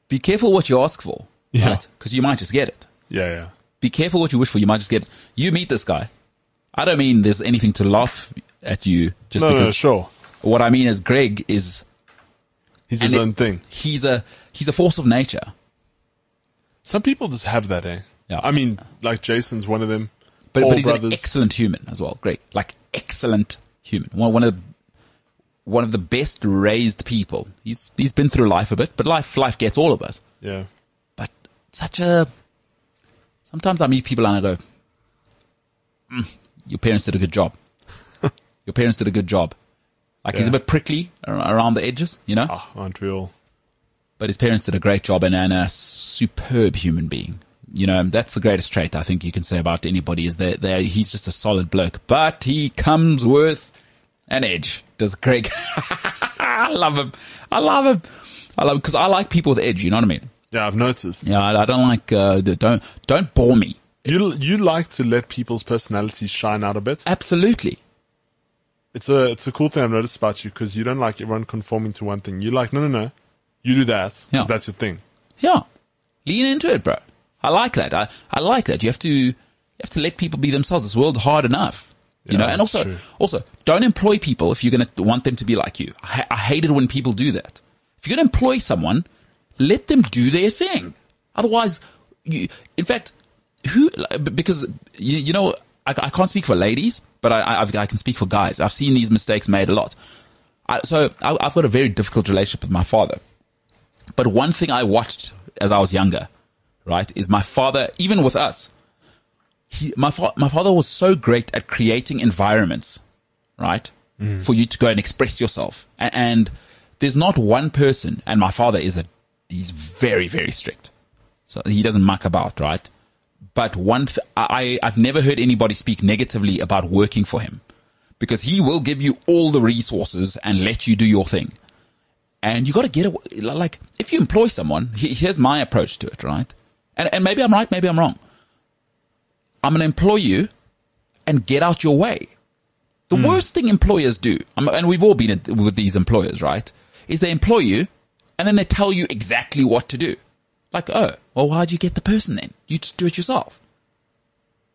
be careful what you ask for, Yeah. Because you might just get it. Yeah, yeah. Be careful what you wish for. You might just get it. You meet this guy. I don't mean there's anything to laugh at you just No, no, because. sure. What I mean is Greg is He's his And it- own thing. he's a he's a force of nature. Some people just have that, eh? Yeah. I mean, like Jason's one of them. But, All but he's an brothers. excellent human as well. Great, like excellent human. One, one of the, one of the best raised people. He's he's been through life a bit, but life life gets all of us. yeah. But such a. Sometimes I meet people and I go, mm, "Your parents did a good job. Your parents did a good job." Like he's a Yeah. bit prickly ar- around the edges, you know. Ah, aren't we all? but his parents did a great job and, and a superb human being. You know, that's the greatest trait I think you can say about anybody is that they he's just a solid bloke, but he comes with an edge. Does Greg? I love him. I love him. I love because I like people with edge. You know what I mean? Yeah, I've noticed. Yeah, I, I don't like uh, the- don't don't bore me. You you like to let people's personalities shine out a bit. Absolutely. It's a it's a cool thing I've noticed about you because you don't like everyone conforming to one thing. You're like, no, no, no, you do that 'cause Yeah. that's your thing. Yeah, lean into it, bro. I like that. I, I like that. You have to you have to let people be themselves. This world's hard enough, you Yeah, know. And that's also, true. also don't employ people if you're going to want them to be like you. I, ha- I hate it when people do that. If you're going to employ someone, let them do their thing. Otherwise, you, in fact, who like, b- because you, you know I, I can't speak for ladies, but I, I I've- I can speak for guys. I've seen these mistakes made a lot. I, so I, I've got a very difficult relationship with my father. But one thing I watched as I was younger, right, is my father, even with us, he, my, fa- my father was so great at creating environments, right, for you to go and express yourself. And, and there's not one person, and my father is a, he's very, very strict. So he doesn't muck about, right? But one, th- I, I- I've never heard anybody speak negatively about working for him because he will give you all the resources and let you do your thing and you got to get away. Like, if you employ someone, he- here's my approach to it, right? And, and maybe I'm right, maybe I'm wrong. I'm going to employ you and get out your way. The worst thing employers do, um, and we've all been at- with these employers, right? Is they employ you and then they tell you exactly what to do. Like, oh, well, why'd you get the person then? You just do it yourself.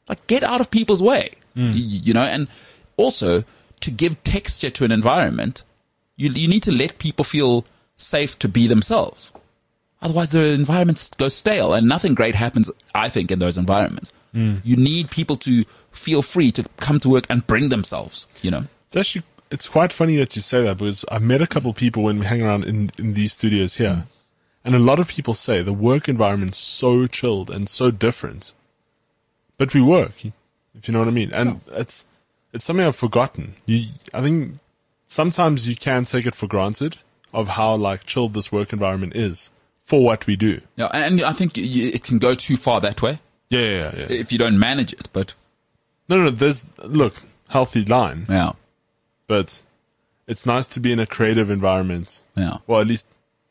Like, get out of people's way, Y- you, know, and also to give texture to an environment, you, you need to let people feel safe to be themselves. Otherwise, the environments go stale and nothing great happens, I think, in those environments. You need people to feel free to come to work and bring themselves, you know? It's actually it's quite funny that you say that because I've met a couple people when we hang around in in these studios here, and a lot of people say the work environment's so chilled and so different, but we work, if you know what I mean. And it's it's something I've forgotten. You, I think sometimes you can take it for granted of how like chilled this work environment is for what we do. Yeah, and I think y- y- it can go too far that way. Yeah, yeah, yeah. if you don't manage it. But No, no, there's, look, healthy line, yeah, but it's nice to be in a creative environment. yeah. Well, at least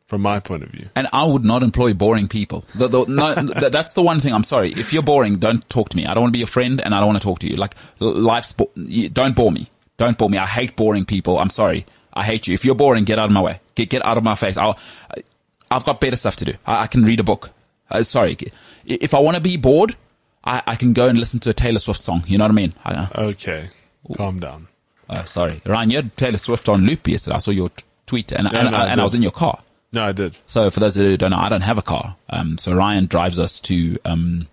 from my point of view. And I would not employ boring people. The, the, no, th- that's the one thing. I'm sorry. If you're boring, don't talk to me. I don't want to be your friend, and I don't want to talk to you. Like l- life's, bo- you- don't bore me. Don't bore me. I hate boring people. I'm sorry. I hate you. If you're boring, get out of my way. Get get out of my face. I'll, I- I've got better stuff to do. I, I can read a book. Uh, sorry. I- If I want to be bored, I, I can go and listen to a Taylor Swift song. You know what I mean? I, Okay, calm down. uh, sorry, Ryan. You had Taylor Swift on loop yesterday. I saw your t- tweet, and and, no, I and I did. was in your car. No, I did. So for those who don't know, I don't have a car. Um, so Ryan drives us to, um,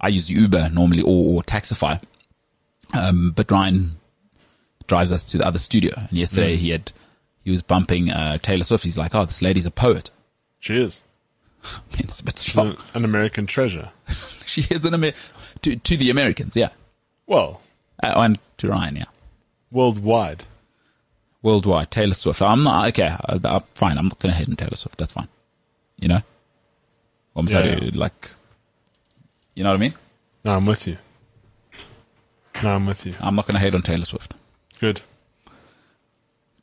I use Uber normally or, or Taxify. Um, but Ryan drives us to the other studio. And yesterday he had, he was bumping, uh, Taylor Swift. He's like, oh, this lady's a poet. She is it's a bit strong. an, an American treasure. She is an Amer- to, to the Americans. Yeah. Well, Uh, and to Ryan. Yeah. worldwide. Worldwide. Taylor Swift. I'm not, okay. I, I, fine. I'm not going to hate on Taylor Swift. That's fine. You know? I'm Yeah. sorry. Like, you know what I mean? No, I'm with you. No, I'm with you. I'm not going to hate on Taylor Swift. Good.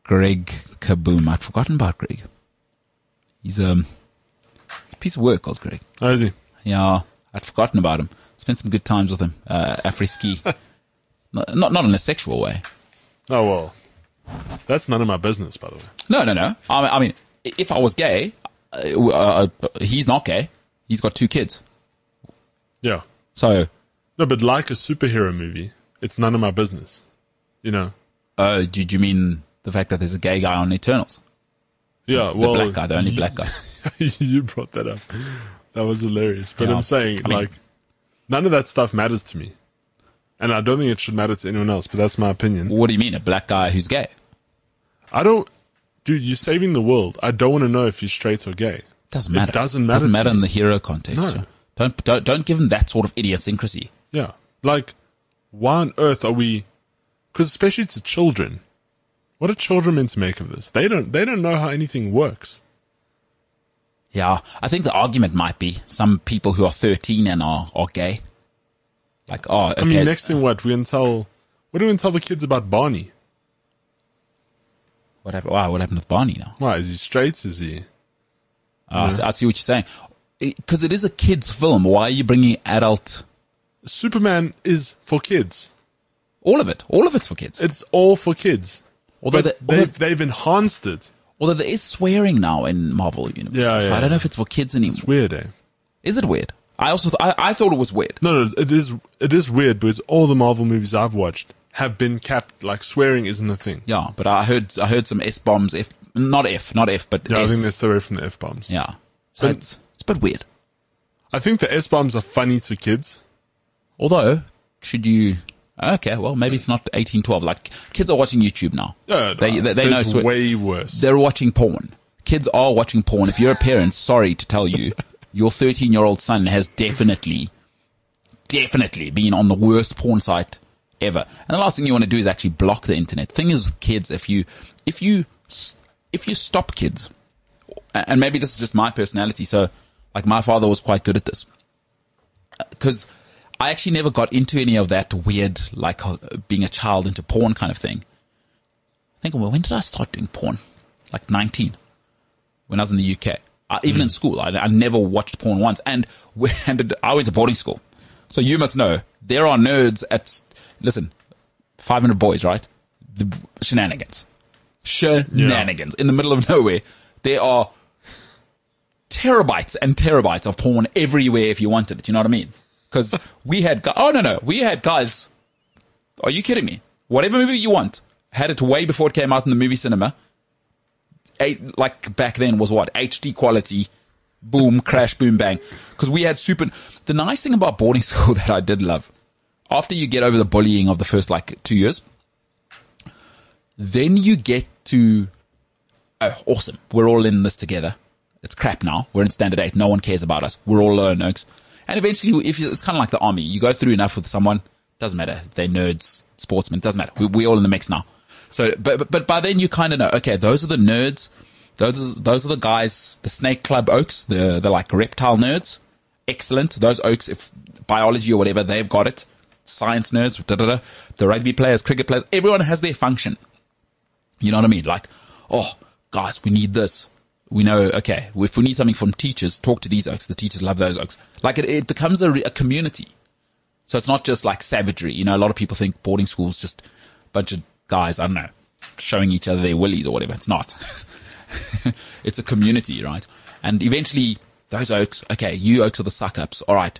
Greg Kaboom. I'd forgotten about Greg. He's um, a piece of work called Greg. How is he? Yeah, I'd forgotten about him. Spent some good times with him. Uh, Afri-ski. not, not not in a sexual way. Oh, well. That's none of my business, by the way. No, no, no. I, mean- I mean, i- if I was gay, uh, uh, he's not gay. He's got two kids. Yeah. So, No, but like a superhero movie, it's none of my business. You know? uh, do, do you mean the fact that there's a gay guy on Eternals? Yeah, The well. black guy, the only black guy. you brought that up. That was hilarious. But Yeah. I'm saying, I mean- like, none of that stuff matters to me. And I don't think it should matter to anyone else, but that's my opinion. What do you mean, a black guy who's gay? I don't. Dude, you're saving the world. I don't want to know if he's straight or gay. Doesn't It matter. doesn't matter to in the hero context. No. yeah. Don't, don't don't give him that sort of idiosyncrasy. Yeah. Like, why on earth are we? Because especially to children, what are children meant to make of this? They don't. They don't know how anything works. Yeah, I think the argument might be some people who are 13 and are, are gay. Like, oh, okay. I mean, next thing, what we gonna tell? What do we gonna tell the kids about Barney? what happened? Wow, what happened with Barney now? Why is he straight? Is he? Ah, I see- I, see what you're saying. Because it is a kids' film. Why are you bringing adult? Superman is for kids. All of it. All of it's for kids. It's all for kids. although, but the, although, they've they've enhanced it. although there is swearing now in Marvel Universe. Yeah, so yeah. I don't know if it's for kids anymore. It's weird, eh? Is it weird? I also th- I, I thought it was weird. No, no, it is. It is weird because all the Marvel movies I've watched have been capped. Like swearing isn't a thing. Yeah, but I heard I heard some S bombs. F not F, not F, but Yeah, I S. think they stay away from the f bombs. Yeah. So But- it's, it's a bit weird. I think the S bombs are funny to kids. Although, should you. Okay, well, maybe it's not 1812. Like, kids are watching YouTube now. Yeah, they, they, they know. there's swe- way worse. they're watching porn. Kids are watching porn. If you're a parent, sorry to tell you, your 13 year old son has definitely, definitely been on the worst porn site ever. And the last thing you want to do is actually block the internet. Thing is with kids, if you, if you, s- if you stop kids, a- and maybe this is just my personality. So like my father was quite good at this because I actually never got into any of that weird, like uh, being a child into porn kind of thing. I think, well, when did I start doing porn? Like 19, when I was in the UK. I, even in school, I, I never watched porn once. And, we, and I went to boarding school. So you must know, there are nerds at, listen, 500 boys, right? The shenanigans. Shenanigans. In the middle of nowhere, there are terabytes and terabytes of porn everywhere if you wanted it. You know what I mean? Because we had, gu- oh no, no, we had guys. Are you kidding me? Whatever movie you want, had it way before it came out in the movie cinema. Eight, like back then was what? HD quality, boom, crash, boom, bang. Because we had super. The nice thing about boarding school that I did love, after you get over the bullying of the first like two years, then you get to oh, awesome. We're all in this together. It's crap now. We're in standard eight. No one cares about us. We're all lower nerds. And eventually, if you, it's kind of like the army, you go through enough with someone, doesn't matter. if They're nerds, sportsmen, doesn't matter. We, we're all in the mix now. So, but, but, but by then you kind of know, okay, those are the nerds. Those, are- those are the guys, the snake club oaks, the, the like reptile nerds. excellent. Those Oaks, if biology or whatever, they've got it. Science nerds, da da da. The rugby players, cricket players, everyone has their function. You know what I mean? Like, oh, guys, we need this. We know, okay, if we need something from teachers, talk to these oaks. The teachers love those oaks. Like, it, it becomes a, re- a community. So it's not just like savagery. You know, a lot of people think boarding school's just a bunch of guys, I don't know, showing each other their willies or whatever. It's not. it's a community, right? And eventually, those oaks, okay, you oaks are the suck ups. All right.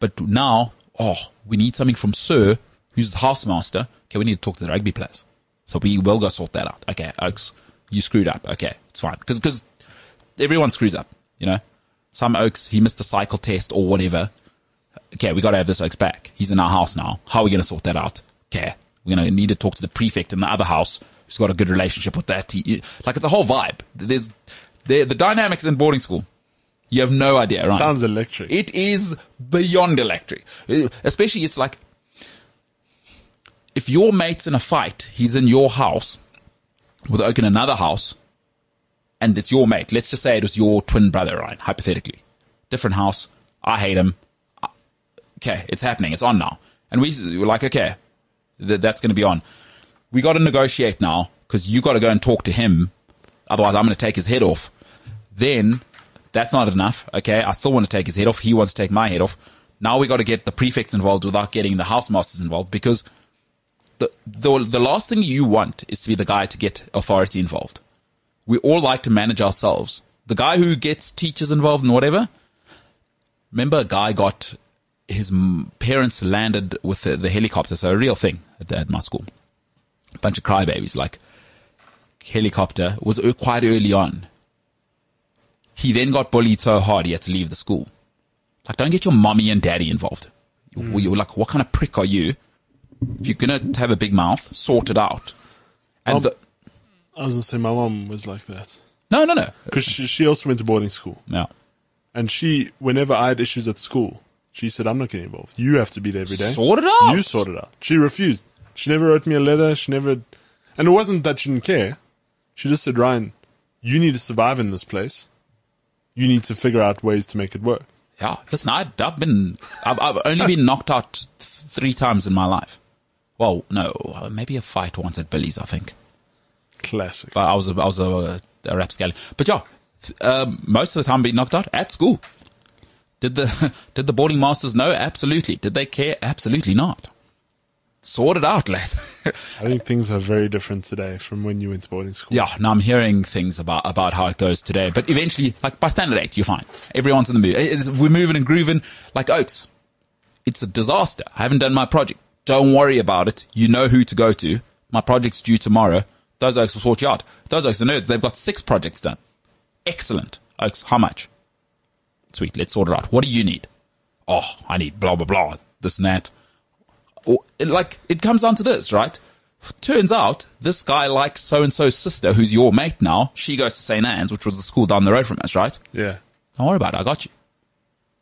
But now, oh, we need something from Sir, who's the housemaster. Okay, we need to talk to the rugby players. So we will go sort that out. Okay, oaks, you screwed up. Okay, it's fine. Cause, cause everyone screws up, you know? Some oaks, he missed a cycle test or whatever. Okay, we gotta have this oaks back. He's in our house now. How are we gonna sort that out? Okay, we're gonna need to talk to the prefect in the other house who's got a good relationship with that. He, like it's a whole vibe. There's, there, the dynamics in boarding school. You have no idea, right? Sounds electric. It is beyond electric. Uh, Especially, it's like if your mate's in a fight, he's in your house with Oak in another house, and it's your mate. Let's just say it was your twin brother, right? Hypothetically, different house. I hate him. I- Okay, it's happening. It's on now, and we s- we're like, okay, th- that's going to be on. We got to negotiate now because you got to go and talk to him. Otherwise, I'm going to take his head off. Then that's not enough. Okay. I still want to take his head off. He wants to take my head off. Now we got to get the prefects involved without getting the housemasters involved because the, the, the last thing you want is to be the guy to get authority involved. We all like to manage ourselves. The guy who gets teachers involved and whatever. Remember a guy got his m- parents landed with the, the helicopter. So a real thing at, at my school. A bunch of crybabies like helicopter was e- quite early on. He then got bullied so hard he had to leave the school. Like, don't get your mommy and daddy involved. You- You're like, what kind of prick are you? If you're gonna have a big mouth, sort it out. And Um, the, I was gonna say my mom was like that no, no, no, because she, she also went to boarding school, no. and she whenever I had issues at school, she said, "I'm not getting involved. You have to be there every day. Sort it out." You sort it out." She refused. She never wrote me a letter. She never, and it wasn't that she didn't care. She just said, "Ryan, you need to survive in this place. You need to figure out ways to make it work." Yeah, listen, I, I've been, I've, I've only been knocked out th- three times in my life. Well, no, maybe a fight once at Billy's, I think. Classic. But I was a, I was a, a rapscallion. But yeah, th- um, most of the time being knocked out at school. Did the did the boarding masters know? Absolutely. Did they care? Absolutely not. Sort it out, lad. I think things are very different today from when you went to boarding school. yeah. Now I'm hearing things about about how it goes today, but eventually, like by standard eight, you're fine. Everyone's in the mood. It- it's- we're moving and grooving like oaks. It's a disaster. I haven't done my project. Don't worry about it. You know who to go to. My project's due tomorrow. Those oaks will sort you out. Those oaks are nerds. They've got six projects done. Excellent. Oaks, how much? Sweet. Let's sort it out. What do you need? Oh, I need blah, blah, blah. This and that. Or, it- like, it comes down to this, right? Turns out this guy likes so and so's sister, who's your mate now. She goes to St. Anne's, which was the school down the road from us, right? Yeah. Don't worry about it. I got you.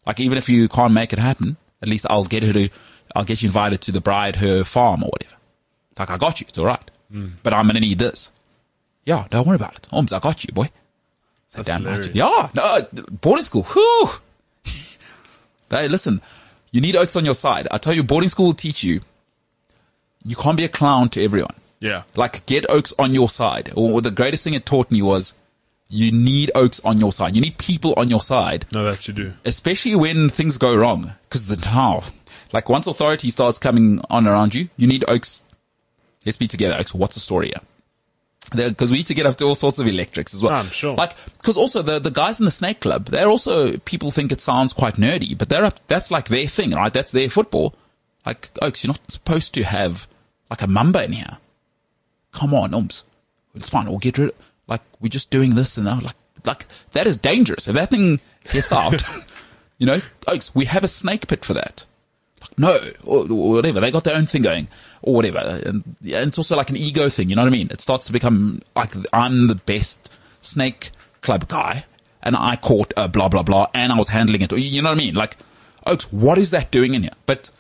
Like, even if you can't make it happen, at least I'll get her to, I'll get you invited to the bride, her farm or whatever. Like, I got you. It's all right. Hmm. But I'm going to need this. Yeah, don't worry about it. Holmes, I got you, boy. That's Damn right. hilarious. Yeah. No, uh, boarding school. Whew. hey, listen, you need oaks on your side. I tell you, boarding school will teach you. You can't be a clown to everyone. Yeah. Like, get oaks on your side. Or the greatest thing it taught me was you need oaks on your side. You need people on your side No, that you do. especially when things go wrong, because the now, like once authority starts coming on around you, you need Oaks. Let's be together, Oaks. What's the story here? Because we used to get up to all sorts of electrics as well. I'm sure. Like, because also the the guys in the Snake Club, they're also people think it sounds quite nerdy, but they're up. That's like their thing, right? That's their football. Like Oaks, you're not supposed to have like a mamba in here. Come on, Ooms. It's fine. We'll get rid. Like we're just doing this and that. Like like that is dangerous. If that thing gets out, you know, Oaks, we have a snake pit for that. Like, no, or, or whatever. They got their own thing going, or whatever. And, yeah, and it's also like an ego thing. You know what I mean? It starts to become like I'm the best snake club guy, and I caught a blah blah blah, and I was handling it. Or, you know what I mean? Like, Oaks, what is that doing in here? But,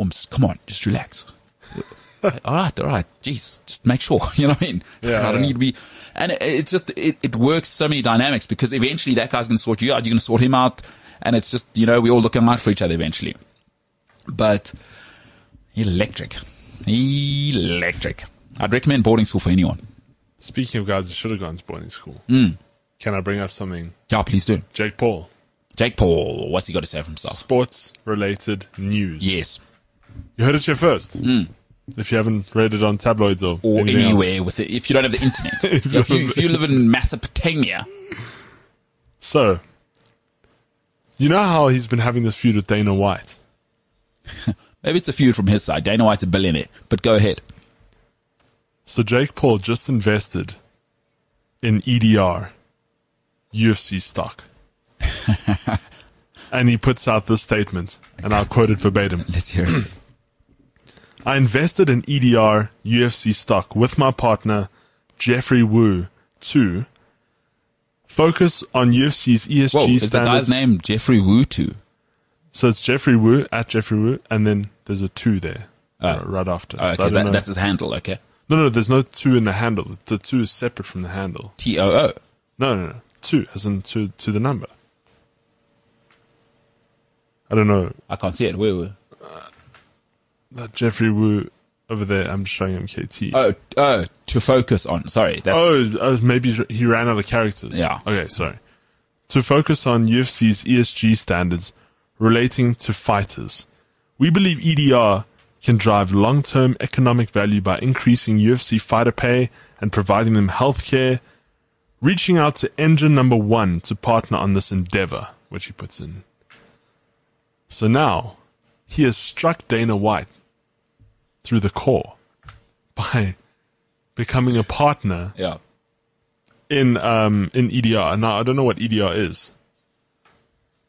Ooms, come on, just relax. all right, all right. Jeez, just make sure. You know what I mean? Yeah, I don't yeah. need to be. And it, it's just it, it works so many dynamics because eventually that guy's going to sort you out. You're going to sort him out, And it's just, you know, we all looking out for each other eventually. But electric. Electric. I'd recommend boarding school for anyone. Speaking of guys that should have gone to boarding school, Hmm. can I bring up something? Yeah, please do. Jake Paul, Jake Paul, what's he got to say for himself? sports related news. Yes. You heard it here first. If you haven't read it on tabloids or, Hmm. Or anything else. anywhere with it. If you don't have the internet. if, you, if you live in Mesopotamia. So, you know how he's been having this feud with Dana White? Maybe it's a feud from his side. Dana White's a billionaire. But go ahead. So Jake Paul just invested in E EDR UFC stock. and he puts out this statement, and I'll quote it verbatim. Let's hear it. I invested in E EDR UFC stock with my partner, Jeffrey Wu, to focus on UFC's ESG Whoa, is E standards. the guy's name Jeffrey Wu too? So it's Jeffrey Wu at Jeffrey Wu, and then there's a two there uh, right after. Oh, So I okay, don't that, know. that's his handle, okay. no, no, there's no two in the handle. The two is separate from the handle. T O O. No, no, no. Two, as in to to the number. I don't know. I can't see it. Where were? That Jeffrey Wu over there, I'm showing him KT. Oh, oh, to focus on. Sorry, that's oh, oh, maybe he ran out of characters. Yeah. Okay, sorry. To focus on UFC's ESG E standards relating to fighters, we believe EDR can drive long-term economic value by increasing UFC fighter pay and providing them health care, reaching out to engine number one to partner on this endeavor, which he puts in. So now, he has struck Dana White through the core by becoming a partner yeah. in um in EDR. Now I don't know what EDR is,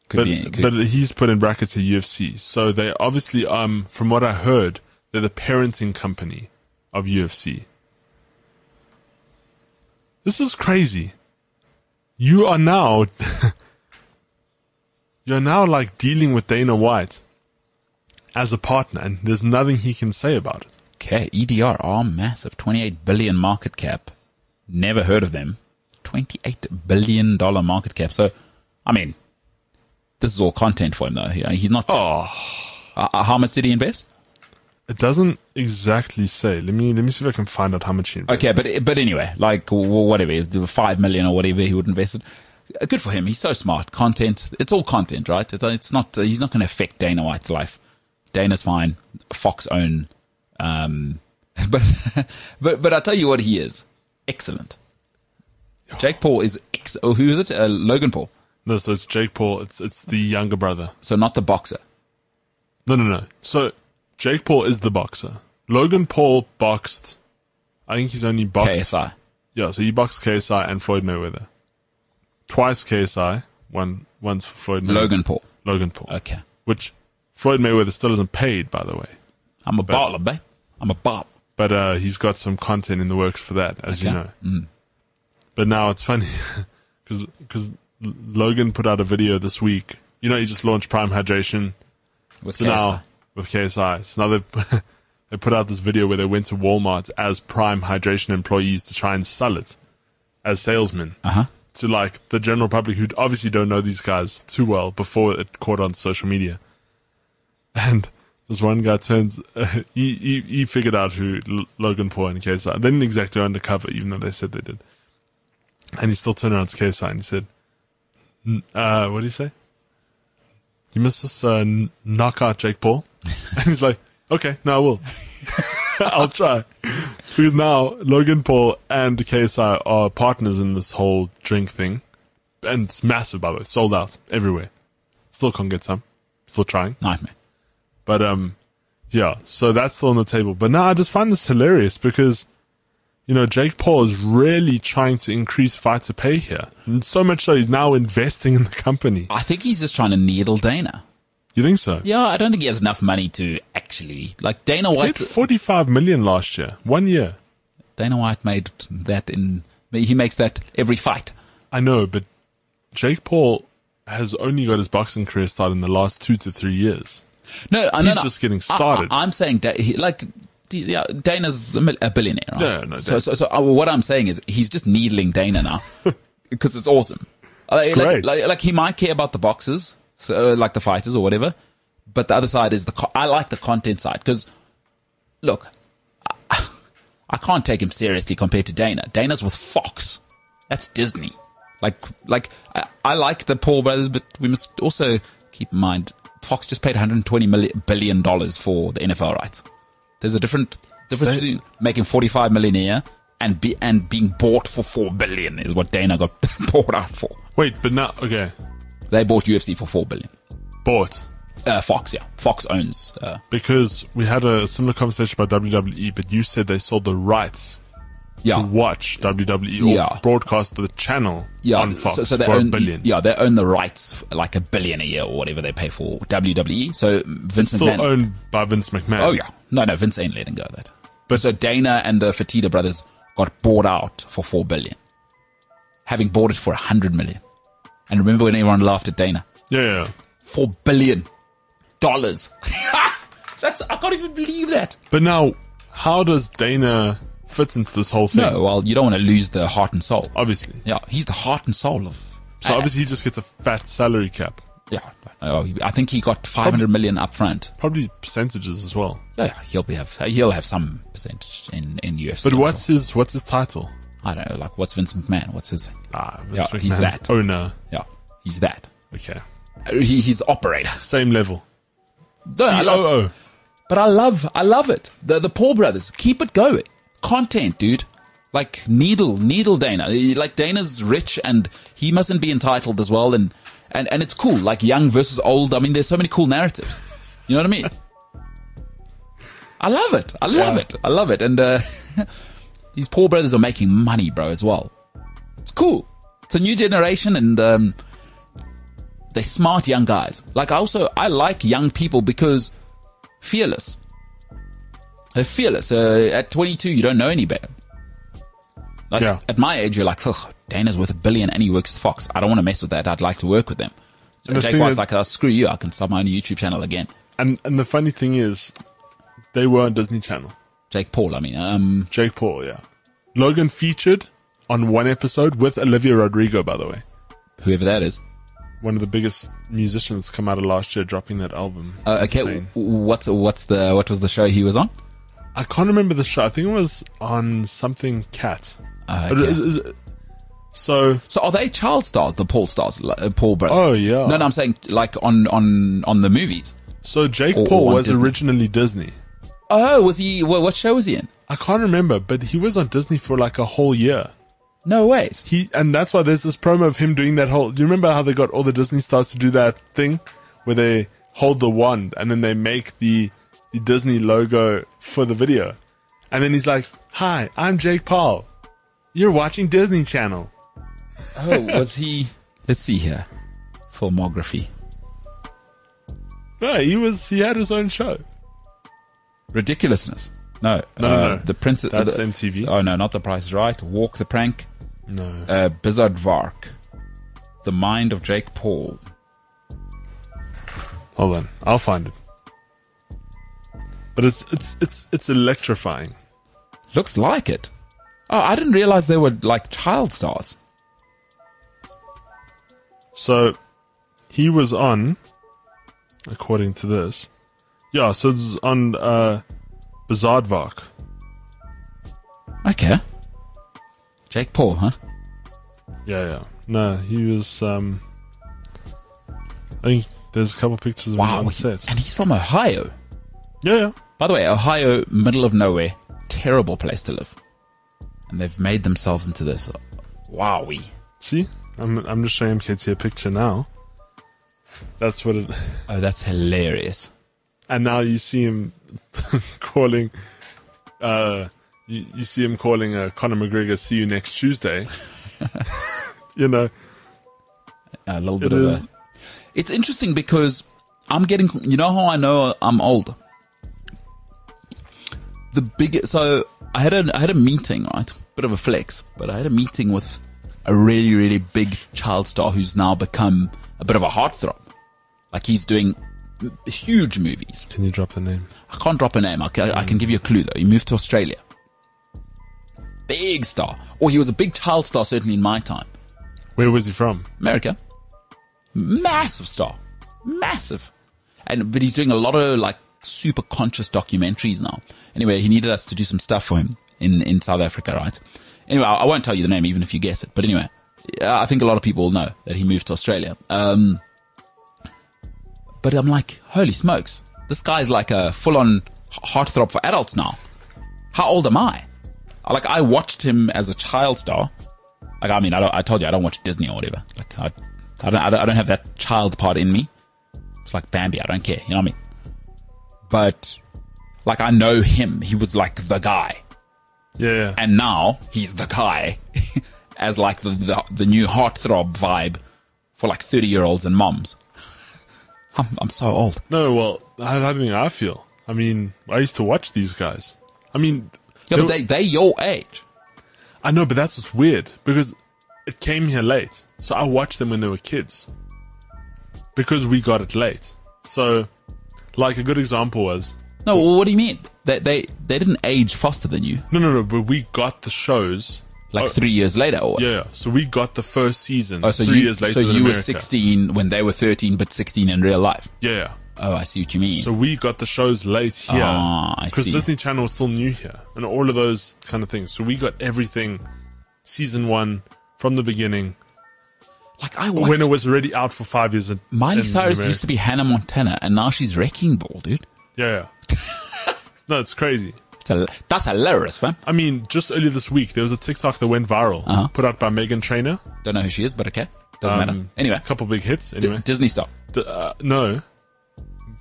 Could but be. Could, but he's put in brackets to UFC. So they obviously um from what I heard, they're the parenting company of UFC. This is crazy. You are now you're now like dealing with Dana White as a partner and there's nothing he can say about it. okay, EDR are massive. Twenty-eight billion market cap. Never heard of them. Twenty-eight billion dollar market cap. So, I mean, this is all content for him though. Yeah, he's not. Oh, Uh, uh, how much did he invest? it doesn't exactly say. Let me let me see if I can find out how much he invested. Okay, but but anyway, like w- w- whatever, the five million or whatever he would invest. in. Uh, Good for him. He's so smart. Content. It's all content, right? It's, it's not. uh, He's not going to affect Dana White's life. Dana's fine. Fox own. Um, but but but I tell you what, he is excellent. Jake Paul is ex. Oh, who is it? Uh, Logan Paul. No, so it's Jake Paul. It's it's the younger brother. So not the boxer. No, no, no. So Jake Paul is the boxer. Logan Paul boxed. I think he's only boxed. KSI. Yeah, so he boxed KSI and Floyd Mayweather. Twice KSI, one once for Floyd. Mayweather. Logan Uh, Paul. Logan Paul. Okay. Which Floyd Mayweather still isn't paid, by the way. I'm a But- baller, babe. I'm a bot. But uh, he's got some content in the works for that, as you Okay. Mm. know. But now it's funny because Logan put out a video this week. You know, he just launched Prime Hydration. With So KSI. now with KSI, so now they they put out this video where they went to Walmart as Prime hydration employees to try and sell it as salesmen Uh huh. to like the general public who obviously don't know these guys too well before it caught on social media. And this one guy turns, he, he he figured out who L- Logan Paul and KSI. They didn't exactly go undercover, even though they said they did. And he still turned around to KSI and he said, "N- uh, "What did he say? You must just uh, n- knock out Jake Paul." and he's like, "Okay, no, I will. I'll try." Because now Logan Paul and KSI are partners in this whole drink thing. And it's massive, by the way. Sold out everywhere. Still can't get some. Still trying. Nightmare. But, um, yeah, so that's still on the table. But now I just find this hilarious because, you know, Jake Paul is really trying to increase fighter pay here. And so much so he's now investing in the company. I think he's just trying to needle Dana. You think so? Yeah, I don't think he has enough money to actually like Dana He had White. 45 million last year. One year. Dana White made that in. He makes that every fight. I know, but Jake Paul has only got his boxing career started in the last two to three years. No, I- no, He's no. just getting started. I, am saying da- he, like d- yeah, Dana's a mil- a billionaire. Right? No, no, So, Dana- so, so uh, what I'm saying is he's just needling Dana now because it's awesome. Uh, Like, great. Like, like, like he might care about the boxers. so uh, like the fighters or whatever. But the other side is the co- I like the content side because look, I, I can't take him seriously compared to Dana. Dana's with Fox, that's Disney. Like like I, I like the Paul brothers, but we must also keep in mind Fox just paid 120 million, billion dollars for the NFL rights. There's a different difference So- between making 45 million a year and be and being bought for four billion is what Dana got bought out for. Wait, but now, okay. They bought UFC for four billion. Bought. Uh, Fox, yeah, Fox owns. Uh, Because we had a similar conversation about WWE, but you said they sold the rights yeah, to watch WWE or Yeah. broadcast the channel yeah. on Fox so, so they for own, a billion. Yeah, they own the rights f- like a billion a year or whatever they pay for WWE. So Vince Still McMahon. owned by Vince McMahon. oh yeah, no, no, Vince ain't letting go of that. But But- so Dana and the Fatida brothers got bought out for four billion, having bought it for a hundred million. And remember when everyone laughed at Dana? Yeah, yeah. Four billion dollars. That's I can't even believe that. But now, how does Dana fit into this whole thing? No, well, you don't want to lose the heart and soul. Obviously. Yeah, he's the heart and soul of. So obviously he just gets a fat salary cap. Yeah, oh, I think he got five hundred million up front. Probably percentages as well. Yeah, yeah, he'll be have he'll have some percentage in in UFC. But I'm what's sure. his, what's his title? I don't know, like what's Vince McMahon? What's his? Ah, Yeah, Vince he's McMahon's that. owner. Yeah, he's that. Okay. Uh, He, he's operator. oh, Same level. Oh, No, I love- COO. but I love I love it. The the Paul brothers keep it going. Content, dude. Like needle needle Dana. He- Like Dana's rich and he mustn't be entitled as well. And and and it's cool. Like young versus old. I mean, there's so many cool narratives. You know what I mean? I love it. I love Yeah. it. I love it. And uh, these Paul brothers are making money, bro, as well. It's cool. It's a new generation, and um, they're smart young guys. Like I also I like young people because fearless. They're fearless. Uh, at 22, you don't know any better. Like Yeah. at my age, you're like, oh, Dana's worth a billion and he works at Fox. I don't want to mess with that. I'd like to work with them. the Jake thing White's is- like, oh, screw you. I can start my own YouTube channel again. And, and the funny thing is, they were on Disney Channel. Jake Paul, I mean, um, Jake Paul, yeah. Logan featured on one episode with Olivia Rodrigo, by the way. whoever that is. One of the biggest musicians come out of last year dropping that album. Uh, okay. Insane. w- What's, what's the, what was the show he was on? I can't remember the show. I think it was on something cat. Uh, But okay. is- is- So So are they child stars, the Paul stars, li- uh, Paul brothers? Oh, yeah. No, no, I'm saying like on, on, on the movies. so Jake Or- Paul or on was Disney. originally Disney. Oh, was he, wha- what show was he in? I can't remember, but he was on Disney for like a whole year. No ways. He and that's why there's this promo of him doing that whole. Do you remember how they got all the Disney stars to do that thing where they hold the wand and then they make the the Disney logo for the video, and then he's like, "Hi, I'm Jake Paul. You're watching Disney Channel." Oh, was he? Let's see here. Filmography. No, he was. He had his own show. Ridiculousness. No, uh, No, no, no. The Princess. That's the- MTV. Oh no, not The Price is Right. Walk the Prank. No, Uh, Bizard Vark. The Mind of Jake Paul. hold on, I'll find it. But it's it's it's it's electrifying. Looks like it. Oh, I didn't realize they were like child stars. So he was on, according to this, yeah. So it's on uh, Bizardvark. Okay. Jake Paul, huh? Yeah, yeah. No, he was. um I think there's a couple pictures of him Wow. on set. And he's from Ohio. Yeah, yeah. By the way, Ohio, middle of nowhere, terrible place to live. And they've made themselves into this. Wowie. See, I'm I'm just showing MKT a picture now. That's what it. Oh, that's hilarious. and now you see him calling uh you, you see him calling uh, Conor McGregor see you next Tuesday you know a little bit It of is. a. It's interesting because I'm getting. You know how I know I'm old. The big so I had a I had a meeting right, bit of a flex, but I had a meeting with a really really big child star who's now become a bit of a heartthrob. Like he's doing huge movies. can you drop the name I can't drop a name. I can, I can give you a clue though. He moved to Australia. Big star, or he was a big child star certainly in my time. where was he from America. Massive star. Massive. And, but he's doing a lot of like super conscious documentaries now. Anyway, he needed us to do some stuff for him in, in South Africa, right? Anyway, I, I won't tell you the name even if you guess it, but anyway, I think a lot of people know that he moved to Australia. Um, but I'm like, holy smokes. This guy's like a full on heartthrob for adults now. How old am I? Like, I watched him as a child star. Like, I mean, I, don't, I told you I don't watch Disney or whatever. Like, I, I, don't, I don't, I don't have that child part in me. It's like Bambi. I don't care. You know what I mean? But, like, I know him. He was like the guy. Yeah. And now he's the guy as like the, the, the new heartthrob vibe for like 30 year olds and moms. I'm, I'm so old. No, well, I, I think I feel. I mean, I used to watch these guys. I mean, Yeah, they but were- they, they're your age. I know, but that's just weird because it came here late. So I watched them when they were kids because we got it late. So, like, a good example was No, well, what do you mean? They, they, they didn't age faster than you, no, no, no, but we got the shows. like Oh. three years later or what? Yeah, yeah. So we got the first season Oh, so three you, years later so than you were America. 16 when they were 13, but 16 in real life. Yeah, yeah. Oh, I see what you mean. So we got the shows late here Ah, I because see. Disney Channel was still new here and all of those kind of things. So we got everything season one from the beginning like I watched when it was already out for five years. In, Miley in Cyrus America. used to be Hannah Montana, and now she's Wrecking Ball, dude. Yeah, yeah. no, it's crazy. It's a, that's hilarious, fam. I mean, just earlier this week, there was a TikTok that went viral, Uh-huh. put out by Megan Trainer. Don't know who she is, but okay, doesn't matter. Anyway, a couple big hits. D- Anyway, Disney stuff. D- uh, no.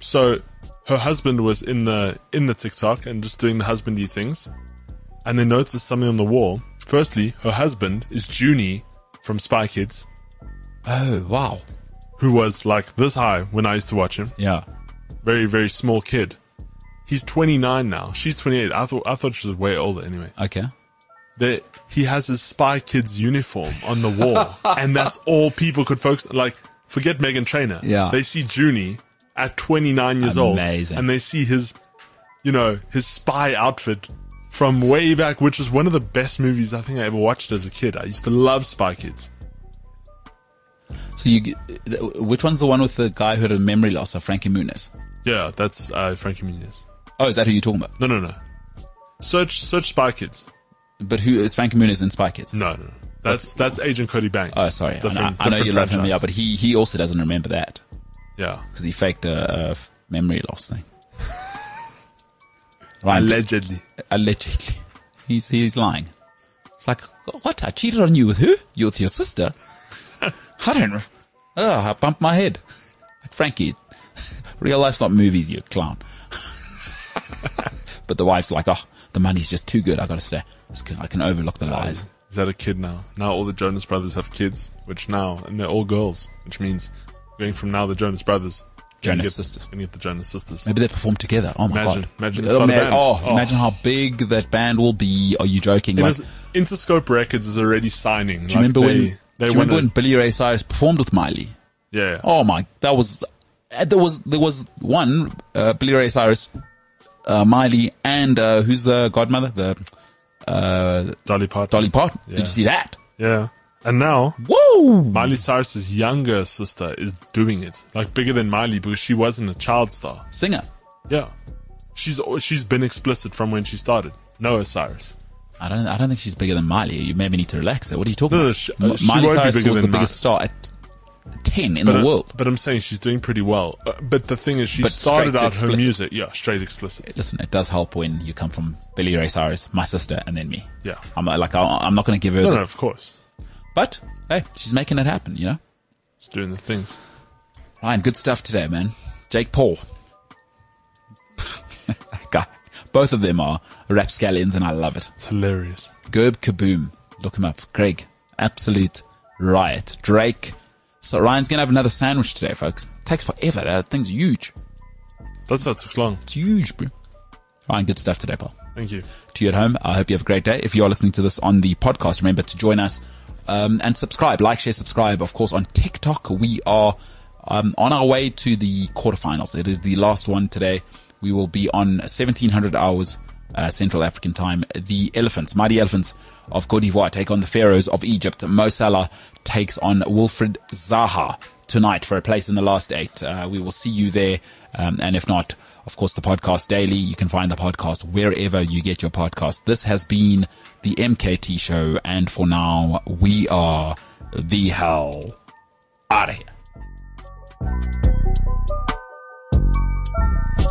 So her husband was in the in the TikTok and just doing the husbandy things, and they noticed something on the wall. Firstly, her husband is Junie from Spy Kids, Oh wow, who was like this high when I used to watch him. yeah. Very very small kid. He's 29 now. She's 28. I thought I thought she was way older. Anyway, Okay. that he has his spy kids uniform on the wall and that's all people could focus like forget megan trainer Yeah. they see junie at 29 years Amazing. old and they see his you know his spy outfit from way back which is one of the best movies i think i ever watched as a kid i used to love spy kids So you, g- th- which one's the one with the guy who had a memory loss of Frankie Muniz? yeah that's uh, frankie muniz Oh, is that who you're talking about? no no no search search spy kids But who is Frankie Muniz in Spy Kids? no no that's that's agent cody banks Oh, sorry. I, know- Different- I know different you love him, franchise. yeah, but he he also doesn't remember that yeah because he faked a, a f- memory loss thing. right. allegedly allegedly. He's he's lying. It's like what? I cheated on you with who? You with your sister? I don't. know. Oh, I bumped my head. Like Frankie, real life's not movies, you clown. but the wife's like, oh, the money's just too good. I gotta stay. It's 'cause I can overlook the lies. Is that a kid now? Now all the Jonas Brothers have kids, which now, and they're all girls, which means going from now the Jonas Brothers. gonna Jonas get- Sisters. Gonna get the Jonas Sisters. Maybe they perform together. Oh my Imagine- god! imagine oh, start a man, band. oh, Oh. imagine how big that band will be. Are you joking? It Like, is- Interscope Records is already signing. do you remember when? they do you want remember when Billy Ray Cyrus performed with Miley? yeah, yeah. Oh my, that was, uh, there was, there was one, uh, Billy Ray Cyrus, uh, Miley, and, uh, who's the godmother? The, uh, Dolly Parton. Dolly Parton. Did Yeah. you see that? Yeah, and now Whoa! Miley Cyrus's younger sister is doing it, like bigger than Miley because she wasn't a child star. Singer. Yeah, she's al- she's been explicit from when she started. Noah Cyrus. I don't, I don't think she's bigger than Miley. You maybe need to relax there. What are you talking No, no, about? she- M- she Miley won't be Cyrus bigger was the than biggest star at 10 in but the I- world. But I'm saying she's doing pretty well. Uh, but the thing is, she But started straight out her explicit. music, yeah, straight explicit. Listen, it does help when you come from Billy Ray Cyrus, my sister, and then me. Yeah. I'm uh, like, I- I'm not going to give her No, the- no, of course, But, hey, she's making it happen, you know? she's doing the things. Ryan, good stuff today, man. Jake Paul. That guy. Both of them are rapscallions and I love it. It's hilarious. Gerb Kaboom. Look him up. Greg. Absolute riot. Drake. So Ryan's going to have another sandwich today, folks. Takes forever. That thing's huge. That's not took long. It's huge, bro. Ryan, good stuff today, pal Thank you. to you at home. I hope you have a great day. If you are listening to this on the podcast, remember to join us um, and subscribe, like, share, subscribe. Of course, on TikTok, we are um, on our way to the quarterfinals. It is the last one today. We will be on 1700 hours uh, Central African time. The Elephants, Mighty Elephants of Cote d'Ivoire, take on the Pharaohs of Egypt. Mo Salah takes on Wilfred Zaha. tonight for a place in the last eight. Uh, we will see you there. Um, and if not, of course, the podcast daily. You can find the podcast wherever you get your podcast. This has been the MKT show. And for now, we are the hell out of here.